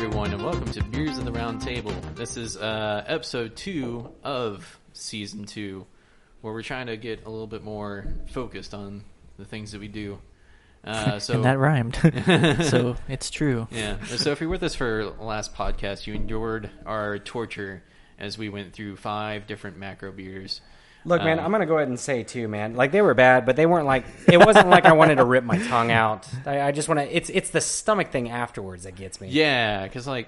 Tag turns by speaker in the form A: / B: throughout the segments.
A: welcome to Beers of the Round Table. This is uh, episode two of season two, where we're trying to get a little bit more focused on the things that we do. Uh, so
B: and that rhymed. so it's true.
A: yeah. So if you're with us for last podcast, you endured our torture as we went through five different macro beers.
C: Look, man,
A: Um,
C: I'm gonna go ahead and say too, man. Like they were bad, but they weren't like it wasn't like I wanted to rip my tongue out. I, I just want to. It's it's the stomach thing afterwards that gets me.
A: Yeah, because like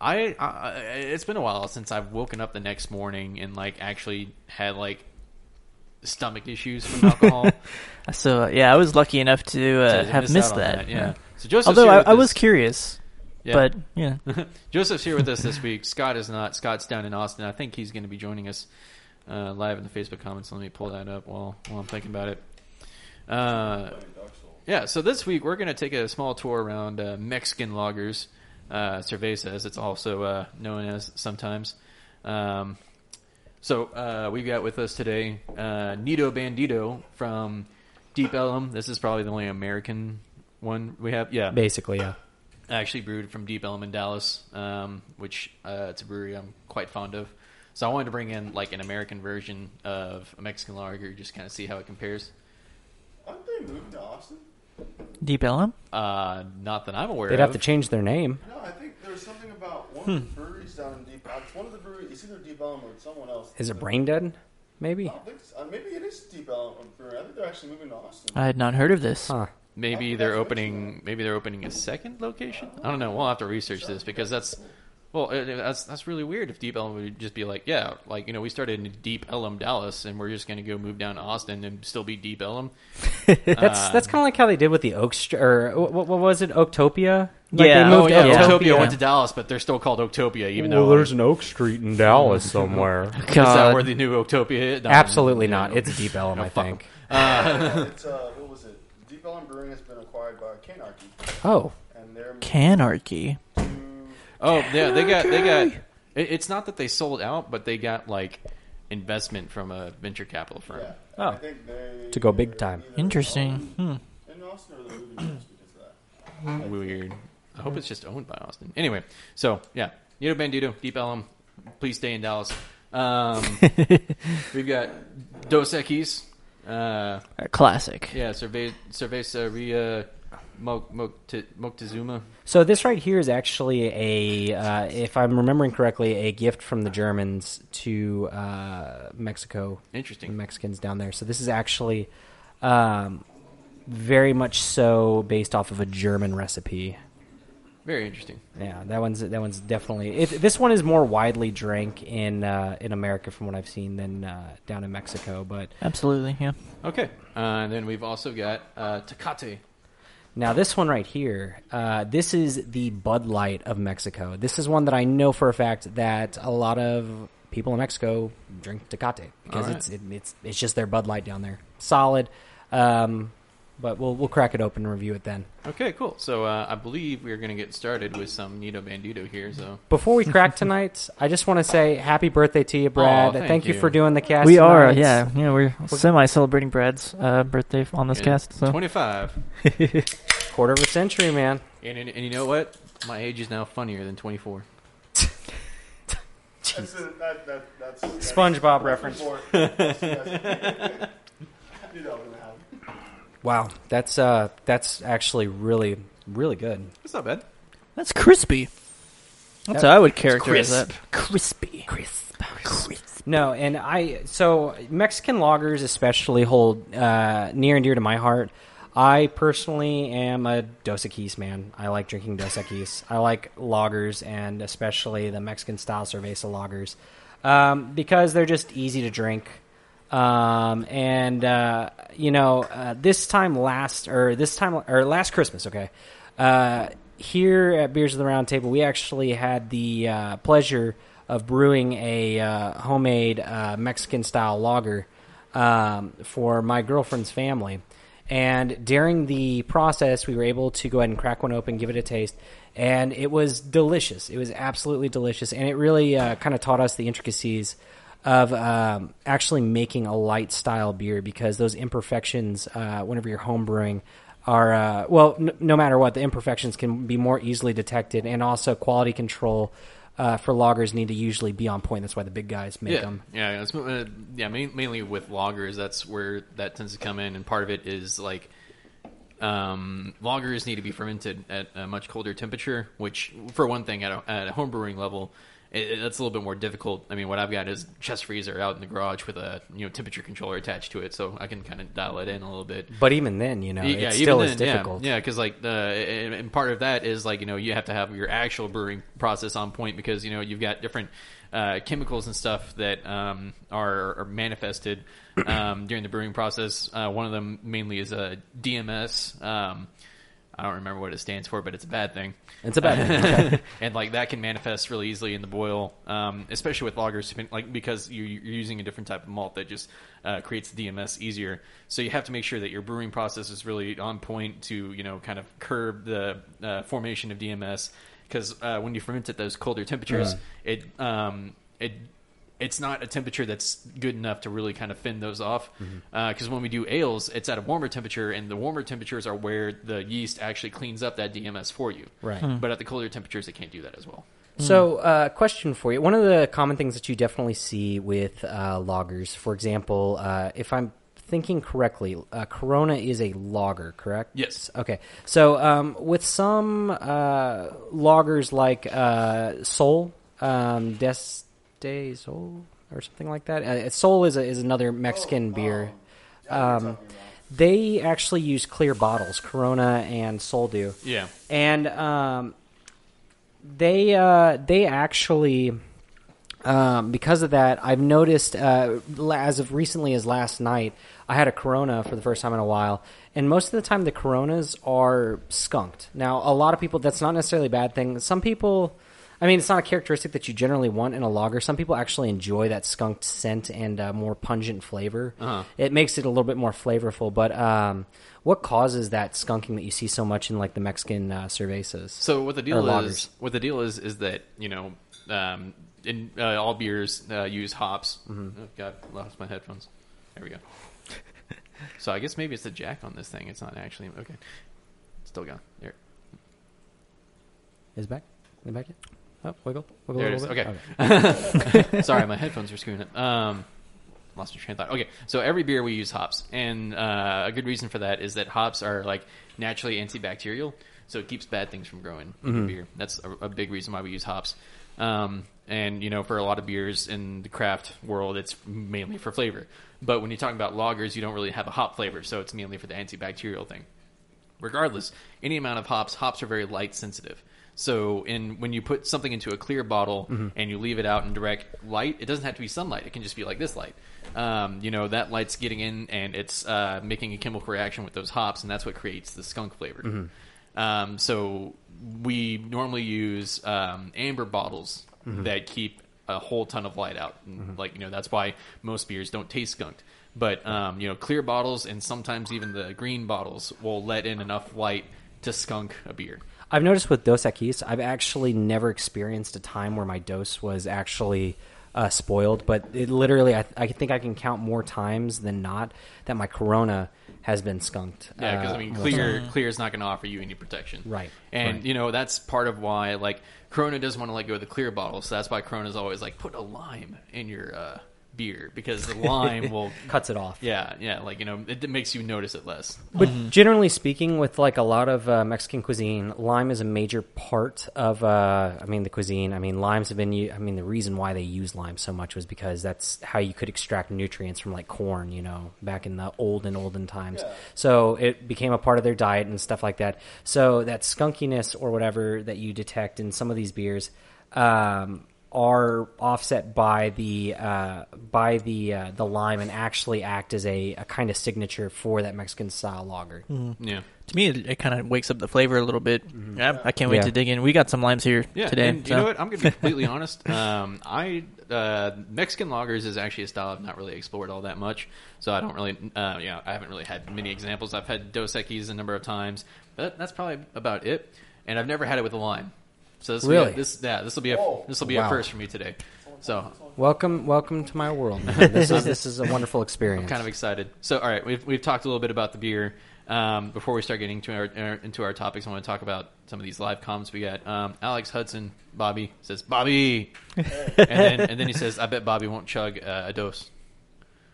A: I, I, I- it's been a while since I've woken up the next morning and like actually had like stomach issues from alcohol.
B: So yeah, I was lucky enough to uh,
A: to
B: have
A: miss out
B: missed
A: on
B: that.
A: Yeah. So Joseph's
B: Although
A: here
B: I,
A: with
B: I was
A: us-
B: curious,
A: yeah.
B: but yeah,
A: Joseph's here with us this week. Scott is not. Scott's down in Austin. I think he's going to be joining us uh, live in the Facebook comments. Let me pull that up while while I'm thinking about it. Uh, yeah. So this week we're going to take a small tour around uh, Mexican lagers, uh, cerveza, as it's also uh, known as sometimes. Um, so uh, we've got with us today uh, Nito Bandito from Deep Elm. This is probably the only American one we have. Yeah,
C: Basically, yeah.
A: actually brewed from Deep Elm in Dallas, um, which uh, it's a brewery I'm quite fond of. So I wanted to bring in like an American version of a Mexican lager, just kind of see how it compares.
D: Aren't they moved to Austin?
B: Deep Ellum.
A: Uh, not that I'm aware
C: They'd
A: of.
C: have to change their name.
D: No, I think there's something about one of the
C: Hmm.
D: breweries down in Deep. uh, It's one of the breweries. It's either Deep Elm or it's someone else.
C: Is it Brain Dead?
D: I
C: Maybe.
D: don't think so. Uh, maybe it is Deep Elm Brewery. I think they're actually moving to Austin.
B: I had not heard of this.
C: Huh.
A: maybe they're opening. Maybe they're opening a second location. I don't know. We'll have to research this because that's well, uh, that's that's really weird. If Deep Elm would just be like, yeah, like you know, we started in Deep Elm, Dallas, and we're just going to go move down to Austin and still be Deep Elm.
C: That's that's kind of like how they did with the Oak Str- or what, what was it? Oaktopia. Like
B: Yeah.
C: They moved
B: Oh, yeah.
C: Oaktopia.
A: Octopia went to Dallas, but they're still called Octopia, even though
E: an Oak Street in Dallas somewhere.
A: Is that
B: God.
A: where the new Octopia is? No,
C: Absolutely
A: no,
C: not.
A: no.
C: It's Deep Elm, I
A: fuck 'em.
C: think.
D: Uh, it's uh, what was it? Deep Elm Brewing has been acquired by Canarchy,
C: Oh,
D: and they're
B: Canarchy.
A: oh yeah, they got they got. It, it's not that they sold out, but they got like investment from a venture capital firm.
D: yeah.
C: Oh.
D: I think they
C: To go big time.
D: either
B: Interesting. Hmm.
D: In Austin or they're moving to Austin because of that.
A: Weird. I hope it's just owned by Austin. Anyway, so yeah, Nito Bandito, Deep Elm, please stay in Dallas. Um, we've got Dos Equis, uh,
B: A classic.
A: yeah, Cerve- Cerveceria Mo- Mo- Te- Moctezuma.
C: So this right here is actually a, uh, if I'm remembering correctly, a gift from the Germans to uh, Mexico, the
A: Interesting.
C: Mexicans down there. So this is actually um, very much so based off of a German recipe.
A: Very interesting.
C: Yeah, that one's that one's definitely. It, this one is more widely drank in uh, in America, from what I've seen, than uh, down in Mexico. But
B: Absolutely. Yeah.
A: Okay. Uh, and then we've also got uh, Tecate.
C: Now this one right here, uh, this is the Bud Light of Mexico. This is one that I know for a fact that a lot of people in Mexico drink Tecate because
A: All right.
C: it's it, it's it's just their Bud Light down there. Solid, um, but we'll we'll crack it open and review it then.
A: Okay, cool. So uh, I believe we're going to get started with some Nito Bandito here. So
C: Before we crack tonight, I just want to say happy birthday to you, Brad.
A: thank
C: you.
A: you.
C: for doing the cast.
B: we are.
C: tonight.
B: Yeah. Yeah. We're semi celebrating Brad's uh, birthday on this
A: And
B: cast. So
A: 25.
C: quarter of a century, man.
A: And, and, and you know what? My age is now funnier than 24.
D: That's, a, that, that, that's, that's
C: SpongeBob reference.
D: Before- that's- that's- you know, what happened.
C: Wow, that's uh, that's actually really really good.
A: That's not bad.
B: that's crispy. That's
C: That-
B: how I would characterize
A: crisp.
B: that. Crispy. Crisp.
C: No, and I so Mexican lagers especially hold uh, near and dear to my heart. I personally am a Dos Equis man. I like drinking Dos Equis. I like lagers and especially the Mexican style cerveza lagers um, because they're just easy to drink. Um, and uh, you know, uh, this time last or this time or last Christmas, okay. Uh, here at Beers of the Round Table, we actually had the uh, pleasure of brewing a uh, homemade uh, Mexican style lager um, for my girlfriend's family. And during the process, we were able to go ahead and crack one open, give it a taste, and it was delicious. It was absolutely delicious, and it really uh, kind of taught us the intricacies of um, actually making a light style beer because those imperfections, uh, whenever you're home brewing, are uh, well, n- no matter what, the imperfections can be more easily detected, and also quality control uh, for loggers need to usually be on point. That's why the big guys make
A: yeah.
C: them.
A: Yeah, yeah, it's, uh, yeah. Main, mainly with loggers, that's where that tends to come in, and part of it is like um, loggers need to be fermented at a much colder temperature, which, for one thing, at a, at a home brewing level, it, it- that's a little bit more difficult. I mean, what I've got is chest freezer out in the garage with a you know temperature controller attached to it, so I can kind of dial it in a little bit.
C: But even then, you know,
A: Y-
C: it still is
A: then, E, yeah,
C: difficult.
A: Yeah, because like the and and part of that is like you know you have to have your actual brewing process on point because you know you've got different uh, chemicals and stuff that um, are, are manifested um, during the brewing process. Uh, one of them mainly is uh, a DMS. Um, I don't remember what it stands for, but it's a bad thing.
C: It's a bad thing.
A: and like that can manifest really easily in the boil, um, especially with lagers, like because you- you're using a different type of malt that just uh, creates DMS easier. So you have to make sure that your brewing process is really on point to you know kind of curb the uh, formation of DMS because uh, when you ferment at those colder temperatures, it um, it it's not a temperature that's good enough to really kind of fend those off. Because when we do ales, it's at a warmer temperature, and the warmer temperatures are where the yeast actually cleans up that DMS for you.
C: Right. Hmm.
A: But at the colder temperatures, it can't do that as well.
C: So,
A: Hmm.
C: uh, question for you. One of the common things that you definitely see with uh, loggers, for example, uh, if I'm thinking correctly, uh, Corona is a logger, correct?
A: Yes.
C: Okay. So, um, with some uh, loggers like uh, Sol, um, Deste Sol, or something like that, uh, Sol is, a, is another Mexican beer. Um, they actually use clear bottles, Corona and Sol do
A: Yeah.
C: and um, they uh, they actually um, because of that I've noticed uh, la- as of recently as last night I had a Corona for the first time in a while, and most of the time the Coronas are skunked. Now a lot of people that's not necessarily a bad thing. Some people. I mean, it's not a characteristic that you generally want in a lager. Some people actually enjoy that skunked scent and uh, more pungent flavor.
A: Uh-huh.
C: It makes it a little bit more flavorful. But um, what causes that skunking that you see so much in like the Mexican uh, cervezas?
A: So what the deal
C: Or
A: is?
C: lagers.
A: What the deal is is that you know, um, in uh, all beers uh, use hops. Oh God, lost my headphones. There we go. so I guess maybe it's the jack on this thing. It's not actually okay. Still gone. There.
C: is it back? Is it back yet? Oh, wiggle, wiggle
A: There
C: a
A: it
C: little
A: is.
C: bit.
A: Okay. Sorry, my headphones are screwing up. Um, lost my train of thought. Okay, so every beer we use hops, and uh, a good reason for that is that hops are like naturally antibacterial, so it keeps bad things from growing in beer. That's a, a big reason why we use hops. Um, and you know, for a lot of beers in the craft world, it's mainly for flavor. But when you're talking about lagers, you don't really have a hop flavor, so it's mainly for the antibacterial thing regardless any amount of hops hops are very light sensitive so in when you put something into a clear bottle and you leave it out in direct light it doesn't have to be sunlight it can just be like this light um, you know that light's getting in and it's uh, making a chemical reaction with those hops and that's what creates the skunk flavor um, so we normally use um, amber bottles
C: Mm-hmm.
A: that keep a whole ton of light out. And, Like you know, that's why most beers don't taste skunked. But um, you know, clear bottles and sometimes even the green bottles will let in enough light to skunk a beer.
C: I've noticed with Dos Equis, I've actually never experienced a time where my dose was actually uh, spoiled. But it literally, I, I think I can count more times than not that my Corona has been skunked.
A: Yeah, because
C: uh,
A: I mean,
C: most
A: clear clear is not going to offer you any protection,
C: Right,
A: And
C: right.
A: you know that's part of why like Corona doesn't want to let go of the clear bottle, so that's why Corona's always like put a lime in your uh, beer because the lime will
C: cuts it off.
A: Yeah, yeah, like you know, it, it makes you notice it less.
C: But generally speaking, with like a lot of uh, Mexican cuisine, lime is a major part of. Uh, I mean, the cuisine. I mean, limes have been. u- I mean, the reason why they use lime so much was because that's how you could extract nutrients from like corn. You know, back in the olden olden times. So it became a part of their diet and stuff like that. So that skunkiness or whatever that you detect in some of these beers. Um, are offset by the uh, by the uh, the lime and actually act as a, a kind of signature for that Mexican style lager.
B: Mm-hmm.
A: Yeah.
B: To me, it, it kind of wakes up the flavor a little bit. Yeah, I can't wait
C: Yeah.
B: to dig in. We got some limes here
A: Mm-hmm. Yeah,
B: today.
A: and
B: so.
A: you know what? I'm going to be completely honest. Um, I uh, Mexican lagers is actually a style I've not really explored all that much, so I don't really, uh, you know, I haven't really had many examples. I've had Dos Equis a number of times, but that's probably about it. And I've never had it with a lime. So this will be a-
C: Really?
A: this yeah, this will be a
D: Whoa.
A: this will be a
C: Wow.
A: first for me today. So
C: Welcome, welcome to my world. man. This is this is a wonderful
A: I'm
C: experience.
A: kind of excited. So, all right, we've we've talked a little bit about the beer. Um, before we start getting to our, our into our topics, I want to talk about some of these live comments we got. Um, Alex Hudson, Bobby says Bobby, and then and then he says, "I bet Bobby won't chug uh, a dose."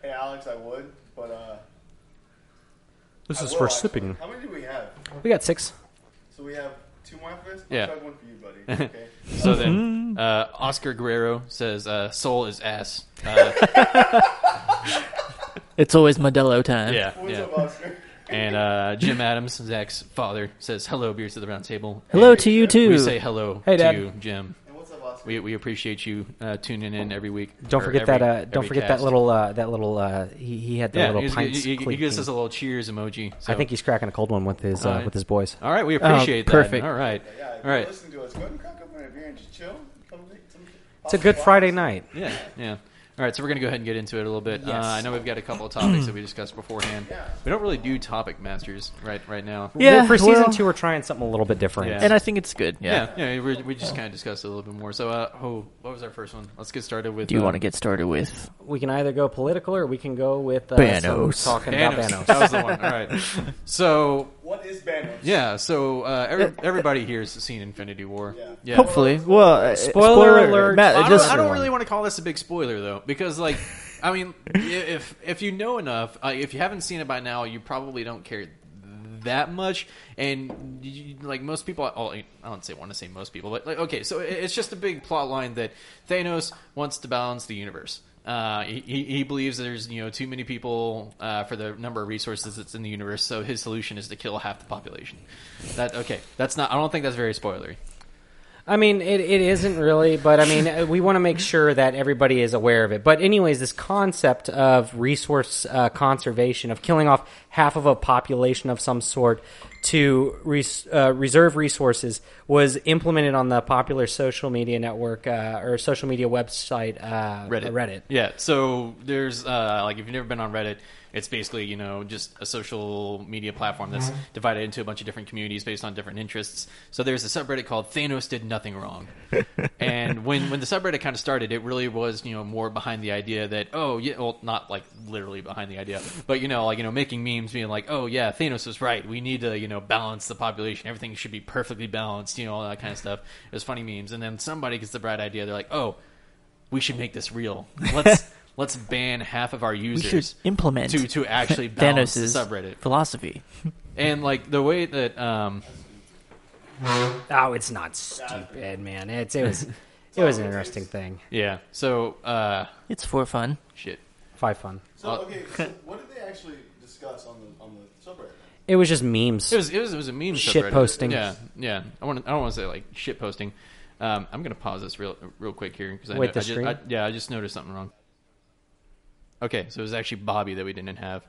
D: Hey, Alex, I would, but uh,
E: This
D: I
E: is
D: will,
E: for
D: actually.
E: sipping.
D: How many do we have?
C: we got six.
D: So we have two more for this.
A: Yeah.
D: I'll chug one for you, buddy. Okay.
A: So
C: Mm-hmm.
A: then uh, Oscar Guerrero says, uh, "Soul is ass." Uh,
B: It's always Modelo time.
A: yeah,
D: What's
A: yeah.
D: up, Oscar?
A: And uh, Jim Adams, Zach's father, says, "Hello, beers to the round table."
B: Hello
A: And
B: to you too.
A: We say hello
C: Hey,
A: to
C: Dad.
A: you, Jim.
D: And what's up, Oscar?
A: We, we appreciate you uh, tuning in every week.
C: Don't
A: or
C: forget
A: every-
C: that. Uh, don't
A: every
C: forget
A: cast.
C: that little. Uh, that little. Uh, he he had the
A: Yeah,
C: little
A: he, was-
C: pints.
A: he- he- he
C: cleat
A: gives
C: thing.
A: us a little cheers emoji. So.
C: I think he's cracking a cold one with his uh,
A: Alright. Oh.
C: with his boys.
A: All right, we appreciate that.
B: perfect.
A: All right,
D: yeah, if
A: all right.
D: you listen to us, go ahead and crack open a beer and just chill. Come, some,
C: It's a good Friday night.
A: Yeah, yeah. All right, so we're gonna go ahead and get into it a little bit.
C: Yes.
A: Uh, I know we've got a couple of topics that we discussed beforehand.
D: Yeah.
A: We don't really do topic masters right right now.
B: Yeah,
C: for season
B: well-
C: two, we're trying something a little bit different.
A: Yeah.
B: And I think it's good. Yeah.
A: Yeah, yeah. we we just kind of discussed it a little bit more. So, uh, oh, what was our first one? Let's get started with.
B: Do you
A: uh,
B: want to get started with?
C: We can either go political or we can go with uh,
B: Banos.
C: some talking
A: Thanos.
C: about Thanos.
A: That was the one. All right. So
D: What is Banos?
A: yeah, so uh, every, everybody here has seen Infinity War.
D: Yeah.
B: Hopefully. Well, uh,
C: Spoiler alert.
B: Matt,
A: I don't,
B: just,
A: I don't
C: Everyone.
A: really want to call this a big spoiler though, because like, I mean, i- if if you know enough, uh, if you haven't seen it by now, you probably don't care that much, and you, like most people, oh, I don't say want to say most people, but like, okay, so i- it's just a big plot line that Thanos wants to balance the universe. Uh, he, he he believes there's you know too many people uh, for the number of resources that's in the universe, so his solution is to kill half the population. That okay? That's not. I don't think that's very spoilery.
C: I mean, it, it isn't really, but I mean, uh, we want to make sure that everybody is aware of it. But, anyways, this concept of resource uh, conservation, of killing off half of a population of some sort to res- uh, reserve resources, was implemented on the popular social media network uh, or social media website uh,
A: Reddit.
C: Reddit.
A: Yeah. So there's uh, like if you've never been on Reddit, it's basically you know just a social media platform that's divided into a bunch of different communities based on different interests. So there's a subreddit called Thanos did nothing wrong, and when when the subreddit kind of started, it really was you know more behind the idea that oh yeah, well not like literally behind the idea, but you know like you know making memes being like oh yeah Thanos was right, we need to you know balance the population, everything should be perfectly balanced, you know all that kind of stuff. It was funny memes, and then somebody gets the bright idea, they're like oh we should make this real. Let's let's ban half of our users.
B: should implement
A: to to actually balance the
B: Thanos'
A: subreddit.
B: philosophy.
A: And like the way that um
C: Oh, it's not stupid, man. It's, it was. It was an interesting thing.
A: yeah. So uh
B: It's for fun.
A: shit.
C: Five fun.
D: So
A: Uh,
D: okay, so what did they actually discuss on the on the subreddit?
C: It was just memes.
A: It was it was it was a meme
C: Shit
A: subreddit.
C: posting.
A: Yeah. Yeah. I want I don't want to say like shit posting. Um, I'm gonna pause this real real quick here because I,
C: Wait,
A: know-
C: the
A: I just
C: stream?
A: I, yeah I just noticed something wrong. Okay, so it was actually Bobby that we didn't have,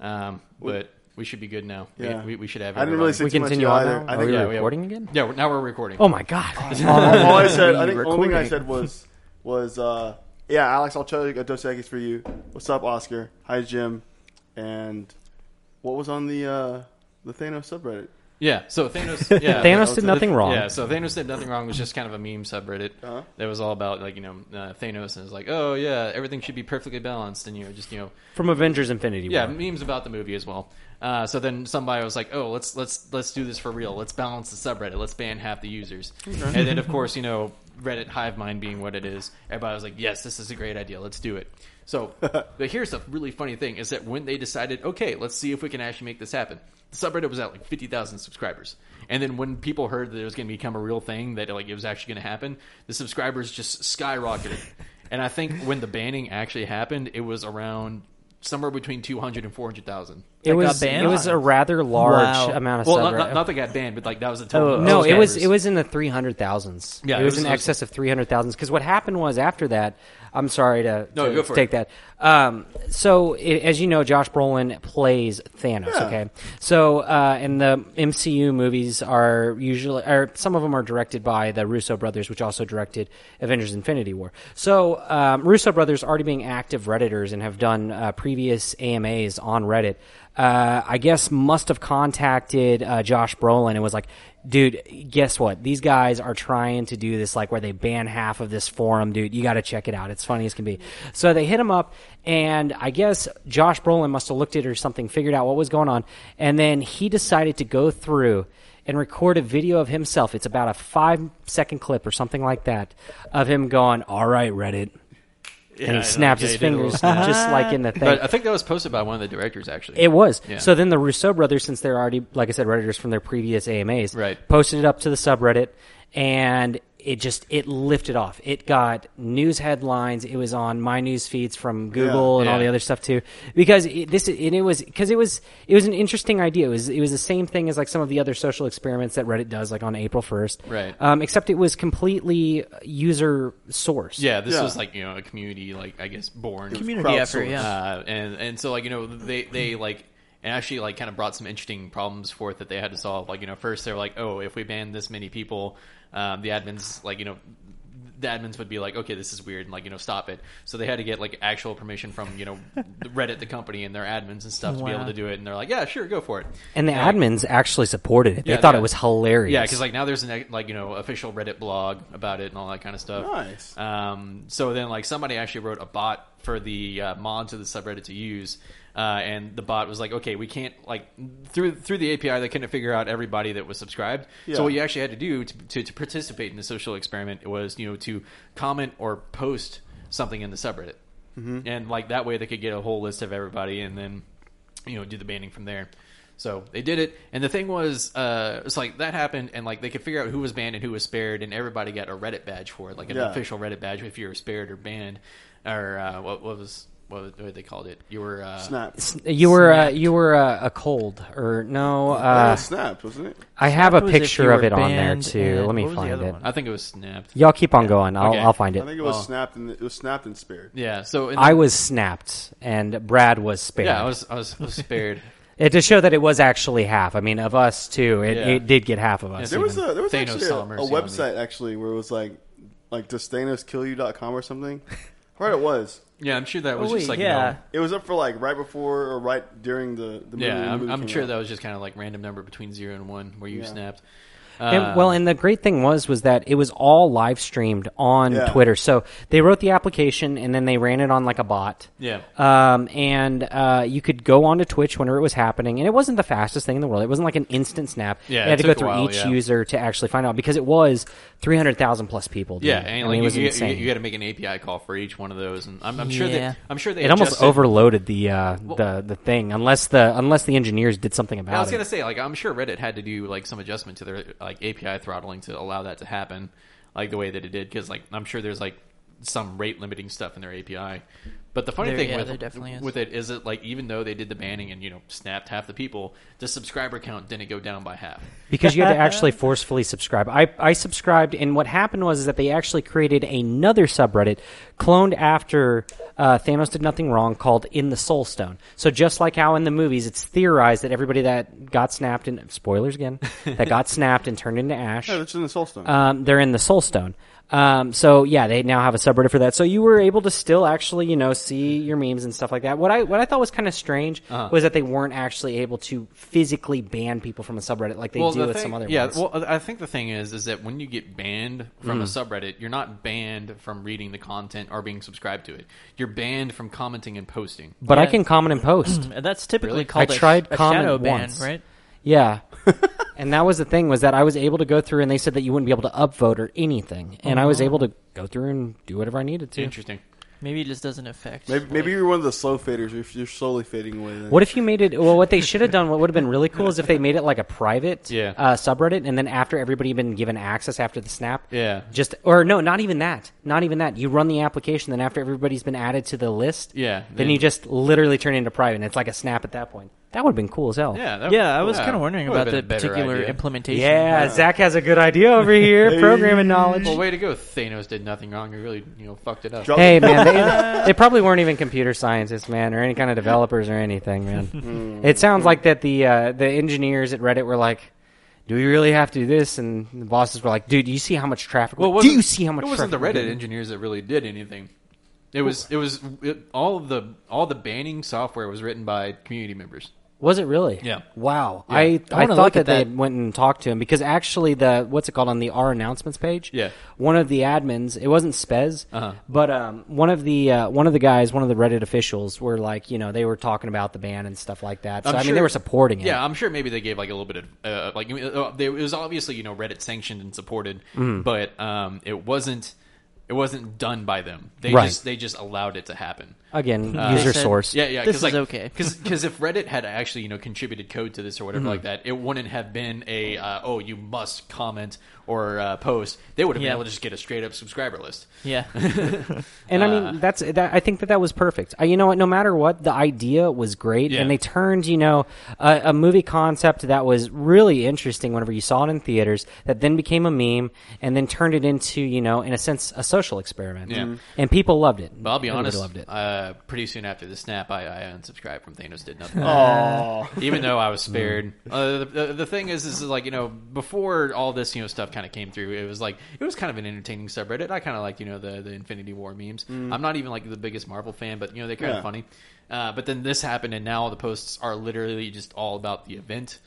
A: um, but we should be good now. We-
D: Yeah.
A: we, we should have.
D: I didn't really
A: everybody.
D: see
C: we
D: too much
C: continue
D: of
C: on
D: either.
C: now.
D: I
C: Are
D: think-
C: we
A: yeah, we have-
C: recording again?
A: Yeah, we're- now we're recording.
C: Oh my god!
D: all I said, I
B: Be
D: think only thing I
B: recording.
D: said was was uh, yeah, Alex, I'll chug a Dos Equis for you. What's up, Oscar? Hi, Jim. And what was on the uh, the Thanos subreddit?
A: Yeah, so Thanos. Yeah,
C: Thanos did nothing wrong.
A: Yeah, so Thanos did nothing wrong was just kind of a meme subreddit
D: Uh-huh.
A: that was all about like you know uh, Thanos and it's like oh yeah everything should be perfectly balanced and you know just you know
C: From Avengers: Infinity War.
A: yeah memes about the movie as well. Uh, so then somebody was like oh let's let's let's do this for real let's balance the subreddit let's ban half the users and then of course you know Reddit hive mind being what it is everybody was like yes this is a great idea let's do it. So but here's the really funny thing is that when they decided okay let's see if we can actually make this happen the subreddit was at like 50,000 subscribers. And then when people heard that it was going to become a real thing, that like it was actually going to happen, the subscribers just skyrocketed. and I think when the banning actually happened, it was around somewhere between 200 and 400,000.
C: it
B: That
C: was
B: got banned?
C: it was a rather large
B: Wow.
C: amount of
A: Well,
C: sub-
A: not, not, not that got banned, but like that was the total.
B: Oh,
A: of
C: no, it was
A: subscribers.
C: it was in the three hundred thousands.
A: Yeah,
C: it was
A: it was-
C: in excess of three hundred thousands. Because what happened was after that, I'm sorry to,
A: No,
C: to
A: go for
C: take
A: it.
C: that. Um, so it, as you know, Josh Brolin plays Thanos.
D: Yeah.
C: Okay, so uh, and the MCU movies are usually, or some of them are directed by the Russo brothers, which also directed Avengers: Infinity War. So um, Russo brothers already being active redditors and have done uh, previous AMAs on Reddit uh, I guess must have contacted uh, Josh Brolin and was like, "Dude, guess what? These guys are trying to do this like where they ban half of this forum, dude. You got to check it out. It's funny as can be." So they hit him up, and I guess Josh Brolin must have looked at it or something, figured out what was going on, and then he decided to go through and record a video of himself. It's about a five second clip or something like that of him going, "All right, Reddit." and he snaps his fingers just like in the thing.
A: But I think that was posted by one of the directors, actually.
C: It was.
A: Yeah.
C: So then the Rousseau brothers, since they're already, like I said, redditors from their previous AMAs,
A: Right.
C: posted it up to the subreddit, and it just it lifted off. It got news headlines. It was on my news feeds from Google and all
A: Yeah.
C: the other stuff too, because it, this and it was because it was it was an interesting idea. It was it was the same thing as like some of the other social experiments that Reddit does, like on April first,
A: Right.
C: Um, except it was completely user sourced.
A: yeah, this
D: Yeah.
A: was like you know a community, like I guess born
B: Community effort,
D: crowdsourced.
B: yeah.
A: uh, and and so like you know they they like and actually like kind of brought some interesting problems forth that they had to solve. Like you know first they were like oh if we ban this many people, um, the admins like you know the admins would be like okay this is weird and like you know stop it. So they had to get like actual permission from you know Reddit the company and their admins and stuff to be
B: Wow.
A: able to do it. And they're like yeah sure go for it.
C: And the
A: like-
C: admins actually supported it. They
A: Yeah,
C: thought
A: the-
C: it was hilarious.
A: Yeah, because like now there's an like you know official Reddit blog about it and all that kind of stuff.
D: Nice.
A: Um, so then like somebody actually wrote a bot for the uh, mods of the subreddit to use, uh, and the bot was like, okay, we can't like through through the API they couldn't figure out everybody that was subscribed.
D: Yeah.
A: So what you actually had to do to, to to participate in the social experiment was you know to comment or post something in the subreddit,
D: Mm-hmm.
A: and like that way they could get a whole list of everybody and then you know, do the banning from there. So they did it, and the thing was, uh, it's like that happened, and like they could figure out who was banned and who was spared, and everybody got a Reddit badge for it, like an
D: Yeah.
A: official Reddit badge if you were spared or banned, or uh, what, what was what, was- what they called it? You were uh,
D: Snap.
C: S- you were uh, you were uh, a cold or no?
D: yeah,
C: Uh,
D: snap, wasn't it?
C: I have a
B: Snapped was if you
C: picture of
B: were
C: it on there
B: banned
C: too.
B: and
C: Let me
B: what was the
C: find
B: other
C: it.
B: one?
A: I think it was snapped.
C: Y'all keep on going. I'll
A: Okay.
C: I'll find
D: I think
C: it.
D: it was
A: Well-
D: snapped and it was snapped and spared.
A: Oh. Yeah. So and
C: I was snapped and Brad was spared.
A: yeah, I was I was, I was spared.
C: It to show that it was actually half. I mean, of us too, it,
A: Yeah.
C: it did get half of us.
A: Yeah,
D: There was
A: even
D: a there was
A: Thanos
D: actually a,
A: saw mercy
D: a
A: on me.
D: website actually where it was like like does Thanos kill you dot com or something. Right, it was.
A: Yeah, I'm sure that was
B: Oh,
A: just
B: wait,
A: like
B: yeah.
D: It was up for like right before or right during the
A: no.
D: the movie. when the
A: Yeah, I'm,
D: movie
A: I'm
D: came
A: sure
D: out.
A: that was just kind of like random number between zero and one where you
D: Yeah.
A: snapped. uh,
C: And, well, and the great thing was was that it was all live streamed on
D: Yeah.
C: Twitter. So they wrote the application and then they ran it on like a bot.
A: yeah,
C: Um, and uh, you could go onto Twitch whenever it was happening, and it wasn't the fastest thing in the world. It wasn't like an instant snap.
A: Yeah,
C: you had
A: it
C: to go
A: took a
C: through
A: while,
C: each
A: yeah.
C: user to actually find out because it was three hundred thousand plus people. dude.
A: Yeah,
C: I mean,
A: and like
C: it was
A: you, you,
C: insane.
A: you got to make an API call for each one of those, and I'm, I'm sure
B: Yeah.
A: that I'm sure they
C: it almost
A: adjusted-
C: overloaded the uh, the the thing, unless the unless the engineers did something about
A: I was
C: it.
A: gonna say like I'm sure Reddit had to do like some adjustment to their like API throttling to allow that to happen, like the way that it did, because like I'm sure there's like some rate limiting stuff in their API. But the funny
B: There-
A: thing
B: yeah, there
A: with
B: definitely is.
A: with it is that like even though they did the banning and you know snapped half the people, the subscriber count didn't go down by half.
C: because you had to actually forcefully subscribe. I, I subscribed, and what happened was is that they actually created another subreddit cloned after uh, Thanos did nothing wrong called In the Soul Stone. So just like how in the movies, it's theorized that everybody that got snapped and spoilers again that got snapped and turned into ash.
D: Yeah, it's in the Soulstone.
A: Uh,
C: Um, they're in the Soul Stone. Um, so yeah, they now have a subreddit for that. So you were able to still actually, you know, see your memes and stuff like that. What I what I thought was kind of strange
A: Uh-huh.
C: was that they weren't actually able to physically ban people from a subreddit like they do
A: the
C: with
A: thing-
C: some other
A: yeah,
C: ones.
A: well, I think the thing is, is that when you get banned from a
C: Mm.
A: subreddit, you're not banned from reading the content or being subscribed to it. You're banned from commenting and posting.
C: but I
B: yeah.
C: can comment and post.
B: And that's typically
A: Really?
B: called
C: I
B: a,
C: tried
B: a
C: comment
B: shadow ban,
C: once.
B: right?
C: yeah. and that was the thing was that I was able to go through and they said that you wouldn't be able to upvote or anything. And I was able to go through and do whatever I needed to.
A: Uh-huh. Interesting.
B: Maybe it just doesn't affect.
D: maybe
B: like-
D: maybe you're one of the slow faders. You're, you're slowly fading away. Then.
C: What if you made it? Well, what they should have done, what would have been really cool, is if they made it like a private
A: Yeah.
C: uh, subreddit, and then after everybody had been given access after the snap,
A: Yeah.
C: just or no, not even that, not even that. You run the application, then after everybody's been added to the list,
A: Yeah,
C: then,
A: then-
C: you just literally turn it into private, and it's like a snap at that point. That would have been cool as hell.
A: Yeah, that
B: yeah, I was
A: yeah,
B: kind of wondering
A: that would've
B: about
A: been
B: the
A: a better
B: particular
A: idea.
B: implementation.
C: Yeah, Zach has a good idea over here, programming knowledge.
A: Well, way to go, Thanos did nothing wrong. He really, you know, fucked it up.
D: Drop-
C: Hey man, they, they probably weren't even computer scientists, man, or any kind of developers or anything,
A: Hmm.
C: man. it sounds like that the uh, the engineers at Reddit were like, "Do we really have to do this?" And the bosses were like, "Dude, do you see how much traffic?
A: Well, it
C: do
A: wasn't-
C: you see how much?"
A: It wasn't the
C: traffic we're
A: Reddit engineers that really did anything. It was, it was it, all of the all the banning software was written by community members.
C: Was it really?
A: Yeah.
C: Wow.
A: Yeah.
C: I,
A: I wanna
C: I,
A: look
C: thought
A: at
C: that they
A: that.
C: went and talked to him because actually the what's it called on the our announcements page?
A: Yeah.
C: One of the admins, it wasn't Spez,
A: Uh-huh.
C: but um, one of the uh, one of the guys, one of the Reddit officials, were like, you know, they were talking about the band and stuff like that. So
A: I'm
C: I mean,
A: sure-
C: they were supporting it.
A: Yeah, I'm sure maybe they gave like a little bit of uh, like uh, they, it was obviously you know Reddit sanctioned and supported,
B: Mm.
A: but um, it wasn't it wasn't done by them. They
C: Right.
A: just they just allowed it to happen.
C: Again,
A: Uh,
C: user
B: They said-
C: source.
A: Yeah, yeah.
B: This
A: cause
B: is
A: like,
B: okay. Mm-hmm.
A: Because if Reddit had actually you know contributed code to this or whatever like that, it wouldn't have been a uh, oh you must comment or uh, post. They would have been
B: Yeah.
A: able to just get a straight up subscriber list.
B: Yeah.
C: And I
A: uh,
C: mean, that's that, I think that that was perfect. Uh, you know what? No matter what, the idea was great,
A: Yeah.
C: and they turned you know a, a movie concept that was really interesting whenever you saw it in theaters, that then became a meme, and then turned it into you know, in a sense, a social experiment.
A: Yeah. Mhm.
C: And people loved it.
A: But I'll be
C: Everybody
A: honest,
C: loved it.
A: Uh, pretty soon after the snap, I, I unsubscribed from Thanos. Did
B: Oh,
A: nothing. even though I was spared. Uh, the, the, the thing is, is like you know, before all this you know stuff kind of came through, it was like it was kind of an entertaining subreddit. I kind of like you know the the Infinity War memes.
C: Mm.
A: I'm not even like the biggest Marvel fan, but you know they're kind of
D: Yeah.
A: funny. Uh, but then this happened, and now the posts are literally just all about the event.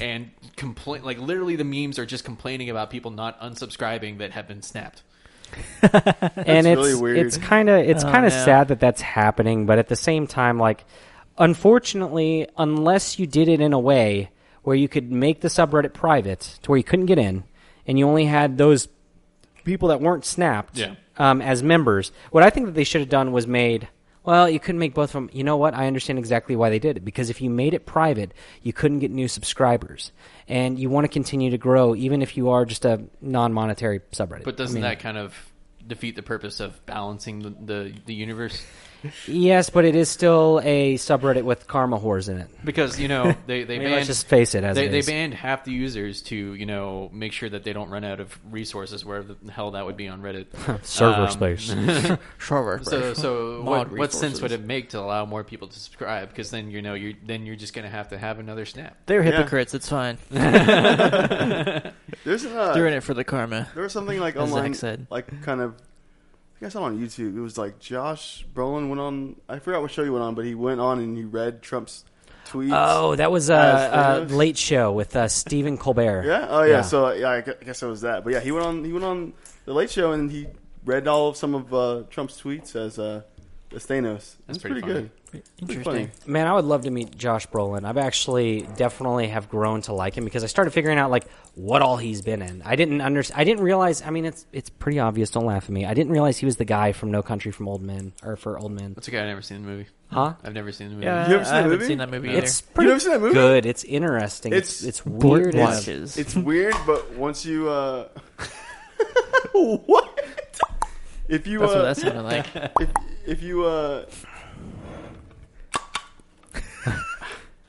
A: And complain like literally the memes are just complaining about people not unsubscribing that have been snapped.
C: and it's
D: really weird.
C: it's kind of it's
B: Oh,
C: kind of
B: no.
C: sad that that's happening, but at the same time, like unfortunately, unless you did it in a way where you could make the subreddit private to where you couldn't get in, and you only had those people that weren't snapped
A: Yeah.
C: um, as members. What I think that they should have done was made. Well, you couldn't make both of them. You know what? I understand exactly why they did it because if you made it private, you couldn't get new subscribers, and you want to continue to grow even if you are just a non-monetary subreddit.
A: But
C: I
A: doesn't
C: mean-
A: that kind of defeat the purpose of balancing the the, the universe?
C: Yes, but it is still a subreddit with karma whores in it.
A: Because you know they they
C: I mean,
A: banned
C: let's just face it as
A: they,
C: it
A: they
C: is.
A: banned half the users to you know make sure that they don't run out of resources wherever the hell that would be on reddit
C: Server
A: Um,
C: space.
B: Sure.
A: so so what,
B: Mod
A: what sense would
B: resources.
A: it make to allow more people to subscribe because then you know you're then you're just gonna have to have another snap
B: They're
D: Yeah.
B: hypocrites. It's fine.
D: There's uh,
B: They're in it for the karma.
D: there was something like
B: As Zach
D: online,
B: said.
D: like kind of. I think I saw it on YouTube. It was like Josh Brolin went on. I forgot what show he went on, but he went on and he read Trump's tweets.
C: Oh, that was a
D: As
C: uh,
D: it
C: uh,
D: is.
C: late show with uh, Stephen Colbert.
D: Yeah. Oh yeah.
C: Yeah.
D: So uh, yeah, I gu- I guess it was that. But yeah, he went on. He went on the Late Show and he read all of some of uh, Trump's tweets as uh, as Thanos. That's
A: pretty funny.
D: pretty, good. Pretty funny.
B: Interesting.
C: Man, I would love to meet Josh Brolin. I've actually definitely have grown to like him because I started figuring out like what all he's been in. I didn't under I didn't realize. I mean, it's it's pretty obvious. Don't laugh at me. I didn't realize he was the guy from No Country from Old Men or for Old Men.
A: that's okay i've never seen the movie
C: Huh?
A: i've never seen the movie
B: Yeah,
D: You ever seen
B: I
D: that
B: haven't
D: movie?
B: seen that movie either.
C: It's pretty
D: never seen that movie?
C: good. It's interesting. It's
D: It's
C: it's, weird.
B: Blunt
C: as-
B: watches.
D: It's weird, but once you uh, what if you
B: That's what
D: uh,
B: that sounded like.
D: if, if you uh,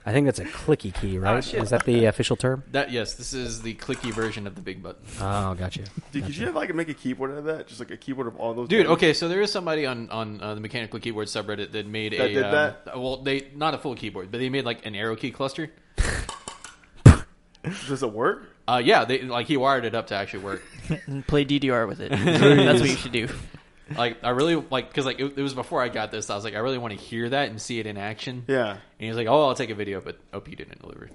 C: I think that's a clicky key,
D: Ah,
C: right?
A: shit.
C: Is that the official term?
A: that yes this is the clicky version of the big button
C: Oh, gotcha.
D: dude, could you have like make a keyboard out of that? Just like a keyboard of all those.
A: Dude,
D: buttons?
A: okay, so there is somebody on on uh, the mechanical keyboard subreddit that made
D: That
A: a
D: did
A: um,
D: that?
A: well, they not a full keyboard, but they made like an arrow key cluster.
D: Does it work?
A: Uh, yeah, they like he wired it up to actually work.
B: And play DDR with it. That's what you should do.
A: like I really like because like it, it was before I got this. I was like, I really want to hear that and see it in action.
D: Yeah.
A: And he was like, Oh, I'll take a video, but OP didn't deliver.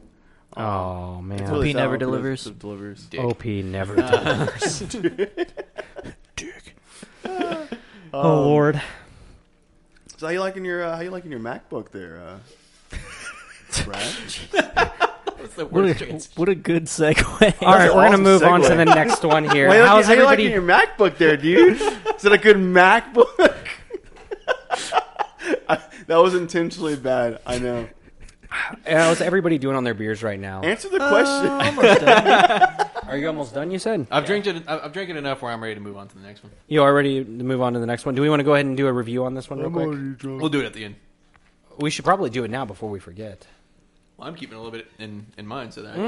C: Oh man,
D: It's
B: really- OP
D: sad
B: never
D: when people
B: delivers.
D: just Delivers.
A: Dick.
C: OP never. delivers.
D: Um,
B: oh lord.
D: So how you liking your uh, how you liking your MacBook there? Uh, Brad?
A: That's the
B: What
A: worst.
B: a,
A: choice.
B: what a good segue.
C: All right,
D: an
C: we're gonna
D: awesome
C: move on to
D: segue.
C: the next one here.
D: How you
C: How's
D: liking, how you liking
C: everybody?
D: your MacBook there, dude? Is it a good MacBook? I, that was intentionally bad. I know.
C: How's everybody doing on their beers right now?
D: Answer the question.
C: Uh, Are you almost done? You said
A: I've drank it. I've I've drank it enough where I'm ready to move on to the next one.
C: you are ready to move on to the next one. Do we want to go ahead and do a review on this one real quick?
A: We'll do it at the end.
C: We should probably do it now before we forget.
A: Well, I'm keeping a little bit in in mind so that I
B: Mm.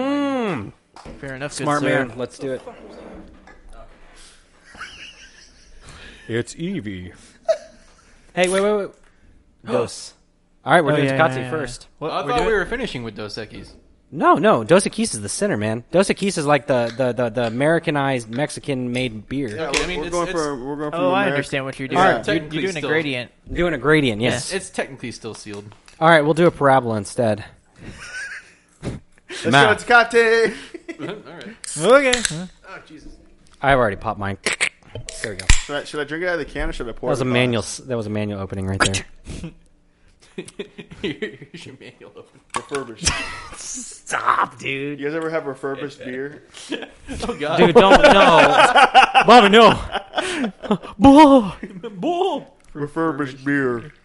A: can, like,
B: Fair enough, good
C: Smart
B: sir.
C: man, let's do it.
E: It's
C: E.
E: Evie.
C: Hey, wait, wait, wait. Dos. All right, we're
B: Oh,
C: doing
B: yeah,
C: Katsu
B: yeah, yeah.
C: first.
B: What,
A: I
B: we're
A: thought
B: doing-
A: we were finishing with Dos Equis.
C: No, no. Dos Equis is the center, man. Dos Equis is like the the the, the Americanized Mexican made beer.
D: Yeah,
A: Okay, I
D: we're-
A: mean,
D: we're
A: it's-
D: going
A: it's-
D: for we're going for
B: Oh, I
D: Ameri-
B: understand what you're doing.
D: All right,
B: You're- you're,
A: technically
B: doing a
A: still-
B: gradient.
C: Doing a gradient, yes.
A: It's technically still sealed.
C: All right, we'll do a parabola instead.
D: Let's
C: Matt.
D: go, Tecate.
A: All right.
B: Okay.
A: Oh Jesus.
C: I've already popped mine. There we go. That
D: Should I, should I drink it out of the can or should I pour?
C: was
D: it
C: a
D: in the
C: manual.
D: glass?
C: s- That was a manual opening right there.
A: Here's your manual open.
D: Refurbished.
A: Ah,
B: Stop, dude.
D: You guys ever have refurbished beer?
A: Oh God.
B: Dude, don't no, Bobby, no. Blah.
A: Bull.
D: Refurbished beer.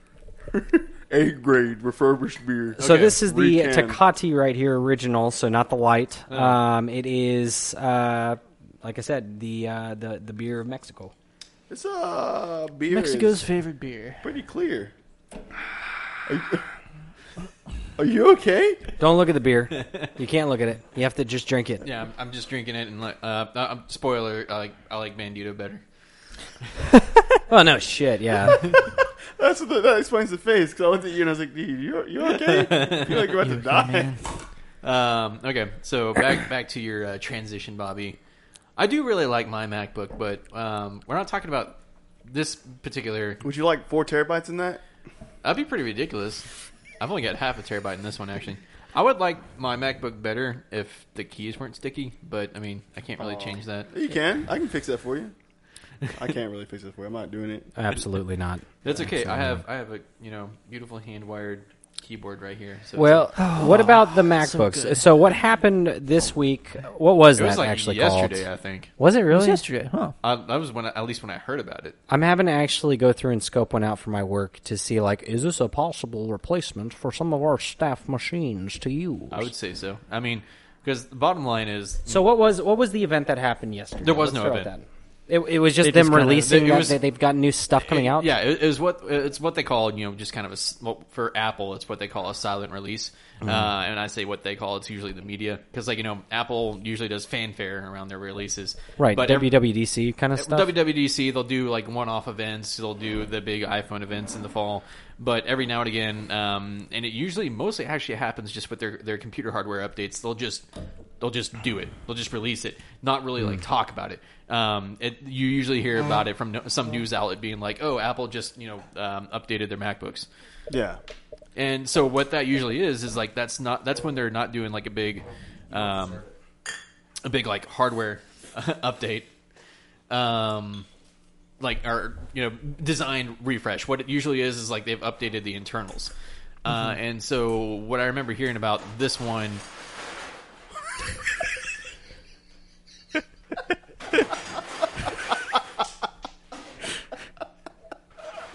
D: A grade refurbished beer.
C: So
A: Okay,
C: this is the
D: recant.
C: Takati right here original, so not the light.
A: Uh.
C: Um, it is, uh, like I said, the uh, the the beer of Mexico.
D: It's uh beer.
B: Mexico's
D: is
B: favorite beer.
D: pretty clear. Are you, are you okay?
C: Don't look at the beer. you can't look at it. You have to just drink it.
A: Yeah, I'm, I'm just drinking it and like uh, uh, um, spoiler, I like I like Bandito better.
C: Oh no, shit. Yeah.
D: That's what the, that explains the face. Because I looked at you and I was like, "Dude, you you okay? You feel like you're about to die."
A: Um, okay, so back back to your uh, transition, Bobby. I do really like my MacBook, but um, we're not talking about this particular.
D: Would you like four terabytes in that?
A: That'd be pretty ridiculous. I've only got half a terabyte in this one, actually. I would like my MacBook better if the keys weren't sticky, but I mean, I can't really change that.
D: You can. I can fix that for you. I can't really fix it for you. I'm not doing it.
C: Absolutely not.
A: That's okay. I have I have a you know beautiful hand wired keyboard right here. So it's
C: Well, what about the MacBooks? So,
B: Oh, good.
C: what happened this week? What was,
A: like- it was
C: that
A: like
C: actually
A: yesterday,
C: called?
A: I think.
C: Was it
B: It was
C: really?
B: yesterday, huh?
A: I, that was when I, at least when I heard about it.
C: I'm having to actually go through and scope one out for my work to see like, is this a possible replacement for some of our staff machines to use?
A: I would say so. I mean, because the bottom line is
C: So what was what was the event that happened yesterday?
A: There was no
C: Let's throw out
A: event.
C: That. It, it was just
B: They
C: them
B: just kinda-
C: releasing
A: it
C: that
A: was-
C: they, they've got new stuff coming out.
A: Yeah, it, it was what it's what they call you know just kind of a s- well, for Apple it's what they call a silent release,
C: Mm-hmm.
A: uh, and I say what they call it's usually the media because like you know Apple usually does fanfare around their releases,
C: right. E
A: But every-
C: WWDC kind of stuff.
A: WWDC, they'll do like one-off events. They'll do the big iPhone events in the fall, but every now and again, um, and it usually mostly actually happens just with their their computer hardware updates. They'll just they'll just do it. They'll just release it, not really like talk about it. Um, it you usually hear about it from no, some news outlet being like, "Oh, Apple just you know um, updated their MacBooks."
D: Yeah.
A: And so what that usually is is like that's not that's when they're not doing like a big, um, a big like hardware update, um, like or you know design refresh. What it usually is is like they've updated the internals. Uh,
C: Mm-hmm.
A: and so what I remember hearing about this one.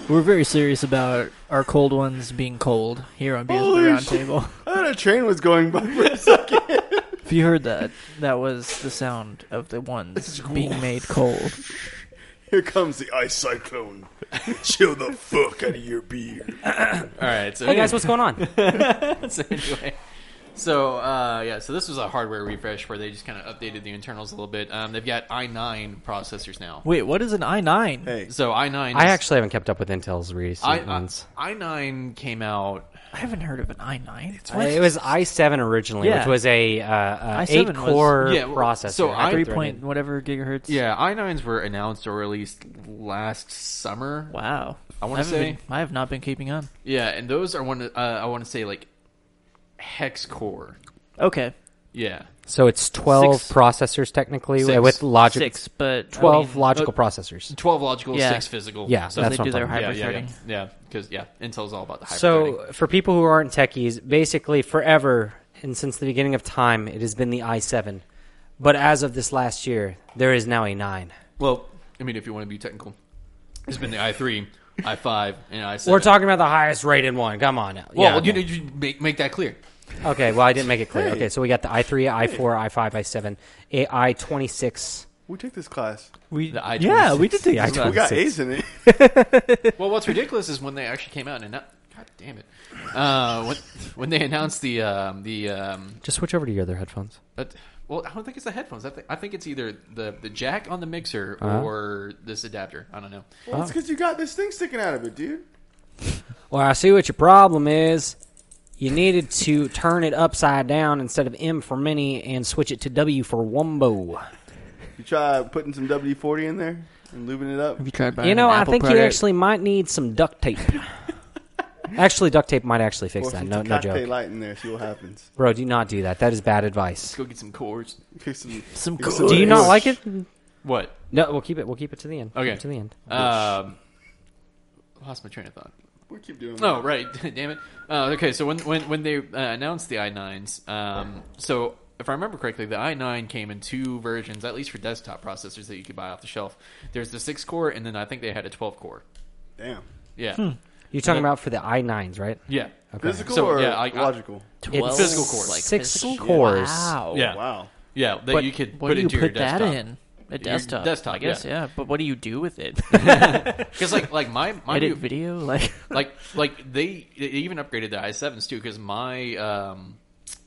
B: We're very serious about our cold ones being cold here on Beers at
D: Holy
B: the Round
D: shit.
B: Table.
D: I thought a train was going by for a second.
B: If you heard that, that was the sound of the ones being made cold.
D: Here comes the ice cyclone. Chill the fuck out of your beer.
A: All right, so
C: Hey guys, what's going on?
A: so anyway, so uh, yeah, so this was a hardware refresh where they just kind of updated the internals a little bit. Um, they've got i9 processors now.
B: Wait, what is an i9?
D: Hey,
A: So i9.
C: I
A: is-
C: actually haven't kept up with Intel's recent
A: I
C: ones.
A: I nine came out.
B: I haven't heard of an i9. It's
C: Uh, it was i7 originally,
B: Yeah.
C: which was a, uh, uh,
B: i7
C: eight core
A: was- Yeah, well,
C: processor.
A: so I-
B: three
C: Hyper-threaded.
B: point whatever gigahertz.
A: Yeah, i nines were announced or released last summer.
B: Wow.
A: I wanna
B: haven't
A: say-
B: been- I have not been keeping on.
A: Yeah, and those are one. Uh, I want to say like hex core.
B: Okay,
A: Yeah,
C: So it's twelve
B: Six.
C: processors technically
A: Six.
C: with logic.
B: six, but
C: Twelve
B: I mean,
C: logical processors.
A: twelve logical,
B: Yeah.
A: six physical.
C: Yeah,
A: so
C: that's
B: they
C: what
B: do their
C: I'm
A: yeah, yeah, yeah,
B: hyperthreading.
A: yeah. Because yeah, Intel's all about the hyper.
C: So, for people who aren't techies, basically forever and since the beginning of time, it has been the i7. But as of this last year, there is now a 9.
A: well, I mean, if you want to be technical, it's been the i three, i five, and i.
C: We're talking about the highest rated one. Come on now.
A: Well,
C: Yeah,
A: you
C: okay.
A: know, you make make that clear.
C: Okay, well, I didn't make it clear. Okay, so we got the i3, i4, i5, i7, a- i26.
D: we took this class.
B: We
A: The i26.
B: yeah, we did take
C: The
B: this
C: i26.
D: We got
C: Six.
D: A's in it.
A: Well, what's ridiculous is when they actually came out and not, God damn it, uh, when when they announced the um, the um,
C: Just switch over to your other headphones.
A: But well, I don't think it's the headphones. I, th- I think it's either the, the jack on the mixer
B: Uh-huh.
A: or this adapter. I don't know.
D: Well, it's because you got this thing sticking out of it, dude.
C: Well, I see what your problem is. You needed to turn it upside down instead of M for mini and switch it to W for wombo.
D: You try putting some WD forty in there and lubing it up.
B: Have you tried buying
C: You know,
B: an
C: I
B: Apple
C: think you
B: product?
C: actually might need some duct tape. Actually, duct tape might actually fix
D: Pour
C: that.
D: some
C: No, no
D: Tecate
C: joke,
D: light in there. See what happens.
C: bro. Do not do that. That is bad advice.
A: Go get some cores.
D: Pick some-
B: Some
D: pick some
B: cores.
C: Do you not like it?
A: What?
C: No, we'll keep it. We'll keep it to the end. Keep
A: Okay.
C: it to the end.
A: Um, lost my train of thought.
D: We keep doing.
A: Oh
D: that.
A: right, damn it. Uh, okay, so when when when they uh, announced the i nines, um, so if I remember correctly, the i nine came in two versions, at least for desktop processors that you could buy off the shelf. There's the six core, and then I think they had a twelve core.
D: Damn.
A: Yeah,
B: Hmm.
C: You're talking
A: Okay.
C: about for the i nines, right?
A: yeah.
B: Uh,
C: Okay.
D: Physical
A: So,
D: or
A: yeah, I- I-
D: logical?
A: It's physical cores.
B: Like
C: Six
B: physical?
C: cores.
B: Wow.
A: Yeah.
D: Wow.
A: Yeah, that
B: But
A: you could
B: what
A: put
B: do you
A: into
B: put
A: your
B: that
A: desktop.
B: in? A
A: Your
B: desktop.
A: desktop,
B: I guess.
A: yeah.
B: Yeah. But what do you do with it?
A: Because like like my my
B: Edit
A: new-
B: video? Like.
A: like like they, they even upgraded the i7s too because my um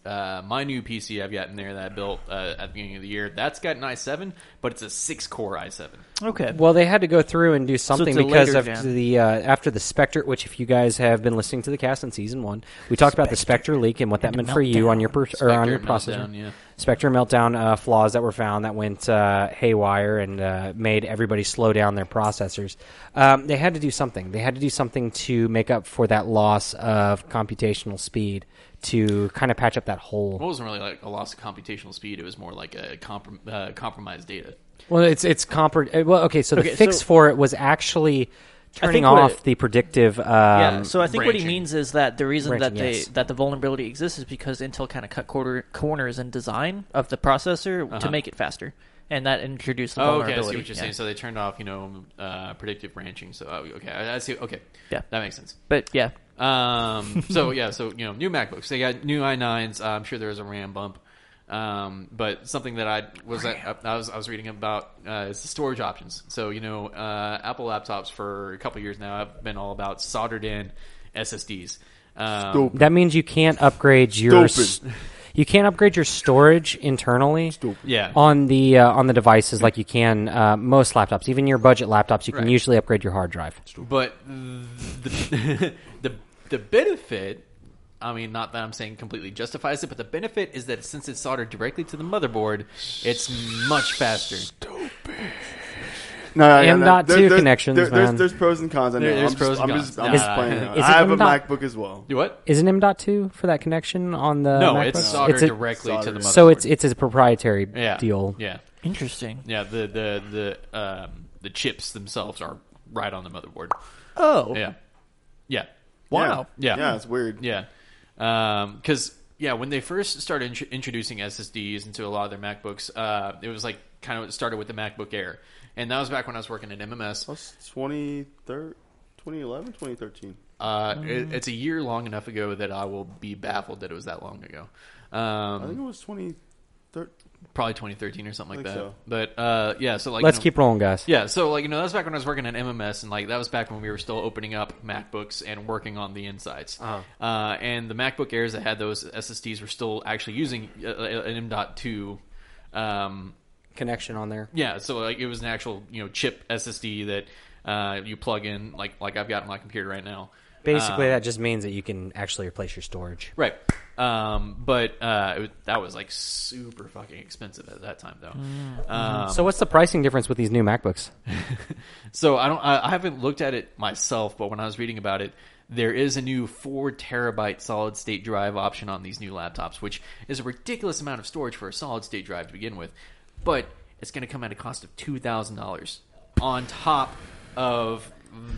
A: uh my new pc i've got in there that i built uh, at the beginning of the year that's got an i7 but it's a six core i7
B: Okay.
C: Well, they had to go through and do something
B: a
C: because
B: later
C: of
B: gen.
C: the uh, after the Spectre, which if you guys have been listening to the cast in season one, we talked about the Spectre leak and what that
B: And
C: meant
B: the
C: for you on
B: meltdown.
C: your per- or on
A: Spectre
C: your processor.
A: meltdown, yeah.
C: Spectre meltdown uh, flaws that were found that went uh, haywire and uh, made everybody slow down their processors. Um, they had to do something. They had to do something to make up for that loss of computational speed to kind of patch up that hole.
A: it wasn't really like a loss of computational speed it was more like a comprom- uh, compromised data
C: Well, it's it's compar- uh, Well, okay. So the
F: Okay,
C: fix
F: so-
C: for it was actually turning
F: what
C: off
F: it-
C: the predictive. Um,
F: Yeah, so I think what he
A: branching.
F: means is that the reason that
C: Branching,
F: they
C: yes.
F: that the vulnerability exists is because Intel kind of cut quarter, corners in design of the processor
A: Uh-huh.
F: to make it faster, and that introduced the
A: oh okay i
F: vulnerability.
A: see what you're
F: yeah.
A: saying so they turned off you know uh, predictive branching so oh, okay I, I see okay
F: Yeah.
A: that makes sense
F: But yeah,
A: Um, so yeah, so you know, new MacBooks. They got new i9s. Uh, I'm sure there was a RAM bump, um, but something that I was at, I was I was reading about uh, is the storage options. So you know, uh, Apple laptops for a couple years now have been all about soldered in SSDs. Um,
D: Stupid.
C: that means you can't upgrade your. s-
D: Stupid.
C: You can't upgrade your storage internally.
A: Yeah.
C: On the uh, on the devices, like you can uh, most laptops, even your budget laptops, you can
A: Right.
C: usually upgrade your hard drive.
A: But the, the the benefit, I mean, not that I'm saying completely justifies it, but the benefit is that since it's soldered directly to the motherboard, it's much faster.
D: No, no,
C: And
D: no,
C: not
D: there-
C: two
D: there's-
C: connections,
D: there- There's,
C: man.
D: there's pros and cons. I know.
A: There- there's
D: I'm
A: pros
D: just,
A: and
D: I'm
A: cons.
D: just, I'm
A: Nah,
D: just
A: nah,
D: playing.
A: nah.
D: around.
C: Is
D: I
C: it
D: have a
C: not-
D: MacBook as well.
A: Do what?
C: Is it M.2 for that connection on the?
D: Uh,
A: No,
C: MacBook?
A: it's soldered
C: a-
A: directly to the motherboard.
C: So it's it's a proprietary
A: yeah.
C: deal.
A: Yeah,
F: interesting.
A: yeah. The the the um, the chips themselves are right on the motherboard.
F: Oh,
A: Yeah, yeah,
F: Wow.
A: Yeah.
D: Yeah, it's weird.
A: yeah. Because yeah, when they first started int- introducing SSDs into a lot of their MacBooks, uh, it was like kind of started with the MacBook Air, and that was back when I was working at MMS.
D: That's 23rd, 2011, 2013.
A: Uh, it, it's a year long enough ago that I will be baffled that it was that long ago.
D: I think
A: Um,
D: it was 2013.
A: probably 2013 or something like
D: I
A: that.
D: think so.
A: But uh, yeah, so like
C: Let's
A: you know-
C: keep rolling, guys.
A: Yeah, so like you know, that's back when I was working at MMS, and like that was back when we were still opening up MacBooks and working on the insides.
C: Uh-huh.
A: Uh, and the MacBook Airs that had those SSDs were still actually using uh, uh, an M.2. Um,
C: Connection on there.
A: yeah, so like it was an actual you know chip SSD that uh, you plug in, like like I've got on my computer right now.
C: Basically,
A: Uh,
C: that just means that you can actually replace your storage.
A: Right. Um, but uh, it was, that was like super fucking expensive at that time, though. Um,
C: Mm. Mm-hmm. so what's the pricing difference with these new MacBooks?
A: So I don't. I, I haven't looked at it myself, but when I was reading about it, there is a new four terabyte solid state drive option on these new laptops, which is a ridiculous amount of storage for a solid state drive to begin with. But it's going to come at a cost of two thousand dollars on top of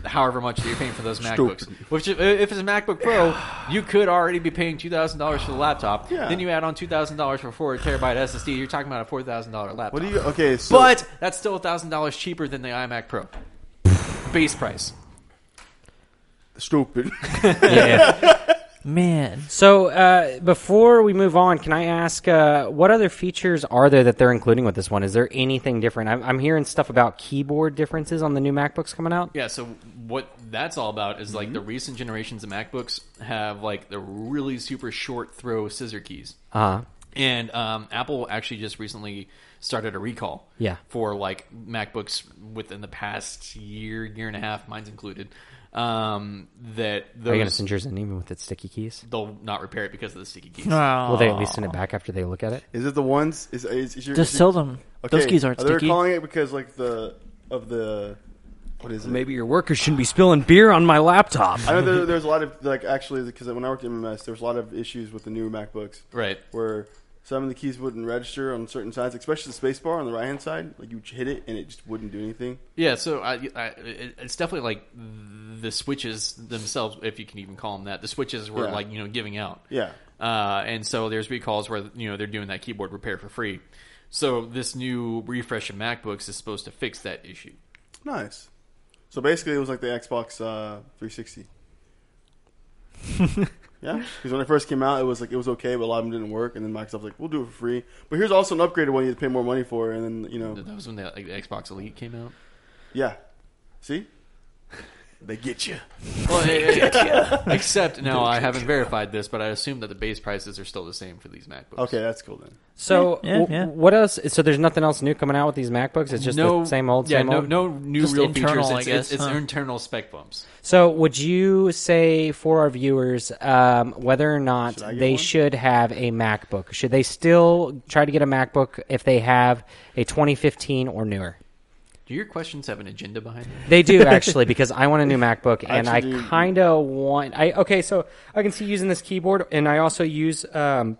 A: however much that you're paying for those MacBooks. Which, if if it's a MacBook Pro, you could already be paying two thousand dollars for the laptop.
D: Yeah.
A: Then you add on two thousand dollars for a four terabyte SSD. You're talking about a four thousand dollar laptop.
D: What do you? Okay, so
A: But that's still thousand dollars cheaper than the iMac Pro base price.
D: stupid.
F: man.
C: So uh, before we move on, can I ask uh, what other features are there that they're including with this one? Is there anything different? I'm, I'm hearing stuff about keyboard differences on the new MacBooks coming out.
A: Yeah. So what that's all about is like the recent generations of MacBooks have like the really super short throw scissor keys,
C: Uh
A: and um, Apple actually just recently started a recall.
C: Yeah.
A: For like MacBooks within the past year, year and a half, mine's included. Um, that
C: Are you going to
A: those
C: send yours in even with its sticky keys?
A: they'll not repair it because of the sticky keys.
C: Will they at least send it back after they look at it?
D: Is it the ones? Is, is, is your,
F: Just
D: is
F: tell
D: your,
F: them
D: Okay,
F: those keys aren't
D: are
F: sticky.
D: They're calling it because like the of the What is it?
C: Maybe your workers shouldn't be spilling beer on my laptop.
D: I know there, there's a lot of like actually because when I worked at MMS, there was a lot of issues with the new MacBooks
A: Right.
D: where some of the keys wouldn't register on certain sides, especially the space bar on the right hand side. Like you hit it and it just wouldn't do anything.
A: Yeah, so I, I, it- it's definitely like the switches themselves, if you can even call them that. The switches were
D: Yeah.
A: like you know giving out.
D: Yeah.
A: Uh, and so there's recalls where you know they're doing that keyboard repair for free. So this new refresh of MacBooks is supposed to fix that issue.
D: Nice. So basically, it was like the Xbox uh, 360. yeah, because when it first came out, it was like it was okay, but a lot of them didn't work. And then Microsoft's like, "We'll do it for free." But here's also an upgraded one you have to pay more money for. And then you know,
A: That was when the, like, the Xbox Elite came out.
D: yeah. See, they get you.
A: Except now I haven't verified this, but I assume that the base prices are still the same for these MacBooks.
D: Okay, that's cool then.
C: So
F: Yeah,
C: wh-
F: yeah.
C: what else? So there's nothing else new coming out with these MacBooks. It's just the same old,
A: yeah,
C: same
A: no,
C: old.
A: no new
F: Just
A: real
F: internal,
A: features.
F: I
A: It's, it's,
F: guess,
A: it's
F: huh?
A: internal spec bumps.
C: So would you say for our viewers um, whether or not
D: Should I get
C: they
D: one?
C: should have a MacBook? Should they still try to get a MacBook if they have a 2015 or newer?
A: Do your questions have an agenda behind them?
C: They do actually because I want a new MacBook and I
D: Actually, do-
C: kind of want. I okay, so I can see using this keyboard and I also use. Um,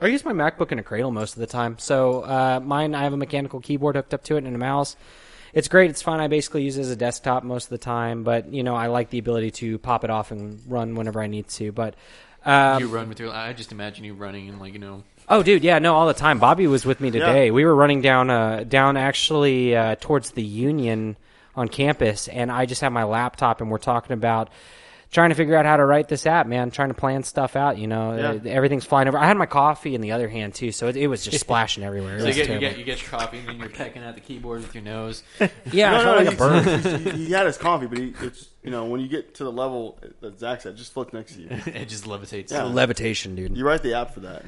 C: I use my MacBook in a cradle most of the time. So uh, mine, I have a mechanical keyboard hooked up to it and a mouse. It's great. It's fun. I basically use it as a desktop most of the time, but you know, I like the ability to pop it off and run whenever I need to. But um,
A: you run with your. I just imagine you running and like you know.
C: Oh, dude, yeah, no, all the time. Bobby was with me today.
D: Yeah.
C: We were running down, uh, down actually uh, towards the Union on campus, and I just had my laptop, and we're talking about trying to figure out how to write this app, man. Trying to plan stuff out, you know.
D: Yeah.
C: Uh, Everything's flying over. I had my coffee in the other hand too, so it, it was just splashing everywhere. It
A: So you
C: was
A: get, you
C: terrible.
A: get you get your coffee and then you're pecking at the keyboard with your nose.
C: yeah, I felt like a bird.
D: he, he, he had his coffee, but he, it's you know when you get to the level that Zach said, just floats next to you.
A: it just levitates.
D: Yeah.
C: Levitation, dude.
D: You write the app for that.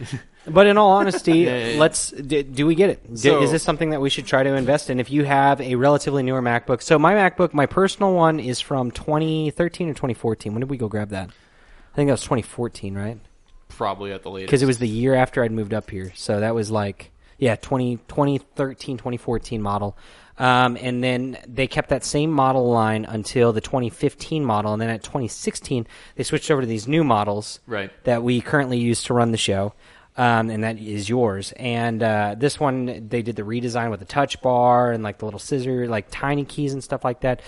C: But in all honesty,
A: yeah, yeah.
C: let's do, do we get it? Di-
A: So-
C: is this something that we should try to invest in? If you have a relatively newer MacBook, so my MacBook, my personal one, is from 2013 or 2014. When did we go grab that? I think that was 2014, right?
A: Probably at the latest.
C: Because it was the year after I'd moved up here, so that was like yeah, 20, 2013, 2014 model. Um, and then they kept that same model line until the 2015 model, and then at 2016 they switched over to these new models
A: Right.
C: that we currently use to run the show, um, and that is yours. And uh, this one, they did the redesign with the touch bar and like the little scissor, like tiny keys and stuff like that.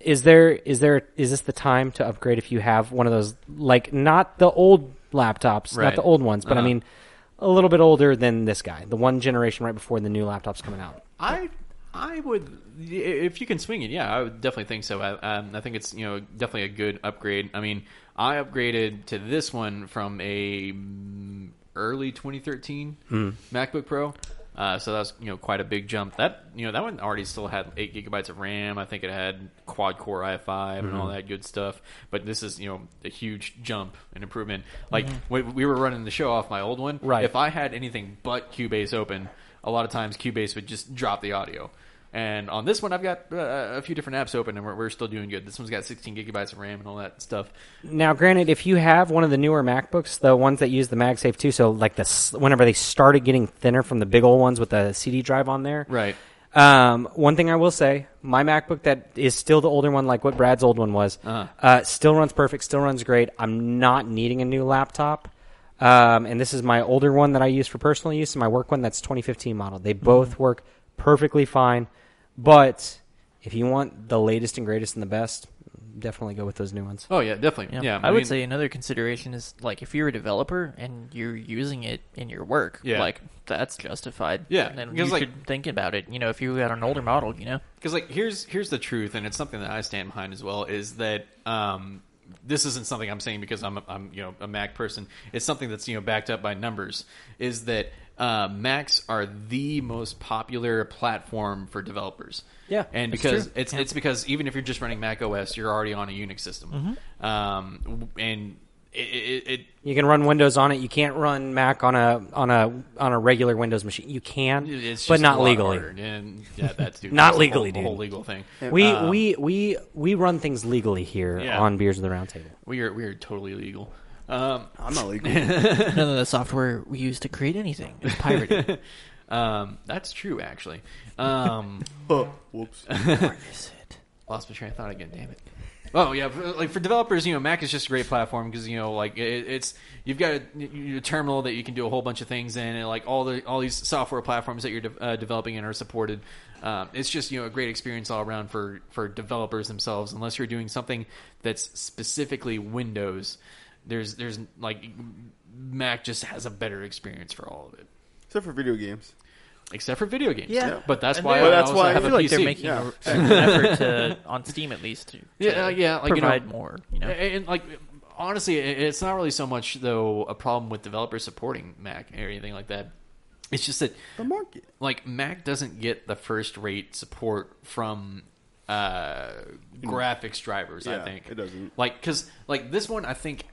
C: Is there is there is this the time to upgrade if you have one of those like not the old laptops, not
A: Right.
C: the old ones, but I
A: Uh-huh.
C: mean a little bit older than this guy, the one generation right before the new laptops coming out.
A: I I would if you can swing it, yeah, I would definitely think so. I, um, I think it's you know definitely a good upgrade. I mean, I upgraded to this one from a mm, early 2013 MacBook Pro. Uh, so that's you know quite a big jump. That you know that one already still had eight gigabytes of RAM. I think it had quad core i5 and all that good stuff. But this is you know a huge jump and improvement. Like we, we were running the show off my old one.
C: Right.
A: If I had anything but Cubase open, a lot of times Cubase would just drop the audio. And on this one, I've got uh, a few different apps open, and we're, we're still doing good. This one's got 16 gigabytes of RAM and all that stuff.
C: Now, granted, if you have one of the newer MacBooks, the ones that use the MagSafe too, so like the s- whenever they started getting thinner from the big old ones with the CD drive on there,
A: Right.
C: Um, one thing I will say, my MacBook that is still the older one, like what Brad's old one was,
A: Uh-huh.
C: uh still runs perfect, still runs great. I'm not needing a new laptop. Um, and this is my older one that I use for personal use and my work one that's 2015 model.
A: Mm-hmm.
C: They both work perfectly fine. But if you want the latest and greatest and the best, definitely go with those new ones.
A: Oh yeah, definitely.
F: Yeah,
A: Yeah,
F: I, would
A: mean,
F: say another consideration is like if you're a developer and you're using it in your work,
A: Yeah.
F: like that's justified.
A: Yeah,
F: and you
A: because, like-
F: should think about it. You know, if you got an older model, you know,
A: because like here's here's the truth and it's something that i stand behind as well is that um this isn't something i'm saying because i'm a, i'm you know a mac person it's something that's you know backed up by numbers is that uh, Macs are the most popular platform for developers.
C: Yeah,
A: and
C: that's
A: because
C: true.
A: it's it's because even if you're just running Mac OS, you're already on a Unix system,
C: Mm-hmm.
A: um, w- and it, it, it
C: You can run Windows on it. You can't run Mac on a on a on a regular Windows machine. You can,
A: it's just
C: but not
A: a lot
C: legally.
A: harder. and yeah, that's dude,
C: Not
A: that's a
C: legally,
A: whole, a whole
C: dude.
A: legal thing.
C: We we we we run things legally here
A: Yeah.
C: on Beers of the Roundtable.
A: We are we are totally legal. Um,
D: I'm not legal.
F: none of the software we use to create anything is pirated.
A: Um, that's true, actually. Um,
D: Oh, whoops.
F: Or is it?
A: Lost my train of thought again. Damn it. Oh yeah, for- like for developers, you know, Mac is just a great platform because you know, like it, it's you've got a, your terminal that you can do a whole bunch of things in, and like all the all these software platforms that you're de- uh, developing in are supported. Um, it's just you know a great experience all around for for developers themselves, unless you're doing something that's specifically Windows. There's there's like Mac just has a better experience for all of it,
D: Except for video games.
A: except for video games.
F: Yeah.
A: but that's
F: And
A: why
F: they-
A: I
F: But
D: that's
A: also
D: why I
A: have
F: I
A: a
F: feel like
A: PC.
F: they're making
D: yeah.
F: a, an effort to on Steam at least to, to
A: yeah, uh, yeah, like, you know-
F: provide more. You know,
A: And, and, like honestly, it- it's not really so much though a problem with developers supporting Mac or anything like that. It's just that
D: The market.
A: like Mac doesn't get the first rate support from uh, graphics drivers. I
D: Mm. Yeah,
A: think
D: it doesn't.
A: Like because like this one, I think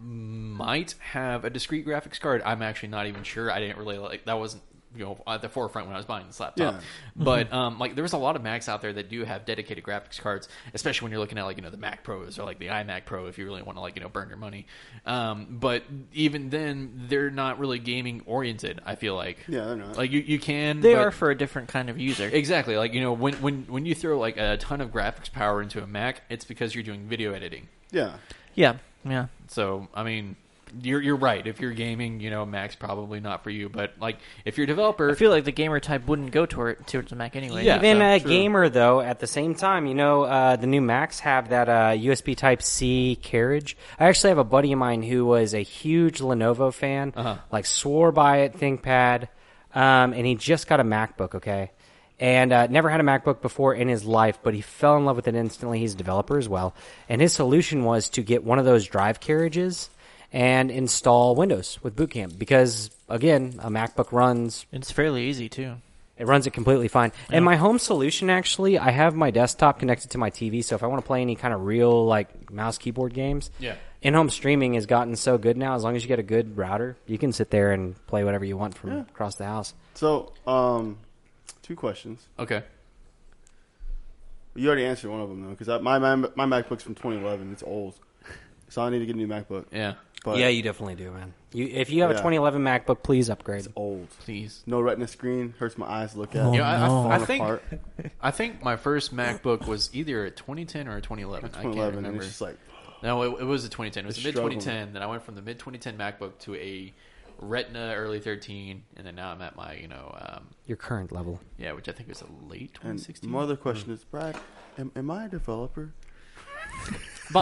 A: might have a discrete graphics card. I'm actually not even sure. I didn't really like that wasn't you know at the forefront when I was buying this laptop.
D: Yeah.
A: But um, like there's a lot of Macs out there that do have dedicated graphics cards, especially when you're looking at like you know the Mac Pros or like the iMac Pro if you really want to like you know burn your money. Um, but even then, they're not really gaming oriented. I feel like
D: Yeah, they're not.
A: like you you can
F: they
A: but-
F: are for a different kind of user.
A: Exactly. Like, you know, when, when, when you throw like a ton of graphics power into a Mac, it's because you're doing video editing.
D: Yeah.
F: yeah, yeah.
A: So, I mean, you're, you're right. If you're gaming, you know, Mac's probably not for you. But like, if you're a developer,
F: I feel like the gamer type wouldn't go toward towards the Mac anyway.
A: Yeah.
C: Even
A: so-
C: a gamer though, at the same time, you know, uh, the new Macs have that uh, USB Type C carriage. I actually have a buddy of mine who was a huge Lenovo fan,
A: Uh-huh.
C: like swore by it, ThinkPad, um, and he just got a MacBook. Okay. And uh, never had a MacBook before in his life, but he fell in love with it instantly. He's a developer as well, and his solution was to get one of those drive carriages and install Windows with Boot Camp because, again, a MacBook runs
F: it's fairly easy too.
C: it runs it completely fine. And my home solution, actually, I have my desktop connected to my TV, so if I want to play any kind of real like mouse keyboard games,
A: Yeah.
C: in-home streaming has gotten so good now. As long as you get a good router, you can sit there and play whatever you want from across the house.
D: So, um, two questions.
A: okay.
D: You already answered one of them though, because my, my my MacBook's from 2011. It's old, so I need to get a new MacBook.
A: Yeah.
D: But
C: yeah, you definitely do, man. You, if you have a
D: Yeah.
C: 2011 MacBook, please upgrade.
D: old.
A: Please.
D: No retina screen hurts my eyes. to Look at.
A: Yeah, I- I-
D: Falling
A: I think-
D: apart.
A: I think my first MacBook was either a 2010 or a 2011. I can't
D: 2011, and
A: remember.
D: it's just like
A: No, it, it was a 2010. It was a mid
D: Struggling.
A: 2010. Then I went from the mid 2010 MacBook to a Retina early 13, and then now I'm at my you know um,
C: Your current level.
A: yeah, which I think is a late
D: And
A: 2016.
D: my other
A: Hmm.
D: question is, Brad, am, am I a developer?
C: you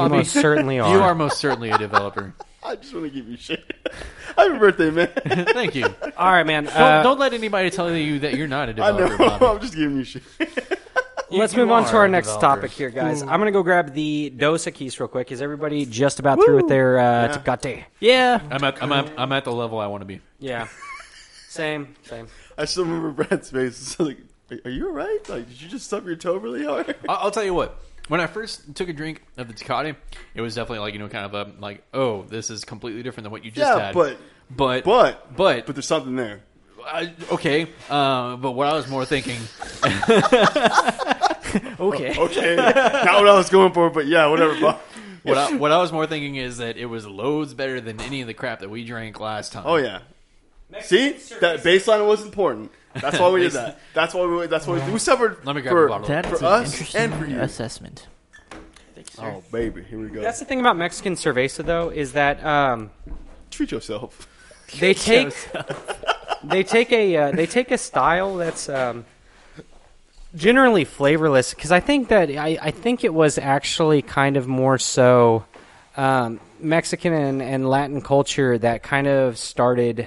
C: most certainly are.
A: You are most certainly a developer.
D: I just want to give you shit. Happy birthday, man!
A: Thank you. Don't,
C: All right, man. uh,
A: don't let anybody tell you that you're not a
D: I
A: developer.
D: know.
A: Bobby.
D: I'm just giving you shit.
C: Let's
A: you
C: move on to
A: are
C: our
A: a
C: next
A: developer.
C: topic here, guys. I'm gonna go grab the dosa keys real quick. Is everybody just about through with their uh,
D: Yeah.
C: tecate?
F: Yeah,
A: I'm at, I'm, at, I'm at the level I want to be.
C: Yeah. same, same.
D: I still remember Brad's face. It's like, "Are- are you alright? Like, did you just suck your toe really hard?
A: I- I'll tell you what. When I first took a drink of the Tecate, it was definitely like you know, kind of a like, oh, this is completely different than what you just
D: Yeah,
A: had.
D: but-
A: but
D: But,
A: But-
D: but there's something there.
A: I, okay. Uh, but what I was more thinking,
F: okay.
D: Okay, not what I was going for, but yeah, whatever. Bob.
A: what I, what I was more thinking is that it was loads better than any of the crap that we drank last time.
D: Oh yeah. See that baseline was important. That's why we
A: Baseline.
D: did that. That's why we. That's why we, we suffered.
A: Let me grab
D: for,
A: a bottle.
F: That's
D: for
F: an
D: us
F: interesting
D: and for you.
F: assessment.
D: Oh baby, here we go.
C: That's the thing about Mexican cerveza, though, is that um,
D: Treat yourself.
C: they take they take a uh, they take a style that's um, generally flavorless. Because I think that I, I think it was actually kind of more so um, Mexican and, and Latin culture that kind of started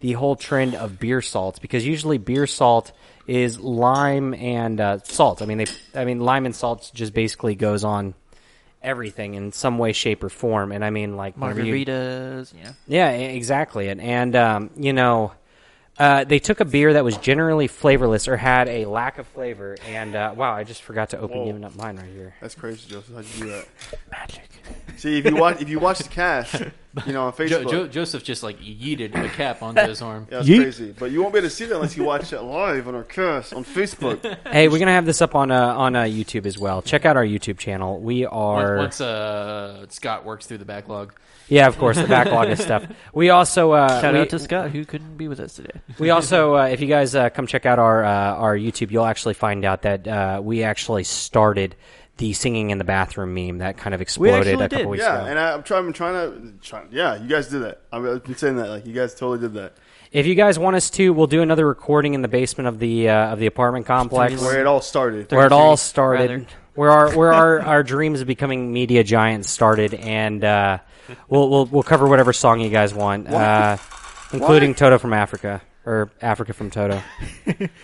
C: the whole trend of beer salts. Because usually beer salt is lime and uh, salt. I mean, they I mean lime and salt just basically goes on everything in some way, shape, or form. And I mean, like whenever you-
F: Margaritas, yeah.
C: yeah, e- exactly. And and um, you know, uh, they took a beer that was generally flavorless or had a lack of flavor. And uh, wow, I just forgot to open giving up mine right here.
D: That's crazy, Joseph. How'd you do that?
F: Magic.
D: See, if you watch, if you watch the cash, you know, on
A: Jo-
D: Facebook.
A: Jo- Joseph just like yeeted a cap onto his arm.
D: yeah, it's
E: Yeet.
D: crazy. But you won't be able to see that unless you watch it live on our cast on Facebook.
C: Hey, we're gonna have this up on uh, on uh, YouTube as well. Check out our YouTube channel. We are
A: Once, once uh, Scott works through the backlog,
C: yeah, of course, the backlog of stuff. We also uh,
F: Shout
C: we,
F: out to Scott who couldn't be with us today.
C: We also, uh, if you guys uh, come check out our uh, our YouTube, you'll actually find out that uh, we actually started the singing in the bathroom meme that kind of exploded
F: actually
C: a couple
F: did,
C: weeks
D: yeah,
C: ago.
D: and I, I'm trying. I'm trying to. Try, yeah, you guys did that. I mean, I've been saying that. Like you guys totally did that.
C: if you guys want us to, we'll do another recording in the basement of the uh, of the apartment complex
D: Where it all started.
C: where it all
F: 33,
C: started,
F: rather.
C: where our where our, our dreams of becoming media giants started, and uh, we'll, we'll we'll cover whatever song you guys want, uh, including Toto from Africa or Africa from Toto.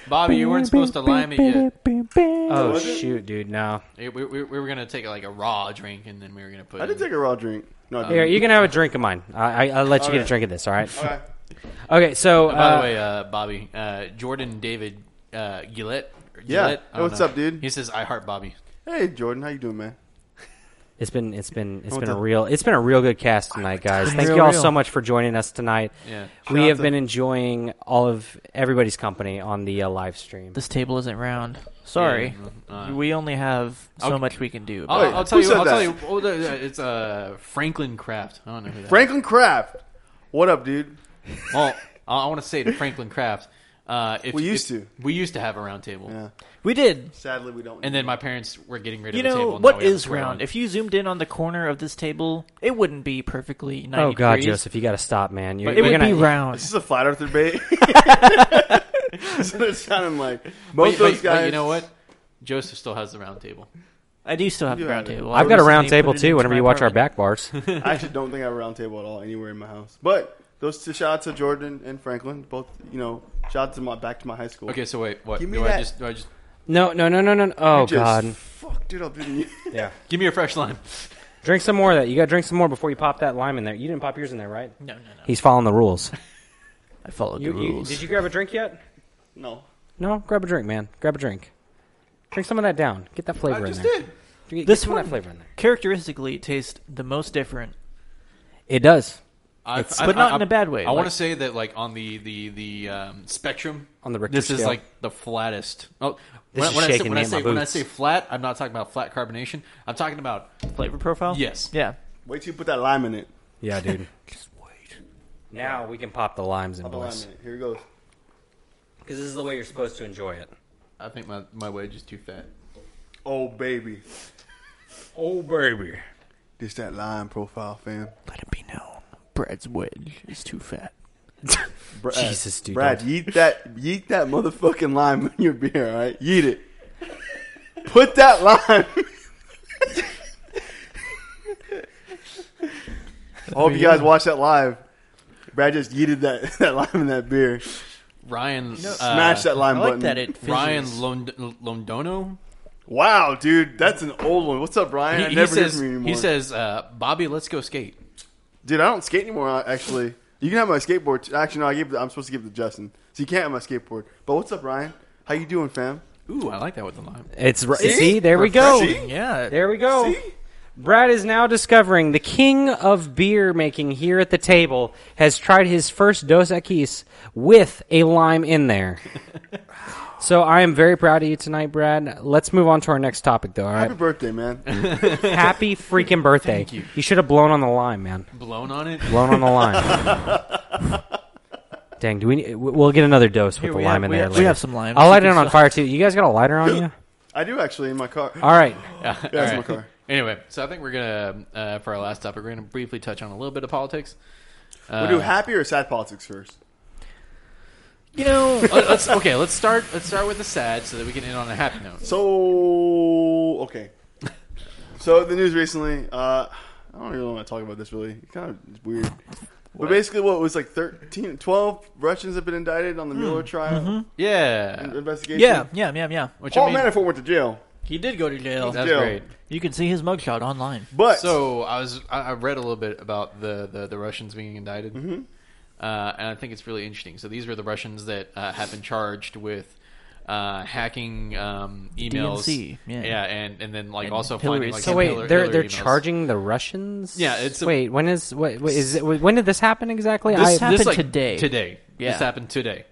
A: Bobby, you weren't supposed to lime it yet.
C: Oh shoot, dude, no.
A: Eh, We, we, we were gonna take like a raw drink, and then we were gonna put.
D: I did
A: in-
D: take a raw drink. No,
A: Um,
D: I
C: Here,
D: didn't.
C: you can have a drink of mine. I, I, I'll let you get a
D: Alright.
C: drink of this. All right.
D: Okay.
C: Okay. So,
A: By
C: uh,
A: the way, uh, Bobby, uh, Jordan David uh, Gillette. or
D: Yeah.
A: Gillette? I
D: Hey,
A: don't
D: what's up, dude?
A: He says, "I heart Bobby."
D: Hey, Jordan, how you doing, man?
C: it's been it's been it's
D: What
C: been a
D: the-
C: real it's been a real good cast tonight, guys. Thank
F: Real,
C: you all
F: real.
C: so much for joining us tonight.
A: Yeah.
D: Shout
C: we
D: out
C: have
D: to-
C: been enjoying all of everybody's company on the uh, live stream.
F: This table isn't round. Sorry,
A: Yeah, uh,
F: we only have so
A: I'll-
F: much we can do.
A: I'll,
F: about
D: Wait,
A: I'll tell
D: who
A: you.
D: said
A: I'll tell
D: that?
A: you. Oh, the- the- it's uh, Franklin Kraft. I don't know who that.
D: Franklin Kraft. What up, dude?
A: is. Well, I, I want to say to Franklin Kraft. Uh, if,
D: We used
A: if-
D: to.
A: We used to have a round table,
D: Yeah.
F: it. we did.
D: Sadly, we don't.
A: and then my parents were getting rid of
F: You
A: the table.
F: know
A: and now
F: what
A: we have a
F: is
A: square
F: round?
A: one.
F: If you zoomed in on the corner of this table, it wouldn't be perfectly ninety
C: oh God,
F: degrees.
C: Joseph, you got to stop, man. You're,
F: It
C: you're
F: would
C: gonna,
F: be round.
D: this is a flat earth debate. so it's sounding like both
A: But- but-
D: those
A: but
D: guys.
A: you know what? Joseph still has the round table.
F: I do still have
D: You
F: a round
D: have it.
F: table. I
C: I've got a
F: recently
C: round
F: put
C: table
F: it
C: too.
F: into
C: Whenever
F: my
C: you watch our
F: apartment.
C: back bars,
D: I actually don't think I have a round table at all anywhere in my house. But those two shots of Jordan and Franklin, both you know, shots to my back to my high school.
A: Okay, so wait, what?
D: Give me
A: do I
D: that.
A: just do I just
C: no, no, no, no, no. no. Oh
D: You just-
C: God,
D: fuck, dude, I'll do you.
C: yeah.
A: give me a fresh lime?
C: Drink some more of that. You got to drink some more before you pop that lime in there. You didn't pop yours in there, right?
F: No, no, no.
C: He's following the rules.
F: I followed
C: You,
F: the
C: you,
F: rules.
C: did you grab a drink yet?
D: No,
C: No, grab a drink, man. Grab a drink. Drink some of that down. Get that flavor in
D: I just
C: there.
D: did.
C: Get- Get
F: This
C: some of that
F: one-
C: flavor in there.
F: Characteristically, it tastes the most different.
C: It does
A: I,
C: It's-
F: but not in a bad way,
A: I want
F: like-
A: to say that like on the the the um, spectrum
C: on the Richter
A: This is
C: scale.
A: like the flattest. Oh,
C: This
A: when,
C: is
A: when I say
C: shaking
A: when
C: me
A: I
C: in my
A: say, when I
C: boots.
A: say flat, I'm not talking about flat carbonation. I'm talking about
F: Flavor profile?
A: Yes.
F: Yeah.
D: wait till you put that lime in it.
C: yeah, dude. just wait. Now we can pop the limes in,
D: Put the lime
C: boys.
D: in it. Here it goes.
C: Because this is the way you're supposed to enjoy it.
A: I think my my wedge is too fat.
D: Oh baby,
E: Oh, baby.
D: just that lime profile, fam.
F: Let it be known. Brad's wedge is too fat.
D: Brad,
C: Jesus, dude.
D: uh, Brad, yeet that, yeet that motherfucking lime in your beer, all right? Yeet it. Put that lime. I hope you guys watched that live. Brad just yeeted that, that lime in that beer.
A: Ryan uh,
D: Smash that lime
F: I like
D: button.
F: that it fizzes.
A: Ryan Lond- Londono.
D: wow, dude, that's an old one. What's up, Brian?
A: He,
D: I
A: he
D: never hear
A: says
D: from you anymore.
A: he says uh, Bobby, let's go skate.
D: dude, I don't skate anymore. I- Actually, you can have my skateboard. t- Actually, no, I gave. The, I'm supposed to give it to Justin, so you can't have my skateboard. But what's up, Ryan? How you doing, fam?
A: Ooh, I like that with the lime.
C: It's ri- see?
D: See?
C: there we go.
D: See?
F: Yeah.
C: There we go.
D: See?
C: Brad is now discovering the king of beer making here at the table has tried his first Dos Equis with a lime in there. so I am very proud of you tonight, Brad. Let's move on to our next topic, though. All right,
D: Happy birthday, man.
C: happy freaking birthday!
A: Thank you.
C: should have blown on the lime, man.
A: Blown on it.
C: Blown on the lime. Dang, do we? Need, we'll get another dose with
F: Here,
C: the
F: we
C: lime
F: have-
C: in
F: we
C: there.
F: have- we
C: later.
F: have some lime.
C: I'll
F: You
C: light it
F: can
C: on
F: still-
C: fire too. You guys got a lighter on you?
D: I do actually in my car.
C: All right.
D: That's
A: All
D: my
A: right.
D: car.
A: Anyway, so I think we're gonna uh, for our last topic, we're gonna briefly touch on a little bit of politics. Uh,
D: We'll do happy or sad politics first.
F: You know,
A: Let- let's okay. Let's start. Let's start with the sad, so that we can end on a happy note.
D: So okay. So the news recently. Uh, I don't really want to talk about this. Really, it's kind of weird. But basically, what it was like 13, 12 Russians have been indicted on the Mueller trial
A: Hmm. Mm-hmm. Yeah,
D: and investigation.
F: yeah, yeah, yeah, yeah.
A: which
D: Paul
A: I mean,
D: Manafort went to jail,
F: He did go to jail.
A: that's
D: jail.
A: great.
F: You can see his mugshot online.
D: but
A: So I was I I read a little bit about the the, the Russians being indicted,
D: Mm-hmm.
A: uh, and I think it's really interesting. So these were the Russians that uh, have been charged with uh, hacking um, emails.
F: DNC, yeah.
A: and and then like
F: And
A: also finding
F: Hillary-
A: like
F: So
C: So
A: some
C: wait,
A: Hillary-
C: they're
A: Hillary
C: they're
A: emails.
C: charging the Russians.
A: Yeah, it's a-
C: wait. When is what, what is it? When did this happen exactly?
F: This
C: I,
F: happened today.
A: Today,
F: Yeah.
A: this happened today.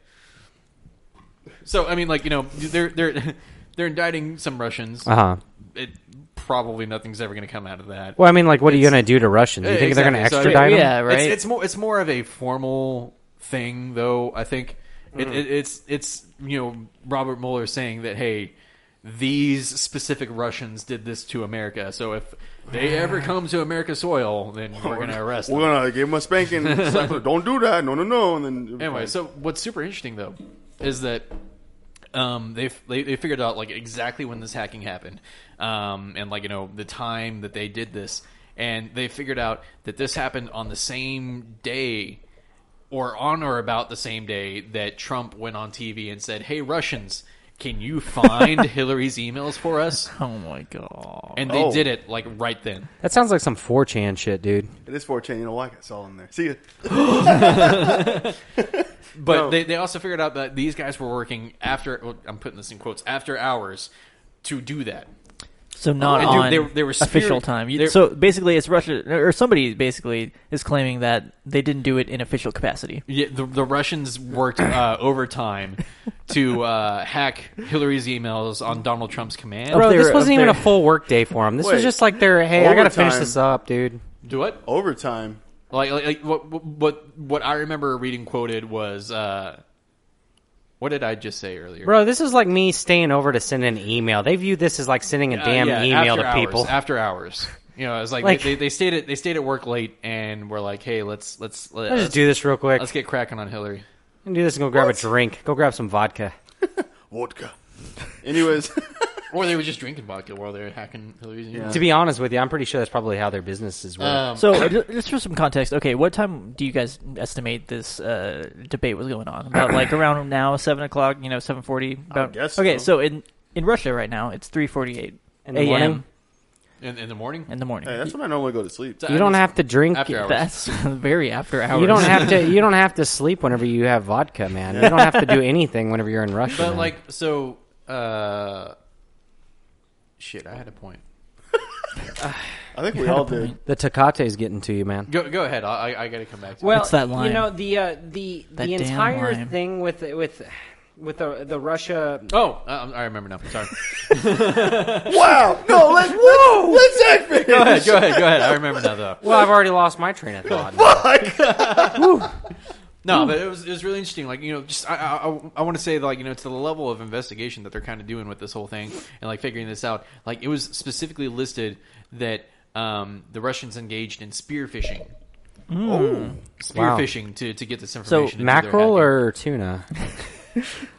A: So I mean, like you know, they're they're they're indicting some Russians.
C: uh huh.
A: It probably nothing's ever going to come out of that.
C: Well, I mean, like, what are you
A: It's-
C: gonna do to Russians? You
A: Yeah,
C: think they're gonna
A: exactly. So, I mean,
C: extradite them?
F: yeah, right?
A: It's, it's more it's more of a formal thing, though. I think it, it, it's it's you know Robert Mueller saying that hey, these specific Russians did this to America, so if they ever come to American soil, then we're gonna arrest them.
D: We're gonna give him a spanking. It's like, Don't do that. No, no, no. And then
A: Anyway, so what's super interesting though is that um, they they they figured out like exactly when this hacking happened, um, and like you know the time that they did this, and they figured out that this happened on the same day, or on or about the same day that Trump went on TV and said, "Hey Russians." Can you find Hillary's emails for us?
F: Oh my god.
A: And they
D: Oh.
A: did it like right then.
C: That sounds like some 4chan shit, dude.
D: it is 4chan. You know why? It's all in there. See ya.
A: But
D: No.
A: they, they also figured out that these guys were working after. well, I'm putting this in quotes after hours to do that.
F: So not
A: And dude,
F: on
A: they were- they were
F: official
A: spirit-
F: time. You-
A: they're-
F: so basically, it's Russia or somebody basically is claiming that they didn't do it in official capacity.
A: Yeah, the, the Russians worked uh, overtime to uh, hack Hillary's emails on Donald Trump's command.
C: Bro,
F: Up
C: this
F: there-
C: wasn't
F: up
C: even a
F: there.
C: full work day for him. This
D: Wait.
C: was just like their hey, I gotta finish
D: Overtime.
C: this up, dude.
A: Do what?
D: Overtime.
A: Like, like, like what, what? What I remember reading quoted was, uh, "What did I just say earlier?"
C: Bro, this is like me staying over to send an email. They view this as like sending a
A: Uh,
C: damn
A: yeah,
C: email
A: after
C: to
A: hours,
C: people.
A: after hours. You know, it was like,
C: Like-
A: they, they stayed at they stayed at work late and were like, "Hey, let's let's let's,
C: Let's just do this real quick.
A: let's get cracking on Hillary."
C: do this and go grab a drink. Go grab some vodka.
D: Vodka. Anyways,
A: Or they were just drinking vodka while they were hacking Hillary's emails.
C: To be honest with you, I'm pretty sure that's probably how their businesses work.
A: Um,
F: So uh, ju- just for some context, okay, what time do you guys estimate this uh, debate was going on? About like around now, seven o'clock, you know, seven forty. About
D: guess
F: okay.
D: so.
F: So in in Russia right now, it's three forty eight
C: In the morning?
F: a.m.
A: in, in the morning.
F: in the morning.
D: hey, that's when I normally go to sleep.
C: you don't have to drink.
A: after hours.
F: That's very after hours.
C: You don't have to. You don't have to sleep whenever you have vodka, man. You don't have to do anything whenever you're in Russia.
A: But
C: man.
A: like, so, uh, shit, I had a point.
D: I think we all did.
C: the Takate's getting to you, man.
A: Go go ahead. I I, I got to come back. to
C: Well,
F: It's that
C: You
F: lime.
C: know the uh, the
F: That
C: the
F: damn
C: entire
F: lime.
C: thing with with with the the Russia.
A: it. Oh, I, I remember now. Sorry.
D: wow. No, let's whoa. Let's, let's act
A: go ahead. Go ahead. Go ahead. I remember now though.
C: Well, I've already lost my train of thought. Hmm.
A: No, but it was it was really interesting. Like you know, just I I, I, want to say like you know to the level of investigation that they're kind of doing with this whole thing and like figuring this out. Like it was specifically listed that um, the Russians engaged in spear fishing. spear
C: Hmm. Wow.
A: fishing to, to get this information. to do their
C: Mackerel
A: hacking.
C: or tuna?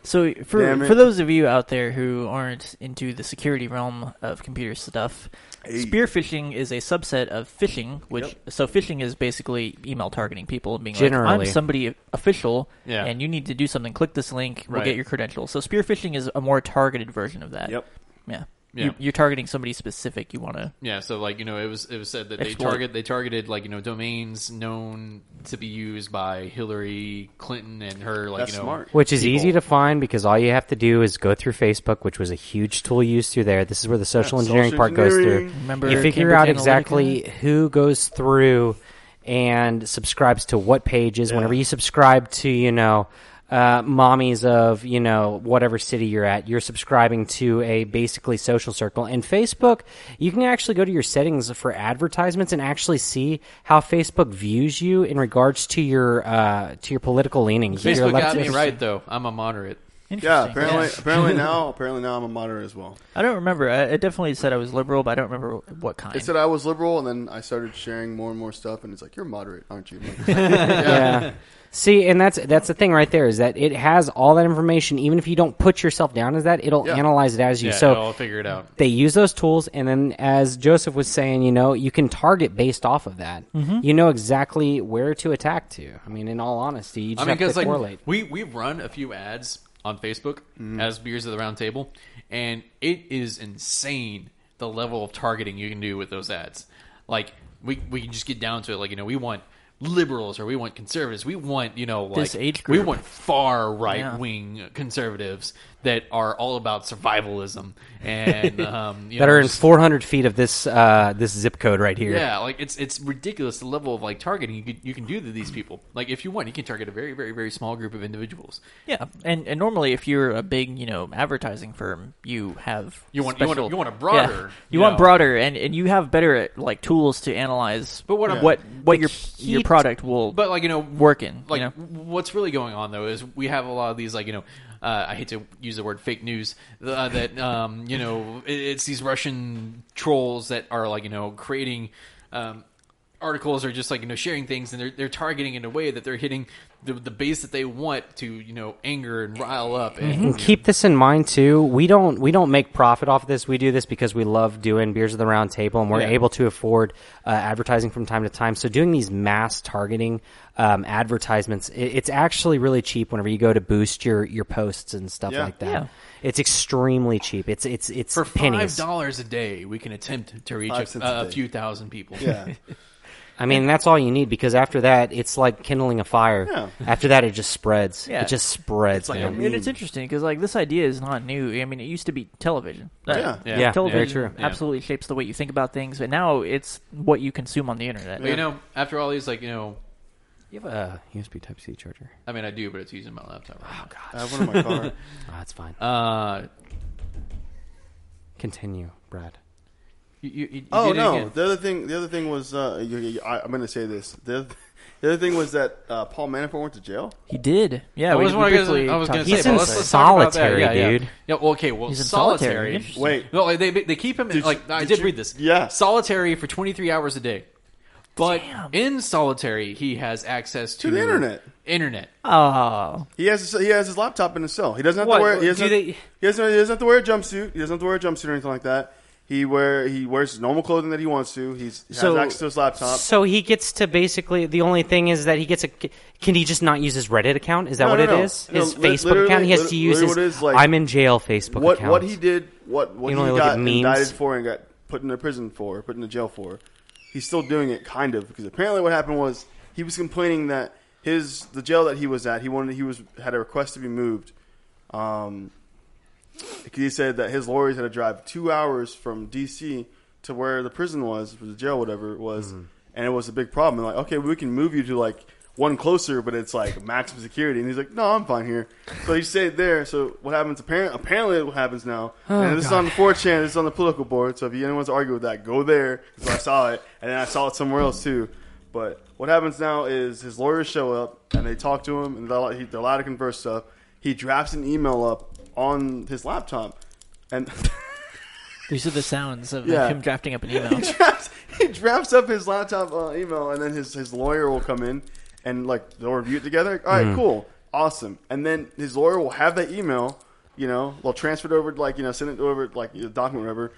F: So
D: Damn
F: for
D: it.
F: for those of you out there who aren't into the security realm of computer stuff,
D: Hey.
F: spearfishing is a subset of phishing, which so phishing is basically email targeting people and being like,
C: Generally.
F: "I'm somebody official,
A: Yeah.
F: and you need to do something. Click this link, we'll
A: Right.
F: get your credentials." So spearfishing is a more targeted version of that.
D: Yep.
F: Yeah.
A: Yeah.
F: You, you're targeting somebody specific. You want to.
A: Yeah, so like you know, it was it was said that
F: Exploit.
A: they target they targeted like you know domains known to be used by Hillary Clinton and her like
D: That's
A: you know
D: smart.
C: Which is
A: people.
C: easy to find because all you have to do is go through Facebook, which was a huge tool used through there. This is where the social
D: Yeah,
C: engineering
D: social
C: part goes
D: engineering.
C: through.
F: Remember
C: you figure
F: Cambridge
C: out
F: Analytica?
C: exactly who goes through and subscribes to what pages. Whenever you subscribe to, you know, uh, mommies of you know whatever city you're at, you're subscribing to a basically social circle. And Facebook, you can actually go to your settings for advertisements and actually see how Facebook views you in regards to your uh, to your political leanings. If you're
A: Facebook got
C: left-
A: me right though. I'm a moderate.
D: Yeah.
F: Interesting.
D: Apparently, apparently now, apparently now, I'm a moderate as well.
F: I don't remember. I, it definitely said I was liberal, but I don't remember what kind.
D: It said I was liberal, and then I started sharing more and more stuff, and it's like you're moderate, aren't you? Like,
C: yeah. See, and that's that's the thing right there is that it has all that information. Even if you don't put yourself down as that, it'll
D: Yeah.
C: analyze it as you.
A: Yeah,
C: so
A: I'll figure it out.
C: they use those tools, and then as Joseph was saying, you know, you can target based off of that.
A: Mm-hmm.
C: You know exactly where to attack to. I mean, in all honesty, you just
A: I mean,
C: have
A: because
C: to
A: like
C: correlate.
A: we we run a few ads on Facebook as beers at the round table, and it is insane the level of targeting you can do with those ads. Like we we can just get down to it. Like you know, we want liberals or we want conservatives. We want you know like
F: This age
A: we
F: group.
A: want far right
F: Yeah.
A: wing conservatives that are all about survivalism and um, you
C: that
A: know,
C: are in
A: just-
C: 400 feet of this uh, this zip code right here.
A: Yeah, like it's it's ridiculous the level of like targeting you can, you can do to these people. Like if you want, you can target a very very very small group of individuals.
F: Yeah, and and normally if you're a big you know advertising firm, you have
A: You want- you want a-
F: special-
A: you want a broader,
F: Yeah,
A: you
F: you want
A: know.
F: broader, and and you have better like tools to analyze.
A: But what I'm-
F: what what your
A: key
F: your
A: t-
F: product will
A: But like you know,
F: work in.
A: like
F: you know?
A: what's really going on though is we have a lot of these like you know uh, I hate to use the word fake news uh, that um, you know it, it's these Russian trolls that are like you know creating um, articles or just like you know sharing things and they're they're targeting in a way that they're hitting the, the base that they want to you know anger and rile up and
C: And keep this in mind too. We don't we don't make profit off of this. We do this because we love doing beers of the round table, and we're
A: Yeah.
C: able to afford uh, advertising from time to time. So doing these mass targeting um, advertisements, i it's actually really cheap. Whenever you go to boost your your posts and stuff
D: Yeah.
C: like that,
F: Yeah.
C: it's extremely cheap. It's it's it's
A: for five
C: pennies.
A: dollars a day we can attempt to reach
D: Five
A: a,
D: cents a
A: a
D: day.
A: few thousand people.
D: Yeah.
C: I mean, that's all you need because after that, it's like kindling a fire.
D: Yeah.
C: After that, it just spreads.
F: Yeah.
C: It just spreads.
D: It's like a
C: man.
D: meme.
F: and it's interesting because like this idea is not new. I mean, it used to be television. Like,
D: Yeah.
A: Yeah.
C: Yeah,
F: television
C: very true.
A: Yeah.
F: absolutely shapes the way you think about things, but now it's what you consume on the internet.
A: But you know, after all these like you know,
C: You have a USB Type C charger.
A: I mean I do, but it's using my laptop. Right
D: I have one in my car.
C: Oh, that's fine.
A: now. Uh,
C: Continue, Brad.
A: you, you, you
D: Oh
A: did it
D: no!
A: again.
D: The other thing, the other thing was, uh, you, you, I, I'm going to say this. The other, the other thing was that uh, Paul Manafort went to jail.
F: He did. Yeah,
A: I
F: we-
A: was,
F: we
A: what I was
F: briefly
A: gonna- I was
F: talked
A: going to say.
F: about
C: He's
A: but
C: in
A: let's, let's talk about that.
C: solitary,
A: Yeah, yeah.
C: dude.
A: Yeah, well, okay, well,
F: He's in solitary.
A: solitary.
F: Interesting.
D: Wait,
A: No, like, they they keep him in,
D: Did
A: like
D: you-
A: I
D: did
A: did
D: you-
A: read this.
D: Yeah.
A: solitary for 23 hours a day. But
F: Damn.
A: in solitary, he has access to,
D: To the internet.
A: Internet.
F: Oh,
D: he has his, he has his laptop in his cell. He doesn't have
C: What?
D: to wear. He
C: Do
D: doesn't,
C: they-
D: he, doesn't, he doesn't have to wear a jumpsuit. He doesn't have to wear a jumpsuit or anything like that. He wear he wears his normal clothing that he wants to. He's he
C: So-
D: has access to his laptop.
C: So he gets to basically the only thing is that he gets a. Can he just not use his Reddit account? Is that
D: No,
C: what
D: no,
C: it
D: no.
C: is?
D: No,
C: His
D: li-
C: Facebook account. He has
D: literally-
C: to use his.
D: literally what it is, like-
C: I'm in jail Facebook
D: what
C: account.
D: what he did what what
C: You
D: he
C: only look at
D: got
C: memes?
D: indicted for and got put in a prison for put in a jail for he's still doing it kind of because apparently what happened was he was complaining that his the jail that he was at he wanted he was had a request to be moved um he said that his lawyers had to drive two hours from DC to where the prison was or the jail whatever it was and it was a big problem and like okay we can move you to like one closer, but it's like maximum security, and he's like, "No, I'm fine here." So he stayed there. So what happens? Apparently, apparently, what happens now? and this is on the 4chan. This is on the political board. So if anyone wants to argue with that, go there. 'cause I saw it, and then I saw it somewhere else too. But what happens now is his lawyers show up and they talk to him, and they're allowed, they're allowed to converse stuff. He drafts an email up on his laptop, and
F: these are the sounds of
D: Yeah.
F: him drafting up an
D: he
F: email.
D: drafts he drafts up his laptop uh, email, and then his his lawyer will come in and like they'll review it together. All
C: Hmm.
D: right, cool, awesome. And then his lawyer will have that email. You know, they'll transfer it over to like you know send it over like the document or whatever.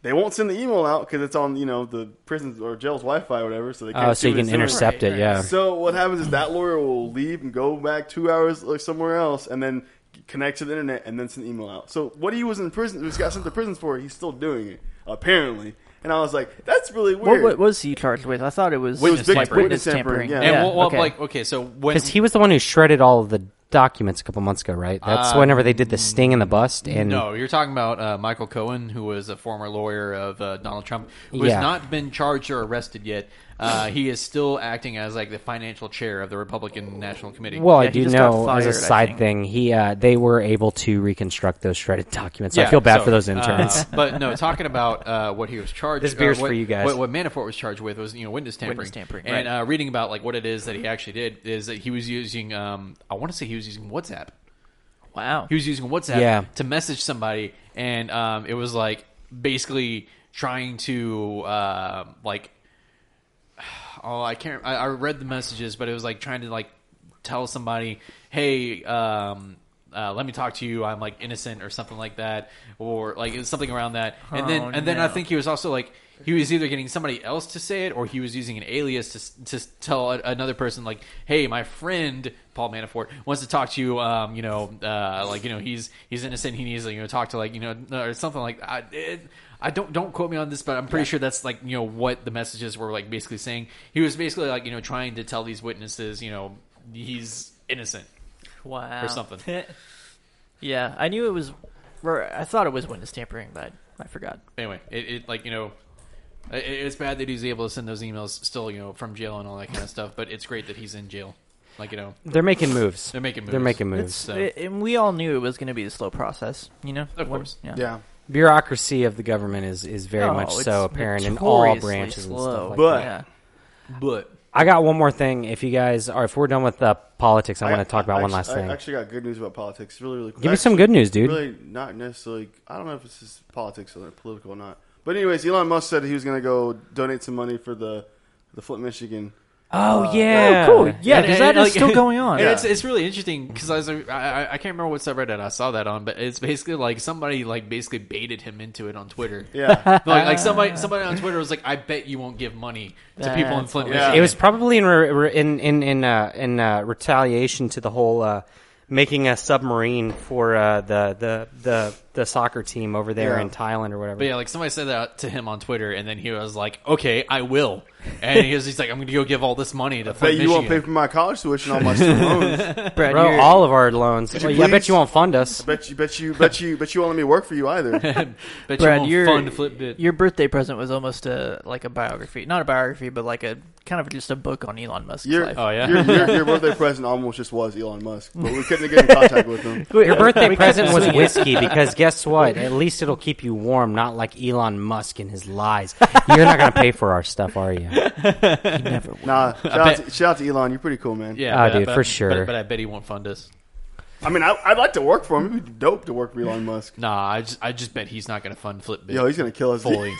D: They won't send the email out because it's on you know the prison's or jail's Wi-Fi or whatever, so they can't
C: Oh, so
D: see
C: you
D: what
C: can
D: it's doing.
C: intercept it. Yeah.
D: So what happens is that lawyer will leave and go back two hours like somewhere else, and then connect to the internet and then send an email out. So what he was in prison, he was got sent to prison for, he's still doing it apparently. And I was like, that's really
F: what,
D: weird.
F: what was he charged with? I thought it was
D: Witness
F: like
D: tampering.
F: witness
D: Witness
F: tampering.
D: tampering, yeah.
A: And we'll, we'll,
F: okay.
A: like okay, so when
C: Because he was the one who shredded all of the documents a couple months ago, right? That's
A: Uh,
C: whenever they did the sting and the bust. And
A: No, you're talking about uh, Michael Cohen, who was a former lawyer of uh, Donald Trump, who
C: Yeah.
A: has not been charged or arrested yet. Uh, he is still acting as like the financial chair of the Republican National Committee.
C: Well,
F: Yeah, he
C: I do
F: just got
C: know
F: fired,
C: as a
F: I
C: side
F: think.
C: thing, he uh, they were able to reconstruct those shredded documents. So I
A: Yeah,
C: feel bad
A: so,
C: for those interns.
A: uh, but no, talking about uh, what he was charged.
C: This beer's
A: or what,
C: for you guys.
A: What, what Manafort was charged with was you know witness tampering,
F: Witness tampering,
A: and uh, reading about like what it is that he actually did is that he was using. Um, I want to say he was using WhatsApp.
F: wow.
A: He was using WhatsApp
C: Yeah.
A: to message somebody, and um, it was like basically trying to uh, like. Oh, I can't. I, I read the messages, but it was like trying to like tell somebody, "Hey, um, uh, let me talk to you. I'm like innocent or something like that, or like it was something around that." And then,
F: Oh,
A: and then I
F: no.
A: think he was also like he was either getting somebody else to say it or he was using an alias to s- to s- tell a, another person like, "Hey, my friend Paul Manafort wants to talk to you. Um, you know, uh, like you know he's he's innocent. He needs to you know talk to like you know or something like I it, I don't don't quote me on this, but I'm pretty sure that's like you know what the messages were like basically saying. He was basically like you know trying to tell these witnesses you know he's innocent
F: wow.
A: or something.
F: Yeah, I knew it was. or I thought it was witness tampering, but I forgot.
A: anyway, it, it like you know, it, it's bad that he's able to send those emails still, you know, from jail and all that kind of stuff. But it's great that he's in jail. Like you know,
C: They're making moves.
A: they're making moves.
C: They're
F: It's,
C: making
F: uh,
C: moves.
A: So-
F: it- and we all knew it was going to be a slow process, you know.
A: Of
F: When-
A: course.
F: yeah.
D: Yeah.
C: Bureaucracy of the government is, is very
F: No,
C: much
F: Oh, it's
C: so apparent in all
F: notoriously
C: branches and
F: slow.
C: stuff like
D: But-
C: that.
F: yeah.
A: But
C: I got one more thing. If you guys are, if we're done with uh, politics, I, want to talk about
D: I
C: one
D: actu-
C: last
D: I
C: thing.
D: actually got good news about politics. Really, really quick.
C: Give me some good news, dude.
D: Really, not necessarily. I don't know if this is politics or political or not. But anyways, Elon Musk said he was going to go donate some money for the the Flint, Michigan.
F: Oh
B: yeah.
F: cool. Yeah,
A: And-
F: because
A: and,
F: that is
A: like-
F: still going on.
A: And
D: Yeah.
F: Yeah.
A: it's it's really interesting because I was like, I, I- I can't remember what subreddit I saw that on, but it's basically like somebody like basically baited him into it on Twitter.
D: Yeah,
A: Like, like somebody somebody on Twitter was like, "I bet you won't give money to people in
F: That's
A: Flint."
D: hilarious.
A: Michigan."
C: It was probably in re- re- in in in uh, in uh, retaliation to the whole uh, making a submarine for uh, the, the the the soccer team over there
D: Yeah.
C: in Thailand or whatever.
A: But yeah, like somebody said that to him on Twitter, and then he was like, "Okay, I will," and he was, he's like, "I'm going to go give all this money to
D: bet
A: Flint,
D: you won't pay
A: Michigan."
D: for my college tuition on my student loans.
F: Brad,
C: Bro,
F: you're-
C: all of our loans.
D: you
C: Well, yeah, I bet
D: please-
C: you won't fund us.
D: bet you, bet you, bet you, bet you won't let me work for you either.
A: Bet
F: Brad,
A: you won't
F: your-
A: fund Flipbit.
F: your birthday present was almost a like a biography, not a biography, but like a kind of just a book on Elon Musk's
D: Your,
F: life.
A: Oh, yeah?
D: your, your, your birthday present almost just was Elon Musk, but we couldn't get in contact with him.
C: Your birthday present was
F: swing it.
C: whiskey because guess what? At least it'll keep you warm, not like Elon Musk and his lies. You're not going to pay for our stuff, are you?
F: He never would.
D: Nah, shout out, to, shout out to Elon. You're pretty cool, man.
A: yeah,
C: Ah,
A: but-
C: dude,
A: but-
C: for sure.
A: But, but I bet he won't fund us.
D: I mean, I, I'd like to work for him. It'd be dope to work for Elon Musk.
A: Nah, I just I just bet he's not going to fund Flipbit.
D: Yo, he's gonna kill us.
A: fully.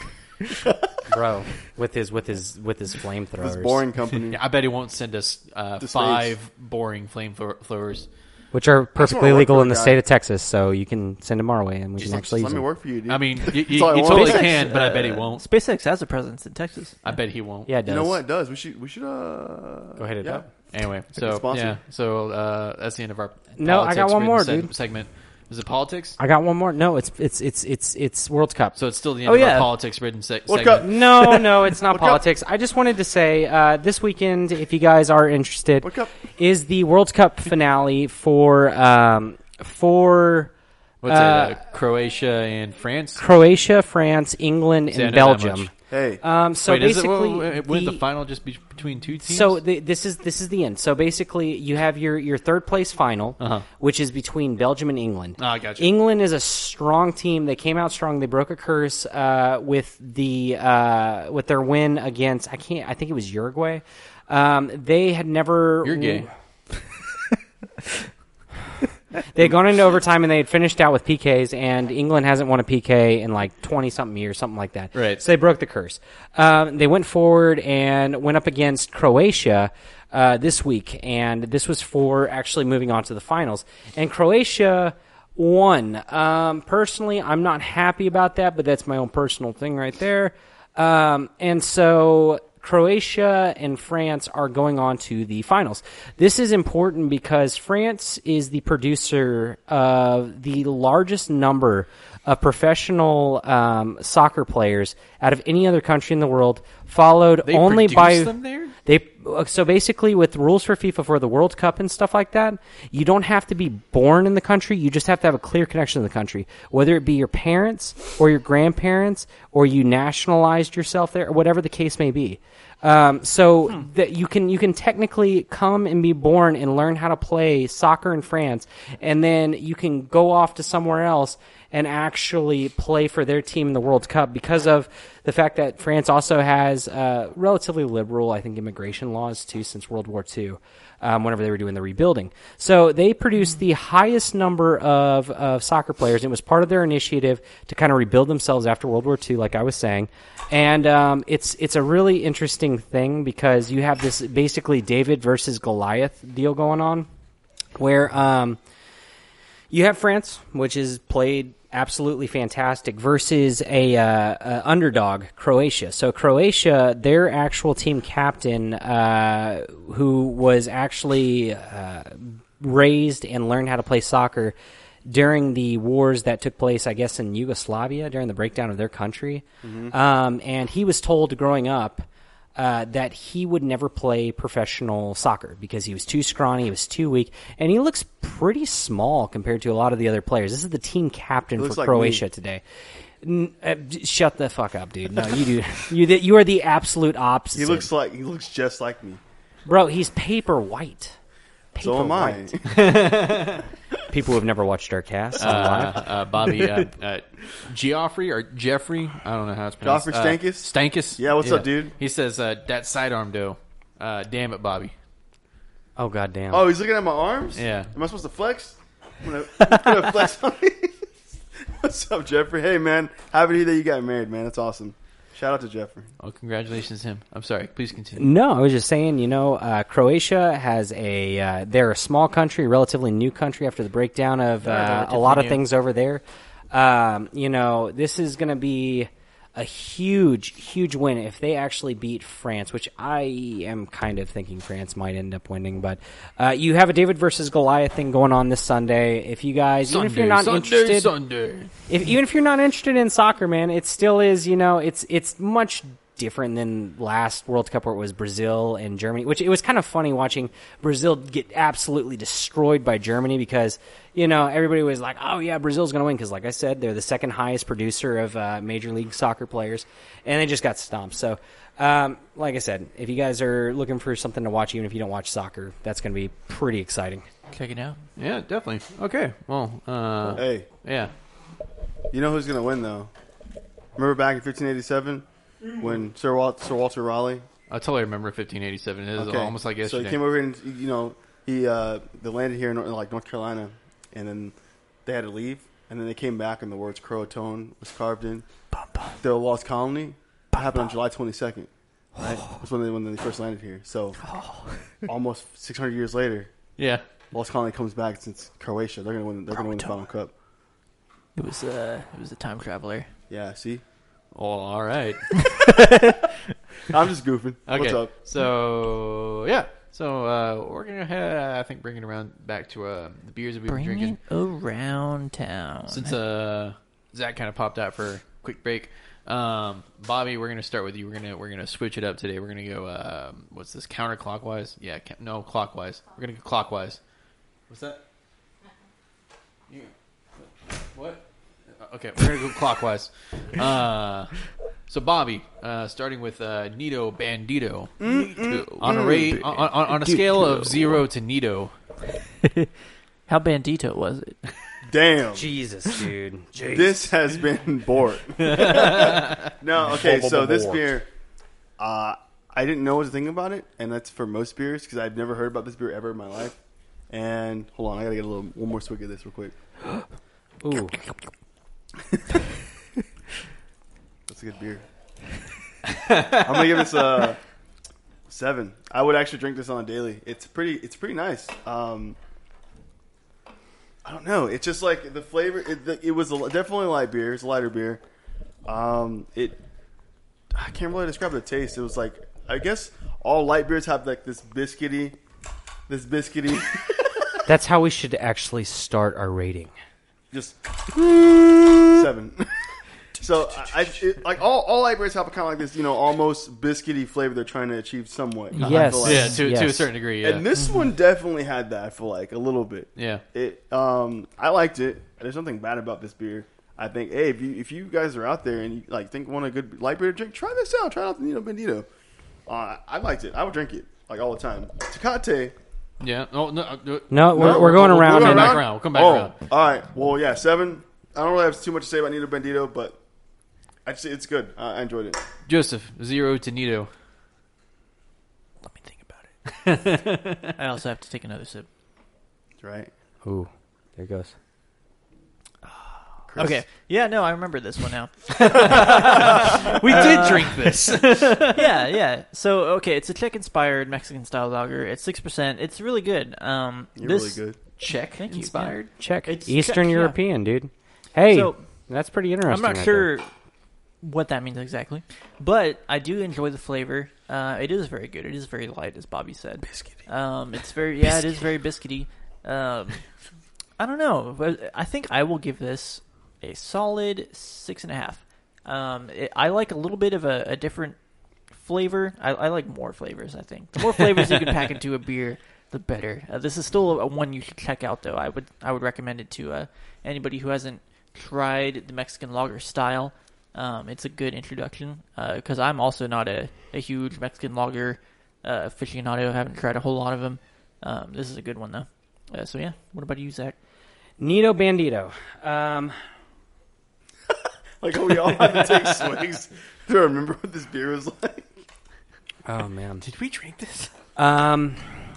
C: Bro, with his with his with his
D: This
C: flamethrowers,
D: boring company.
A: Yeah, I bet he won't send us uh,
D: To space.
A: five boring flamethrowers.
C: which are perfectly
D: work
C: legal
D: for
C: in
D: a
C: the
D: guy.
C: state of Texas, so you can send them our way, and we
D: Just
C: can
D: let-
C: actually
D: just
C: use
D: let me
C: them.
D: work for you, dude.
A: I mean, you,
D: all I want.
A: totally
D: SpaceX,
A: can, but I bet he won't.
F: SpaceX has a presence in Texas.
A: I bet he won't.
C: Uh, Yeah, it does.
D: you know what? It does we should we should uh
C: Go hit it
D: yeah.
C: up.
A: Anyway,
D: a
A: so
D: sponsor.
A: yeah, so uh, that's the end of our.
C: No, I got
A: politics
C: one
A: written
C: more,
A: seg-
C: dude.
A: Segment is it politics?
C: I got one more. No, it's it's it's it's it's World Cup.
A: So it's still the end
F: Oh,
A: of our
F: yeah.
A: politics written se-
D: World
A: segment.
D: Cup.
C: no, no, it's not
D: World Cup.
C: politics. I just wanted to say uh, this weekend, if you guys are interested,
D: World Cup.
C: is the World Cup finale for um, for
A: What's
C: Uh,
A: it? Uh, Croatia and France.
C: Croatia, France, England,
A: See, I
C: and
A: know that
C: Belgium.
A: much.
D: Hey,
C: Um, so
A: Wait, is it,
C: basically,
A: well, it- wouldn't the,
C: the-
A: final just be between two teams?
C: So th this is this is the end. So basically, you have your your third place final,
A: Uh-huh.
C: which is between Belgium and England.
A: Ah, gotcha.
C: England is a strong team. They came out strong. They broke a curse uh, with the uh, with their win against I can't I think it was Uruguay. Um, they had never
A: you're gay.
C: They had gone into overtime and they had finished out with PKs, and England hasn't won a PK in like 20 something years, something like that.
A: Right.
C: So they broke the curse. Um, they went forward and went up against Croatia uh, this week, and this was for actually moving on to the finals. And Croatia won. Um, personally, I'm not happy about that, but that's my own personal thing right there. Um, and so Croatia and France are going on to the finals. This is important because France is the producer of the largest number of professional um, soccer players out of any other country in the world, followed
A: They
C: only
A: produce
C: by
A: them there?
C: they uh, so basically with rules for FIFA for the World Cup and stuff like that, you don't have to be born in the country. You just have to have a clear connection to the country, whether it be your parents or your grandparents or you nationalized yourself there, or whatever the case may be. Um, so that you can you can technically come and be born and learn how to play soccer in France, and then you can go off to somewhere else and actually play for their team in the World Cup because of the fact that France also has uh, relatively liberal, I think, immigration laws too since World War II, um, whenever they were doing the rebuilding. So they produced the highest number of, of soccer players. It was part of their initiative to kind of rebuild themselves after World War II, like I was saying. And um, it's it's a really interesting thing because you have this basically David versus Goliath deal going on, where. Um, you have France, which has played absolutely fantastic, versus a, uh, uh, underdog Croatia. So Croatia, their actual team captain, uh, who was actually uh, raised and learned how to play soccer during the wars that took place, I guess, in
D: Mm-hmm.
C: Yugoslavia during the breakdown of their country, um, and he was told growing up uh, that he would never play professional soccer because he was too scrawny, he was too weak, and he looks pretty small compared to a lot of the other players. This is the team captain
D: looks
C: for
D: like me.
C: Croatia today. N- uh, d- shut the fuck up, dude. No, you do. You th- you are the absolute opposite.
D: He looks like he looks just like me.
C: bro. He's paper white. Paper
D: So am I.
C: white. People who have never watched our cast.
A: Uh, uh, Bobby uh, uh, Geoffrey or Jeffrey. I don't know how it's pronounced.
D: Geoffrey
A: Uh,
D: Stankus?
A: Stankus.
D: Yeah, what's up, dude?
A: He says uh, that sidearm dough. Uh, damn it, Bobby.
C: oh goddamn.
D: Oh, he's looking at my arms.
A: Yeah.
D: Am I supposed to flex? I'm gonna, I'm gonna flex on me. What's up, Jeffrey? Hey, man. Happy to hear that you got married, man. That's awesome. Shout out to Jeffrey.
A: Oh, congratulations, him. I'm sorry. Please continue.
C: No, I was just saying, you know, uh, Croatia has a, uh, they're a small country, relatively new country after the breakdown of uh, a lot of things over there. Um, you know, this is going to be a huge, huge win if they actually beat France, which I am kind of thinking France might end up winning. But uh, you have a David versus Goliath thing going on this Sunday. If you guys, even if you're not
A: Sunday,
C: interested,
A: Sunday.
C: if, even if you're not interested in soccer, man, it still is. You know, it's it's much different than last World Cup where it was Brazil and Germany, which it was kind of funny watching Brazil get absolutely destroyed by Germany because you know everybody was like, "Oh yeah, Brazil's going to win," because like I said, they're the second highest producer of uh, Major League Soccer players, and they just got stomped. So. Um, like I said, if you guys are looking for something to watch, even if you don't watch soccer, that's going to be pretty exciting.
F: Check it out.
A: Yeah, definitely. Okay. Well, uh,
D: Hey,
A: yeah.
D: you know who's gonna win though? Remember back in 1587 when Sir Walter, Sir Walter Raleigh?
A: I totally remember 1587. It is almost like
D: So
A: yesterday.
D: he came over and you know he uh, they landed here in like North Carolina, and then they had to leave, and then they came back and the words Croatone was carved in the lost colony. happened on July 22nd. Right? That's when they when they first landed here. So almost 600 years later,
A: yeah.
D: lost colony comes back since Croatia. They're gonna win. They're gonna win the final cup.
F: It was uh, it was a time traveler.
D: Yeah. See,
A: Oh, all right.
D: I'm just goofing.
A: Okay.
D: What's up?
A: So yeah. So uh, we're gonna have, I think bring it around back to uh, the beers that we've been
F: Bring
A: drinking
F: it around town.
A: since uh, Zach kind of popped out for a quick break. Um, Bobby, we're gonna start with you. We're gonna we're gonna switch it up today. We're gonna go um, what's this counterclockwise? Yeah, ca- no clockwise. We're gonna go clockwise. What's that? You what? Uh, Okay, we're gonna go clockwise. Uh, so Bobby, uh, starting with uh, Nito Bandito on a rate on, on, on a scale of zero to Nito.
F: How bandito was it?
D: Damn.
C: Jesus, dude.
D: This has been bored. no, okay, so this beer, uh, I didn't know what to think about it, and that's for most beers because I've never heard about this beer ever in my life. And hold on, I gotta get a little one more swig of this real quick.
C: Ooh.
D: That's a good beer. I'm gonna give this a seven. I would actually drink this on a daily. It's pretty. It's pretty nice. Um, I don't know. It's just like the flavor. It, the, it was a, definitely a light beer. It's a lighter beer. Um, it. I can't really describe the taste. It was like I guess all light beers have like this biscuity, this biscuity,
C: That's how we should actually start our rating.
D: just seven. So I, I it, like all all light beers have a kind of like this, you know, almost biscuity flavor they're trying to achieve somewhat. I
C: Yes.
D: feel like.
A: Yeah, to to a
C: Yes.
A: certain degree. Yeah,
D: And this one definitely had that. I feel like a little bit.
A: yeah.
D: It. Um. I liked it. There's nothing bad about this beer. I think. Hey, if you if you guys are out there and you like think want a good light beer to drink, try this out. Try out the Nino Bendito. Uh, I liked it. I would drink it like all the time. Tecate.
A: Yeah. Oh, no, uh, no.
C: No, we're,
D: No,
C: we're going
D: we'll-
C: around.
D: we'll go
A: Come
C: and-
A: back around. We'll come back
D: oh,
A: around.
D: All right. Well, yeah, seven. I don't really have too much to say about Nino Bendito, but I just, it's good. I I enjoyed it.
A: Joseph, zero to Nito.
F: Let me think about it. I also have to take another sip.
D: Right.
C: Ooh, there goes.
D: Chris?
F: Okay. Yeah, no, I remember this one now. Uh,
A: We did drink this.
F: yeah, yeah. So okay, it's a Czech inspired Mexican style lager. It's six percent. It's really good. Um,
D: You're
F: this,
D: really good.
A: Czech
F: Thank you,
A: inspired.
C: Check.
F: It's
C: Eastern
F: Czech, yeah.
C: European, dude. Hey,
F: So-
C: that's pretty interesting.
F: I'm not
C: right
F: sure what that means exactly, but I do enjoy the flavor. Uh, it is very good. It is very light, as Bobby said. Biscuity. Um, it's very yeah, it is very biscuity. Um, I don't know. but I think I will give this a solid six and a half. Um, it, I like a little bit of a, a different flavor. I, I like more flavors. I think the more flavors you can pack into a beer, the better. Uh, this is still a, a one you should check out, though. I would I would recommend it to uh, anybody who hasn't tried the Mexican lager style. Um, it's a good introduction because I'm also not a, a huge Mexican lager uh, aficionado. I haven't tried a whole lot of them. Um, this is a good one though. Uh, so yeah, what about you, Zach?
C: Nito Bandito. Um,
D: Like how we all had to take swigs to remember what this beer was like.
C: oh man.
A: Did we drink this?
C: Um,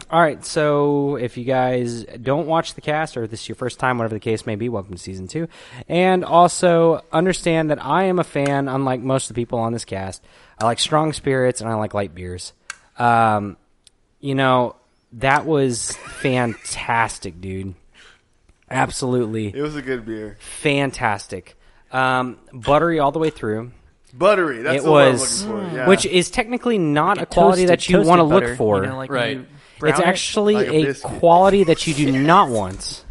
C: all right. So if you guys don't watch the cast, or this is your first time, whatever the case may be, welcome to season two. And also understand that I am a fan, unlike most of the people on this cast. I like strong spirits and I like light beers. Um, you know that was fantastic, dude. Absolutely
D: It was a good beer.
C: fantastic. Um, buttery all the way through.
D: Buttery. That's
C: It
D: the word
C: was- Mm.
D: I'm looking for. Yeah.
C: which is technically not a quality
F: Toasted-
C: that you
F: toasted
C: want to look
F: butter,
C: for.
F: you know, like
A: Right.
F: when you brown
C: it's
F: it.
C: actually
D: Like a
C: a,
D: biscuit.
C: quality that you do not want,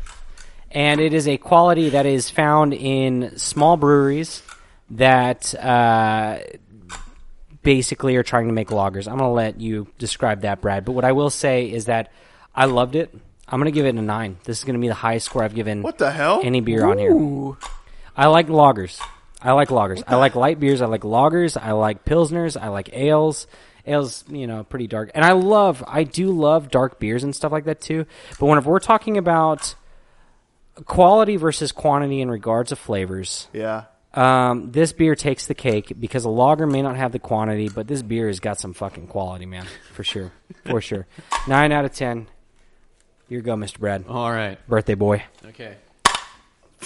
C: and it is a quality that is found in small breweries that uh, basically are trying to make lagers. I'm going to let you describe that, Brad. But what I will say is that I loved it. I'm going to give it a nine. This is going to be the highest score I've given
D: what the hell?
C: any beer on here. I like lagers. I like lagers. I like light beers. I like lagers. I like pilsners. I like ales. Ales, you know, pretty dark. And I love, I do love dark beers and stuff like that too. But whenever we're talking about quality versus quantity in regards to flavors,
D: yeah.
C: um, this beer takes the cake because a lager may not have the quantity, but this beer has got some fucking quality, man, for sure, for sure. Nine out of ten. Here you go, Mister Brad,
A: All right.
C: birthday boy.
A: Okay.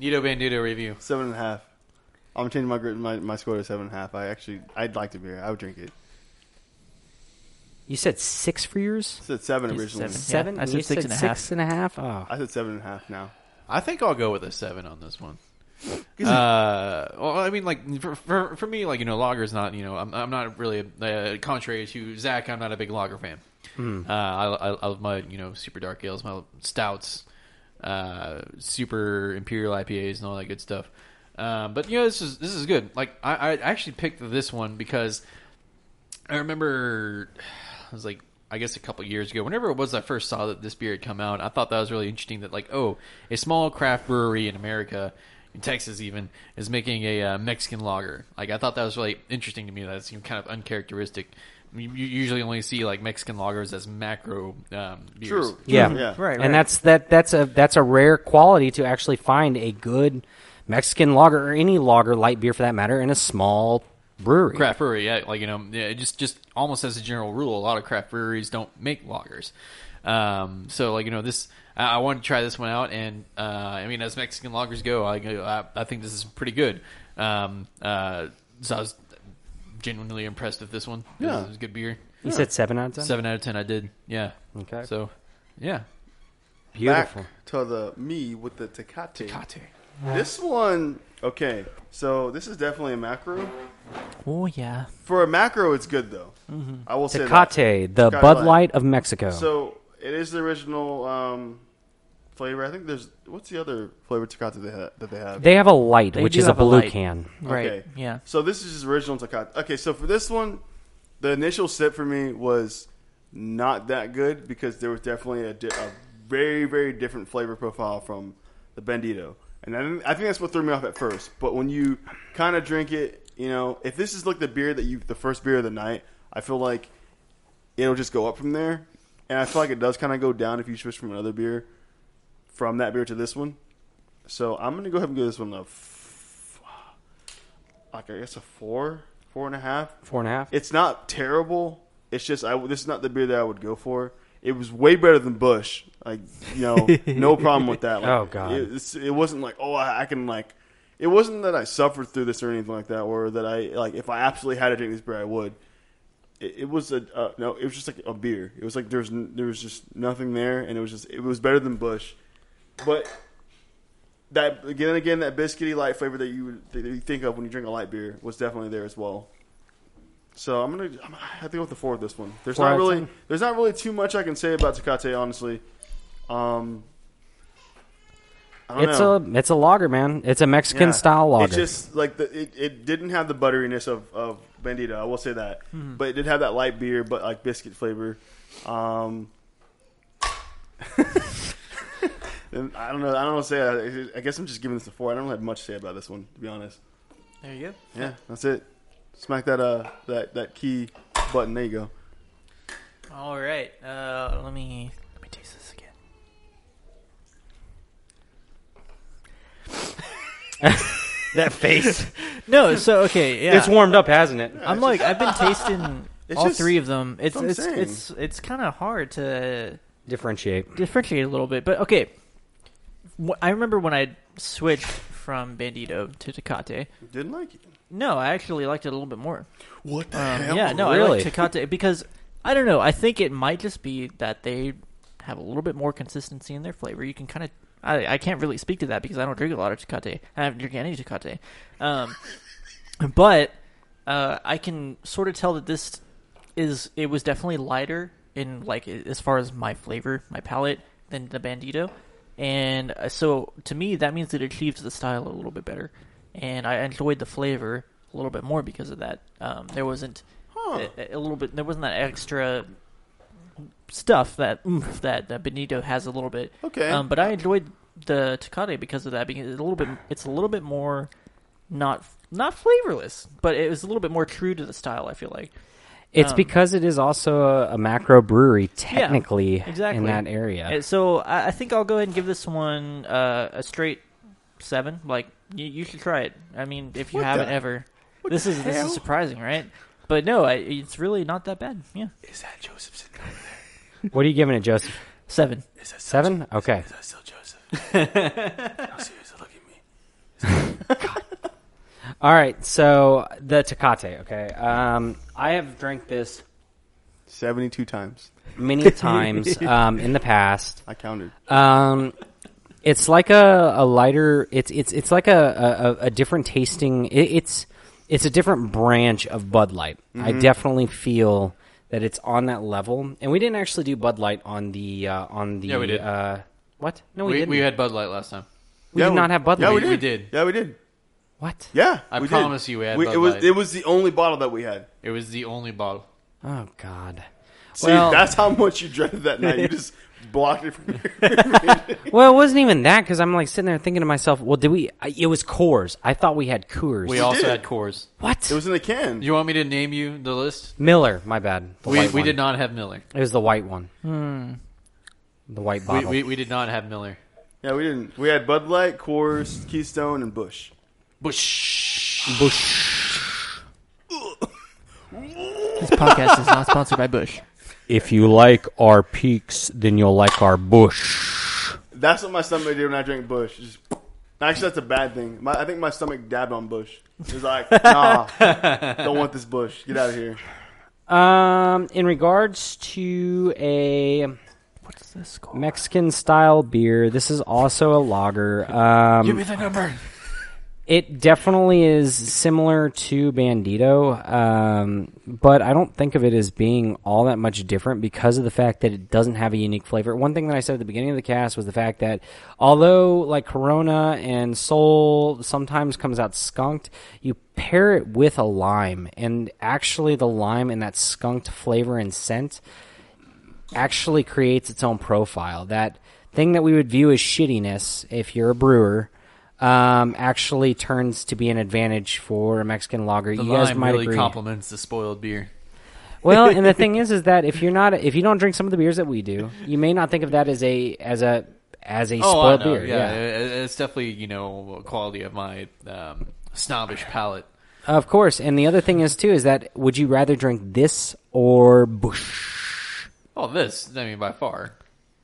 A: Nito Bandito review.
D: Seven and a half. I'm changing my grit- my my score to seven and a half. I actually I'd like the beer. I would drink it.
C: You said six for yours.
D: I said seven
F: It's
D: originally.
F: seven.
C: Seven.
F: Yeah, I said
C: You
F: six and a half.
C: six and a half. Oh.
D: I said seven and a half now.
A: I think I'll go with a seven on this one. Uh, well, I mean, like for, for for me, like you know, lager's not you know, I'm I'm not really uh, contrary to Zach. I'm not a big lager fan. Uh, I, I I love my you know super dark ales, my stouts, uh, super imperial IPAs, and all that good stuff. Uh, but you know, this is this is good. Like I, I actually picked this one because I remember it was like I guess a couple years ago. Whenever it was, I first saw that this beer had come out. I thought that was really interesting. That like, oh, a small craft brewery in America, in Texas even, is making a uh, Mexican lager. Like I thought that was really interesting to me. That seemed kind of uncharacteristic. You you usually only see like Mexican lagers as macro um, beers.
D: True.
C: Yeah.
D: Yeah.
F: Right, right.
C: And that's that. That's a that's a rare quality to actually find a good Mexican lager or any lager, light beer for that matter, in a small brewery.
A: craft brewery. Yeah, like you know, yeah, it just just almost as a general rule, a lot of craft breweries don't make lagers. Um, so like you know, this I, I wanted to try this one out, and uh, I mean, as Mexican lagers go, I go- I, I think this is pretty good. Um, uh, so I was genuinely impressed with this one. It was-
D: Yeah.
A: it was good beer.
C: You said seven out of ten.
A: Seven out of ten, I did. Yeah.
C: Okay.
A: So, yeah,
C: Beautiful.
D: Back to the me with the Tecate.
A: Kate.
D: This one, okay. So this is definitely a macro.
F: Oh yeah.
D: For a macro, it's good though. I will say that.
C: Mm-hmm. Tecate, the
D: Tecate
C: Bud
D: Light.
C: Light of Mexico.
D: So it is the original um, flavor. I think there's what's the other flavor Tecate they ha- that they have.
C: they have a light,
F: They
C: which
F: do
C: is a
F: have a
C: blue
F: light.
C: can.
F: Right.
D: Okay.
F: Yeah.
D: So this is just original Tecate. Okay, so for this one, the initial sip for me was not that good because there was definitely a, di- a very very different flavor profile from the Bandito, and I, think- I think that's what threw me off at first. But when you kind of drink it, you know, if this is like the beer that you the first beer of the night, I feel like it'll just go up from there. And I feel like it does kind of go down if you switch from another beer from that beer to this one. So I'm gonna go ahead and give this one a f- like I guess a four, four and a half.
C: Four and a half.
D: It's not terrible. It's just I this is not the beer that I would go for. It was way better than Bush. Like you know, no problem with that. Like,
C: Oh, God.
D: it, it's- it wasn't like oh I, I can like. It wasn't that I suffered through this or anything like that, or that I like if I absolutely had to drink this beer I would. It, it was a uh, no. It was just like a beer. It was like there was n- there was just nothing there, and it was just it was better than Bush, but that again and again that biscuity light flavor that you would- that you think of when you drink a light beer was definitely there as well. So I'm gonna I'm, I have to go with the four of this one. There's
C: Four out
D: not
C: of
D: really
C: ten.
D: there's not really too much I can say about Tecate honestly. Um, I don't
C: It's
D: know.
C: a it's a lager, man. It's a Mexican
D: Yeah.
C: style lager.
D: It just like the, it, it didn't have the butteriness of, of Bandito. I will say that,
C: Mm-hmm.
D: but it did have that light beer, but like biscuit flavor. Um, and I don't know. I don't know what to say. I- I, guess I'm just giving this a four. I don't have much to say about this one, to be honest.
F: There you go.
D: Yeah, that's it. Smack that uh that that key button. There you go.
F: All right. Uh, let me let me taste this again.
B: That face. no, so okay, yeah.
C: It's warmed up, hasn't it?
F: I'm like I've been tasting
D: It's
F: all
D: just-
F: three of them. It's
D: what I'm
F: it's
D: saying.
F: it's it's kind of hard to
C: Differentiate.
F: differentiate a little bit, but okay. Wh- I remember when I switched from Bandito to Tecate.
D: Didn't like it.
F: No, I actually liked it a little bit more.
D: What the
F: Um,
D: hell?
F: yeah, no, I
C: really?
F: like Tecate because I don't know. I think it might just be that they have a little bit more consistency in their flavor. You can kind of. I, I can't really speak to that because I don't drink a lot of Tecate. I haven't drank any Tecate. Um, but uh, I can sort of tell that this is. It was definitely lighter in like a- as far as my flavor, my palate than the Bandito, and uh, so to me that means it achieved the style a little bit better, and I enjoyed the flavor a little bit more because of that. Um, there wasn't
D: Huh.
F: a, a little bit. There wasn't that extra stuff that oomph that, that Benito has a little bit.
D: Okay.
F: Um, but I enjoyed the Takate because of that because it's a little bit it's a little bit more not not flavorless, but it was a little bit more true to the style. I feel like.
C: It's
F: Um,
C: because it is also a, a macro brewery,
F: Yeah,
C: technically,
F: exactly.
C: in that area.
F: And so I, I think I'll go ahead and give this one uh, a straight seven. Like you, you should try it. I mean, if you
D: What
F: haven't
D: the-
F: ever,
D: what
F: this
D: the
F: is this
D: hell?
F: is surprising, right? But no, I, it's really not that bad. Yeah,
E: Is that Joseph sitting over there?
C: what are you giving it, Joseph?
F: seven.
E: Is that still
C: Seven? Okay.
E: Is that still Joseph? no, seriously, look at me.
C: All right. So the Tecate. Okay. Um, I have drank this
D: Seventy two times.
C: many times um, in the past.
D: I counted.
C: Um, it's like a, a lighter. It's it's it's like a a, a different tasting. It, it's it's a different branch of Bud Light. I
A: Mm-hmm.
C: definitely feel that it's on that level. And we didn't actually do Bud Light on the uh, on the.
A: Yeah, we did.
C: Uh, what? No, we,
A: We,
C: didn't.
A: we had Bud Light last time.
C: We did not have Bud
D: Yeah, we
C: Light.
D: did.
A: We did.
D: Yeah, we did.
C: what?
D: Yeah,
A: I
D: we did.
A: promise you we had
D: We,
A: Bud
D: it was
A: Light.
D: it was the only bottle that we had.
A: It was the only bottle.
C: Oh God.
D: See, that's how much you dreaded that night. You just blocked it from your.
C: Well, it wasn't even that because I'm like sitting there thinking to myself, well, did we? I, it was Coors. I thought we had Coors.
A: We, also
D: did.
A: had Coors.
C: what?
D: It was in the can.
A: You want me to name you the list?
C: Miller. My bad. The
A: We
C: white
A: we
C: one.
A: did not have Miller.
C: It was the white one.
G: Hmm.
C: The white
A: We,
C: bottle.
A: we we did not have Miller.
D: yeah, we didn't. We had Bud Light, Coors, Keystone, and Bush.
A: Bush.
F: This podcast is not sponsored by Bush.
G: If you like our peaks, then you'll like our bush.
D: That's what my stomach did when I drank Bush. Just, actually, that's a bad thing. My, I think my stomach dabbed on Bush. It was like, nah, don't want this Bush. Get out of here.
C: um, in regards to a
F: What's this score?
C: Mexican style beer, this is also a lager. Um,
A: the number.
C: it definitely is similar to Bandito, um, but I don't think of it as being all that much different because of the fact that it doesn't have a unique flavor. One thing that I said at the beginning of the cast was the fact that although like Corona and Sol sometimes comes out skunked, you pair it with a lime, and actually the lime and that skunked flavor and scent actually creates its own profile. That thing that we would view as shittiness, if you're a brewer, um, actually turns to be an advantage for a Mexican lager.
A: The
C: you guys
A: lime
C: might
A: really
C: agree.
A: complements the spoiled beer.
C: well, and the thing is, is that if you're not, if you don't drink some of the beers that we do, you may not think of that as a as a as a spoiled
A: Oh, I know,
C: beer.
A: Yeah, it- it's definitely you know quality of my um, snobbish palate.
C: Of course. And the other thing is too is that would you rather drink this or Bush?
A: Oh, this I mean by far.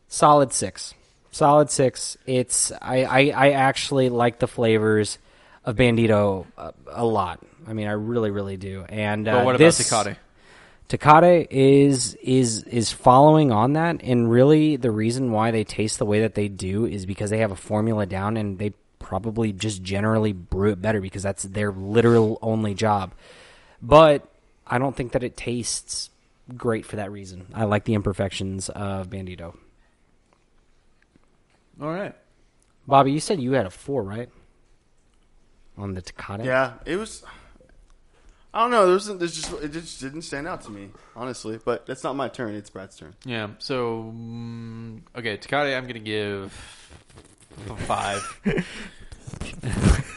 C: solid six solid six it's i i, I actually like the flavors of bandito a, a lot i mean i really really do and uh,
A: But what about
C: this,
A: Tecate?
C: Takate is is is following on that, and really the reason why they taste the way that they do is because they have a formula down, and they probably just generally brew it better because that's their literal only job. But I don't think that it tastes great for that reason. I like the imperfections of Bandito.
A: All right.
C: Bobby, you said you had a four, right? On the Takata.
D: Yeah, it was. I don't know. There wasn't. There's just. It just didn't stand out to me, honestly. But that's not my turn. It's Brad's turn.
A: Yeah. So mm, okay, Takate, I'm gonna give a five.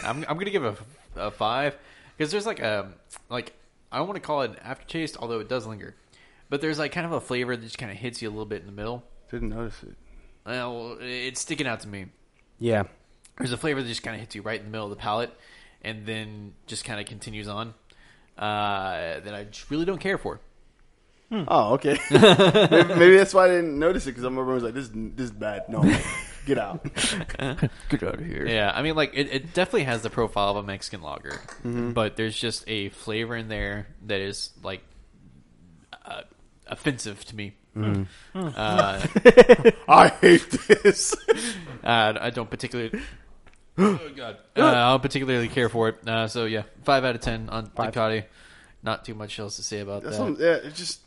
A: I'm I'm gonna give a, a five because there's like a like I don't want to call it an aftertaste, although it does linger. But there's like kind of a flavor that just kind of hits you a little bit in the middle.
D: Didn't notice it.
A: Well, it's sticking out to me.
C: Yeah.
A: There's a flavor that just kind of hits you right in the middle of the palate, and then just kind of continues on. Uh, that I just really don't care for.
D: Oh, okay. maybe, maybe that's why I didn't notice it because I'm always like, this, this is bad. No, get out.
B: Get out of here.
A: Yeah, I mean, like it, it definitely has the profile of a Mexican lager, but there's just a flavor in there that is like uh, offensive to me. Uh,
D: I hate this.
A: uh, I don't particularly. Oh, God. Uh, I don't particularly care for it. Uh, so yeah, five out of ten on Ducati. Not too much else to say about
D: That's
A: that.
D: what, yeah, it just.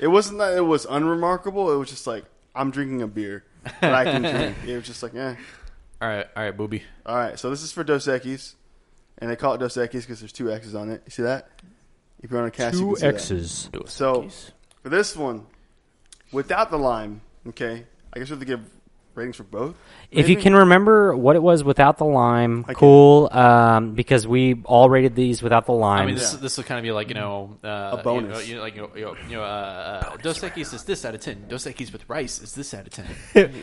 D: it wasn't that it was unremarkable. It was just like I'm drinking a beer that I can drink. It was just like, eh.
A: All right, all right, booby.
D: All right, so this is for Dos Equis, and they call it Dos Equis because there's two X's on it. You see that? If you're on a cast, you
G: Two
D: can see that.
G: X's.
D: So for this one, without the lime, okay, I guess we have to give ratings for both.
C: If you
D: Maybe?
C: can remember what it was without the lime,
D: I can.
C: cool. Um, because we all rated these without the lime.
A: I mean, this
D: Yeah.
A: this will kind of be like you know uh,
D: A bonus.
A: You know, you know, like you know, you know uh, uh, Dos Equis is this out of ten. Dos Equis with rice is this out of ten.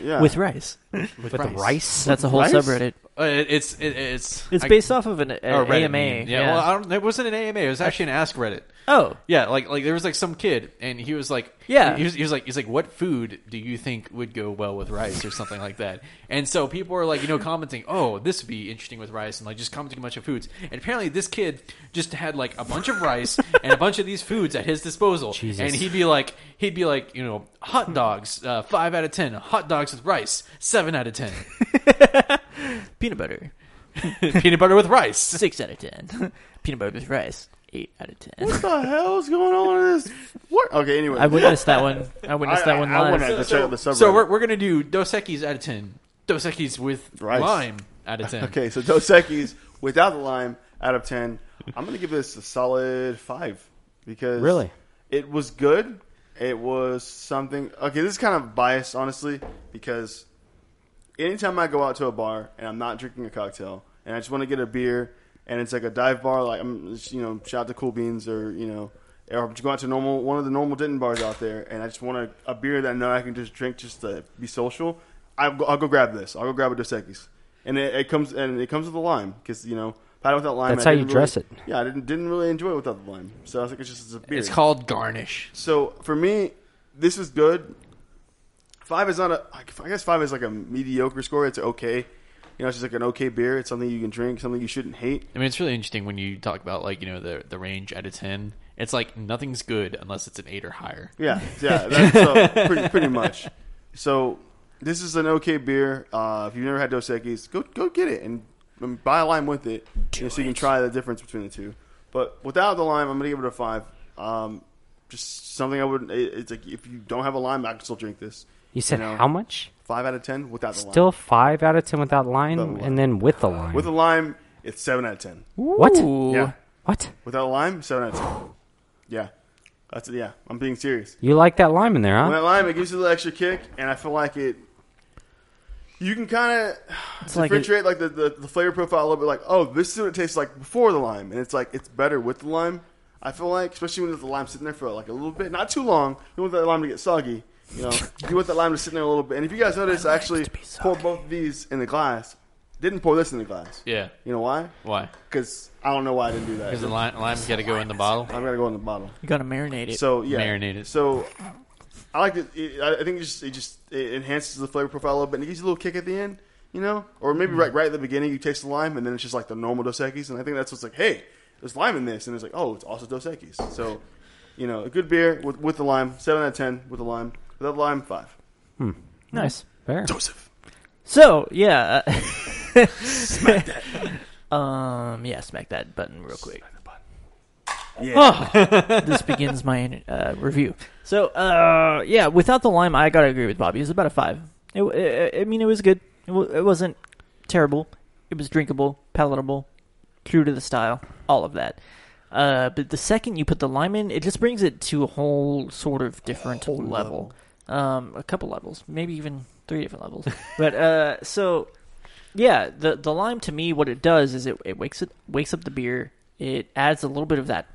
D: Yeah,
F: With rice.
A: With,
C: with the rice.
F: That's a whole
D: Rice?
F: subreddit.
A: Uh, it- it's it, it's
F: It's
A: I-
F: based off of an uh,
A: or Reddit,
F: AMA.
A: I mean. Yeah, well, I don't, it wasn't an AMA. It was actually an Ask Reddit.
F: oh,
A: Yeah, like like there was like some kid, and he was like,
F: Yeah.
A: he was, he was like, he's like, what food do you think would go well with rice or something like that? And so people are like, you know, commenting, oh, this would be interesting with rice, and like just commenting a bunch of foods. And apparently, this kid just had like a bunch of rice and a bunch of these foods at his disposal, and he'd be like, he'd be like, you know, hot dogs, uh, five out of ten, hot dogs with rice, seven out of ten,
F: peanut butter.
A: peanut butter with rice.
F: Six out of ten. peanut butter with rice. Eight out of ten.
D: what the hell is going on in this? What? Okay, anyway,
F: I witnessed that one. I witnessed that one
D: I, I
F: live.
D: wanna have to check out the subreddit.
A: So we're, we're gonna do Dos Equis out of ten, Dos Equis with
D: Rice.
A: lime out of ten.
D: okay. So Dos Equis without the lime out of ten, I'm gonna give this a solid five because
C: Really?
D: it was good. It was something. Okay, this is kind of biased, honestly, because anytime I go out to a bar and I'm not drinking a cocktail and I just want to get a beer and it's like a dive bar, like I'm, you know, shout out to Cool Beans or you know, or just go out to normal one of the normal Denton bars out there and I just want a, a beer that I know I can just drink just to be social. I'll go, I'll go grab this. I'll go grab a Dos Equis, and it, it comes and it comes with a lime because you know. if I had it Without lime,
C: That's
D: I
C: how you
D: didn't
C: dress
D: really-
C: it.
D: Yeah, I didn't didn't really enjoy it without the lime. So I was like, it's just it's a beer.
A: It's called garnish.
D: So for me, this is good. Five is not a. I guess five is like a mediocre score. It's okay. You know, it's just like an okay beer. It's something you can drink. Something you shouldn't hate.
A: I mean, it's really interesting when you talk about like you know the the range out of ten. It's like nothing's good unless it's an eight or higher.
D: Yeah, yeah. That's so, pretty, pretty much. So this is an okay beer. Uh, if you've never had Dos Equis, go go get it and, and buy a lime with it, you know, so you can try the difference between the two. But without the lime, I'm gonna give it a five. Um, just something I would. It, it's like if you don't have a lime, I can still drink this.
C: you said
D: know,
C: how much?
D: Five out of ten without the lime.
C: Still five out of ten without lime,
D: Without lime.
C: and then with the lime.
D: With a lime, it's seven out of ten.
C: what?
F: Ooh.
D: Yeah.
C: What?
D: Without a lime, seven out of ten. Yeah. That's yeah. I'm being serious.
C: You like that lime in there, huh?
D: With that lime, it gives you a little extra kick, and I feel like it. You can kind of
F: like it-
D: differentiate like, the, the the flavor profile a little bit. Like, oh, this is what it tastes like before the lime, and it's like it's better with the lime. I feel like, especially when there's the lime sitting there for like a little bit, not too long. You don't want that lime to get soggy. You know, you want that lime to sit there a little bit. And if you guys notice, I actually poured both of these in the glass. Didn't pour this in the glass.
A: Yeah.
D: You know why?
A: Why?
D: Because I don't know why I didn't do
A: Because
D: that.
A: the lime, lime's got to go in the bottle.
D: I'm gonna go in the bottle.
F: You gotta marinate it.
D: So yeah,
A: Marinate it.
D: So I like it. it I I think it just it just it enhances the flavor profile a little bit. And it gives you a little kick at the end, you know, or maybe
A: Mm-hmm.
D: right right at the beginning you taste the lime and then it's just like the normal Dos Equis. And I think that's what's like, hey, there's lime in this, and it's like, oh, it's also Dos Equis. So you know, a good beer with with the lime, seven out of ten with the lime. Without the lime, five.
F: nice.
C: Fair.
E: Joseph.
F: So yeah. Uh, smack that. Um. Yeah. Smack that button real quick. Oh, this begins my uh, review. So, uh, yeah, without the lime, I gotta agree with Bobby. It's about a five. It, I- I- I mean, it was good. It, w- it wasn't terrible. It was drinkable, palatable, true to the style, all of that. Uh, but the second you put the lime in, it just brings it to a whole sort of different level. Um, a couple levels, maybe even three different levels. but uh, so yeah, the the lime to me, what it does is it, it wakes it wakes up the beer. It adds a little bit of that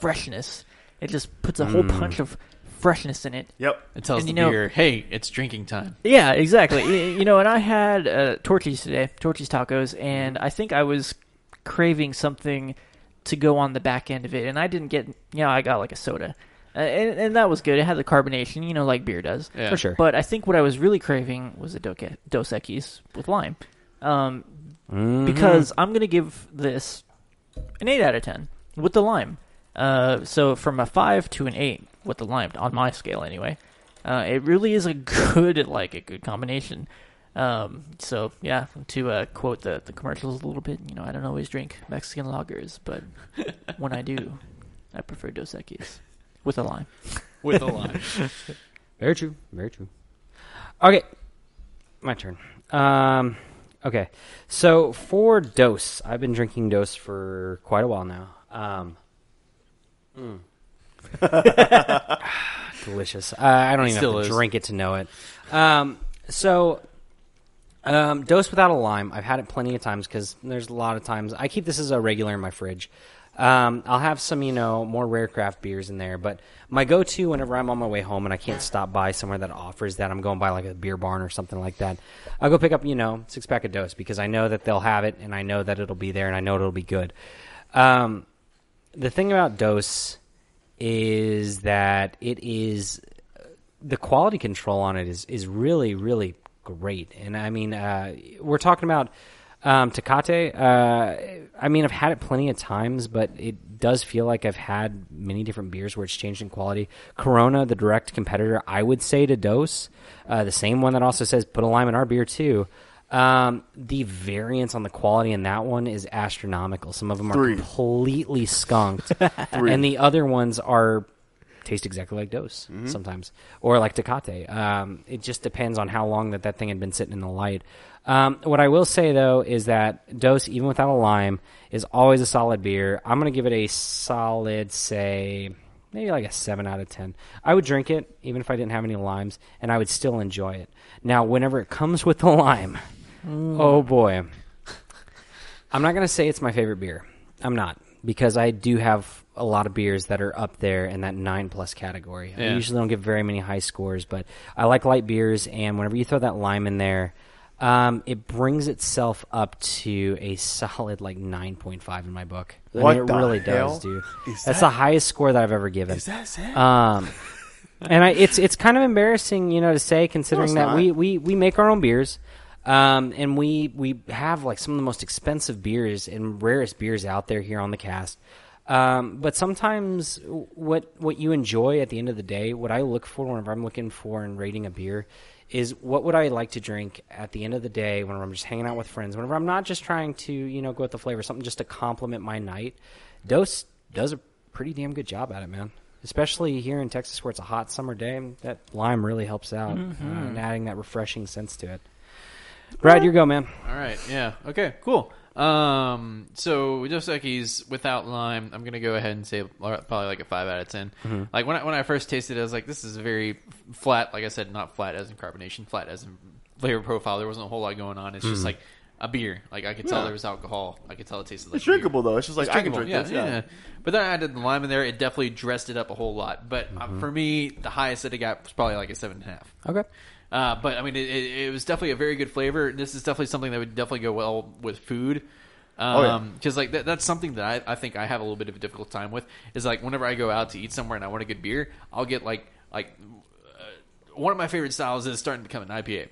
F: freshness. It just puts a whole punch of freshness in it.
D: Yep.
A: It tells
F: And
A: the
F: you know-
A: beer, "Hey, it's drinking time."
F: Yeah, exactly. Y- you know, and I had uh, Torchy's today, Torchy's tacos, and I think I was craving something to go on the back end of it, and I didn't get. You know, I got like a soda, uh, and, and that was good. It had the carbonation, you know, like beer does.
A: Yeah.
B: For sure.
F: But I think what I was really craving was a Dos Dos Equis with lime, um,
C: Mm-hmm.
D: Mm-hmm.
F: because I'm gonna give this an eight out of ten with the lime. Uh, so from a five to an eight with the lime on my scale, anyway. Uh, it really is a good like a good combination. Um, so yeah, to uh, quote the the commercials a little bit, you know, I don't always drink Mexican lagers, but when I do, I prefer Dos Equis with a lime.
A: With a lime.
G: Very true. Very true.
C: Okay, my turn. Um, okay, so for Dose, I've been drinking Dose for quite a while now. Um, mm. Ah, Delicious. Uh, I don't
A: It
C: even
A: still
C: have
A: is.
C: to drink it to know it. Um, so um, dose without a lime. I've had it plenty of times because there's a lot of times I keep this as a regular in my fridge. Um, I'll have some, you know, more rare craft beers in there, but my go-to whenever I'm on my way home and I can't stop by somewhere that offers that, I'm going by like a beer barn or something like that. I'll go pick up, you know, six pack of dose because I know that they'll have it and I know that it'll be there and I know it'll be good. Um, the thing about dose is that it is the quality control on it is is really really great. And I mean, uh, we're talking about um, Tecate. Uh, I mean, I've had it plenty of times, but it does feel like I've had many different beers where it's changed in quality. Corona, the direct competitor, I would say to Dose, uh, the same one that also says put a lime in our beer too. Um, the variance on the quality in that one is astronomical. Some of them are
D: Three.
C: completely skunked, and the other ones are taste exactly like dose sometimes or like tecate um, it just depends on how long that that thing had been sitting in the light um, what i will say though is that dose even without a lime is always a solid beer i'm going to give it a solid say maybe like a 7 out of 10 i would drink it even if i didn't have any limes and i would still enjoy it now whenever it comes with the lime oh boy I'm not going to say it's my favorite beer. I'm not because I do have a lot of beers that are up there in that nine plus category. I
A: Yeah.
C: usually don't get very many high scores, but I like light beers, and whenever you throw that lime in there, um, it brings itself up to a solid like 9.5 in my book.
D: What
C: I mean, it
D: the
C: really
D: hell
C: does, dude.
D: is
C: That's
D: that?
C: the highest score that I've ever given.
D: Is that sad?
C: Um, and I, it's it's kind of embarrassing, you know, to say considering
D: No, it's
C: that we, we we make our own beers, um, and we we have like some of the most expensive beers and rarest beers out there here on the cast. Um, but sometimes what what you enjoy at the end of the day, what I look for whenever I'm looking for and rating a beer, is what would I like to drink at the end of the day whenever I'm just hanging out with friends, whenever I'm not just trying to you know go with the flavor, something just to complement my night. Dose does a pretty damn good job at it, man. Especially here in Texas, where it's a hot summer day, that lime really helps out
D: Mm-hmm.
C: uh, and adding that refreshing sense to it. Brad, your go, man.
A: All right. Yeah. Okay. Cool. Um. So Dos Equis without lime, I'm gonna go ahead and say probably like a five out of 10
D: Mm-hmm.
A: Like when I, when I first tasted it, I was like, this is very flat. Like I said, not flat as in carbonation, flat as in flavor profile. There wasn't a whole lot going on. It's just like a beer. Like I could tell
D: Mm-hmm. Yeah.
A: there was alcohol. I could tell it tasted like
D: It's
A: beer.
D: drinkable though. It's just like
A: It's
D: I can
A: drinkable,
D: drink this.
A: yeah,
D: Yeah.
A: yeah. But then I added the lime in there. It definitely dressed it up a whole lot. But uh,
D: Mm-hmm.
A: for me, the highest that it got was probably like a seven and a half.
C: Okay.
A: Uh, but I mean, it, it, it was definitely a very good flavor. This is definitely something that would definitely go well with food. Um,
D: yeah.
A: cause like that, that's something that I, I think I have a little bit of a difficult time with is like whenever I go out to eat somewhere and I want a good beer, I'll get like, like, uh, one of my favorite styles is starting to become an IPA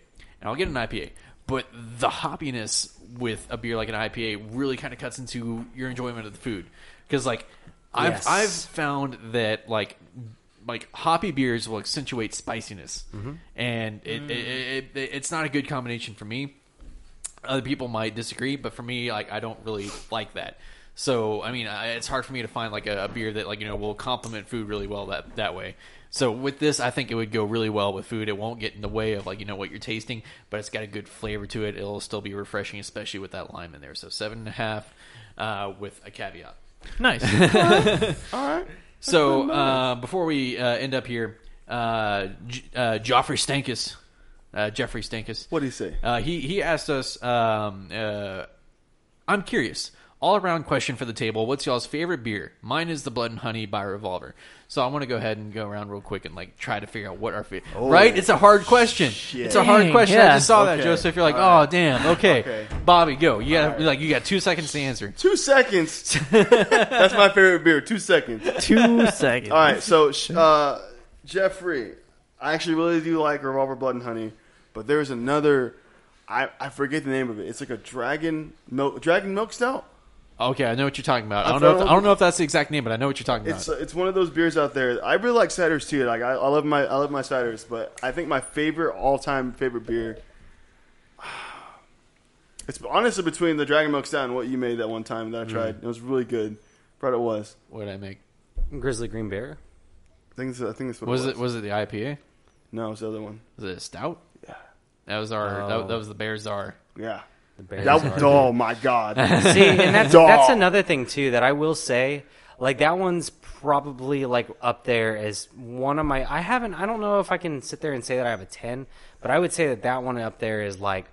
A: and I'll get an IPA, but the hoppiness with a beer like an IPA really kind of cuts into your enjoyment of the food. Cause like I've,
C: Yes.
A: I've found that like, like hoppy beers will accentuate spiciness, and it, it, it, it it's not a good combination for me. Other people might disagree, but for me, like I don't really like that. So I mean, I, it's hard for me to find like a, a beer that like you know will complement food really well that that way. So with this, I think it would go really well with food. It won't get in the way of like you know what you're tasting, but it's got a good flavor to it. It'll still be refreshing, especially with that lime in there. So seven and a half, uh, with a caveat.
F: Nice.
D: All right.
A: So uh, before we uh, end up here, uh, J- uh, Joffrey Stankus, uh, Jeffrey Stankus,
D: What do you say?
A: uh, he he asked us. Um, uh, I'm curious. All around question for the table. What's y'all's favorite beer? Mine is the Blood and Honey by Revolver. So I want to go ahead and go around real quick and like try to figure out what our favorite. right? It's a hard question. It's a hard
F: Dang,
A: question. I
F: yeah.
A: just saw that,
D: Oh, Okay.
A: Joseph. You're like,
D: All
A: oh damn. Okay.
D: Okay.
A: Bobby, go. You got to like you got two seconds to answer.
D: Two seconds. That's my favorite beer. Two seconds.
F: Two seconds.
D: All right, so sh- uh, Jeffrey, I actually really do like Revolver Blood and Honey, but there's another. I, I forget the name of it. It's like a dragon milk dragon milk stout.
A: Okay, I know what you're talking about. I
D: I
A: don't know. If,
D: found-
A: I don't know if that's the exact name, but I know what you're talking about.
D: It's uh, it's one of those beers out there. I really like ciders too. Like I, I love my I love my ciders, but I think my favorite all time favorite beer. It's honestly between the dragon milk stout and what you made that one time that
A: Mm.
D: I tried. It was really good. Right, it was.
A: What did I make?
C: Grizzly Green Bear.
D: I think this, I think this what
A: Was
D: it
A: it was it the IPA?
D: No, it was the other one.
A: Was it a stout? Yeah. That was our that,
D: Oh.
A: that was the Bears czar.
D: Yeah.
C: The bears
D: That
C: are-
D: was, oh my god.
C: See, and that's
D: Dog.
C: that's another thing too that I will say. Like that one's probably like up there as one of my. I haven't. I don't know if I can sit there and say that I have a ten, but I would say that that one up there is like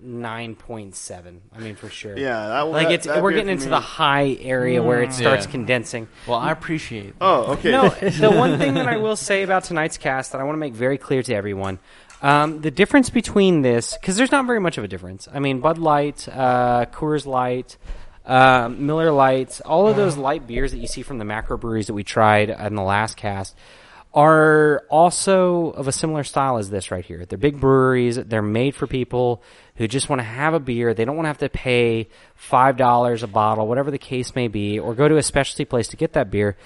C: nine point seven. I mean, for sure.
D: Yeah, that,
C: Like
D: that-
C: it's
D: that
C: we're
D: beer
C: getting
D: for
C: into
D: me-
C: the
D: Mm.
C: high area where it starts
A: Yeah.
C: condensing.
A: Well, I appreciate that.
D: Oh, okay.
C: No, the one thing that I will say about tonight's cast that I want to make very clear to everyone, um, the difference between this because there's not very much of a difference. I mean, Bud Light, uh, Coors Light, uh, Miller Light, all of those light beers that you see from the macro breweries that we tried in the last cast are also of a similar style as this right here. They're big breweries. They're made for people who just want to have a beer. They don't want to have to pay $5 a bottle, whatever the case may be, or go to a specialty place to get that beer.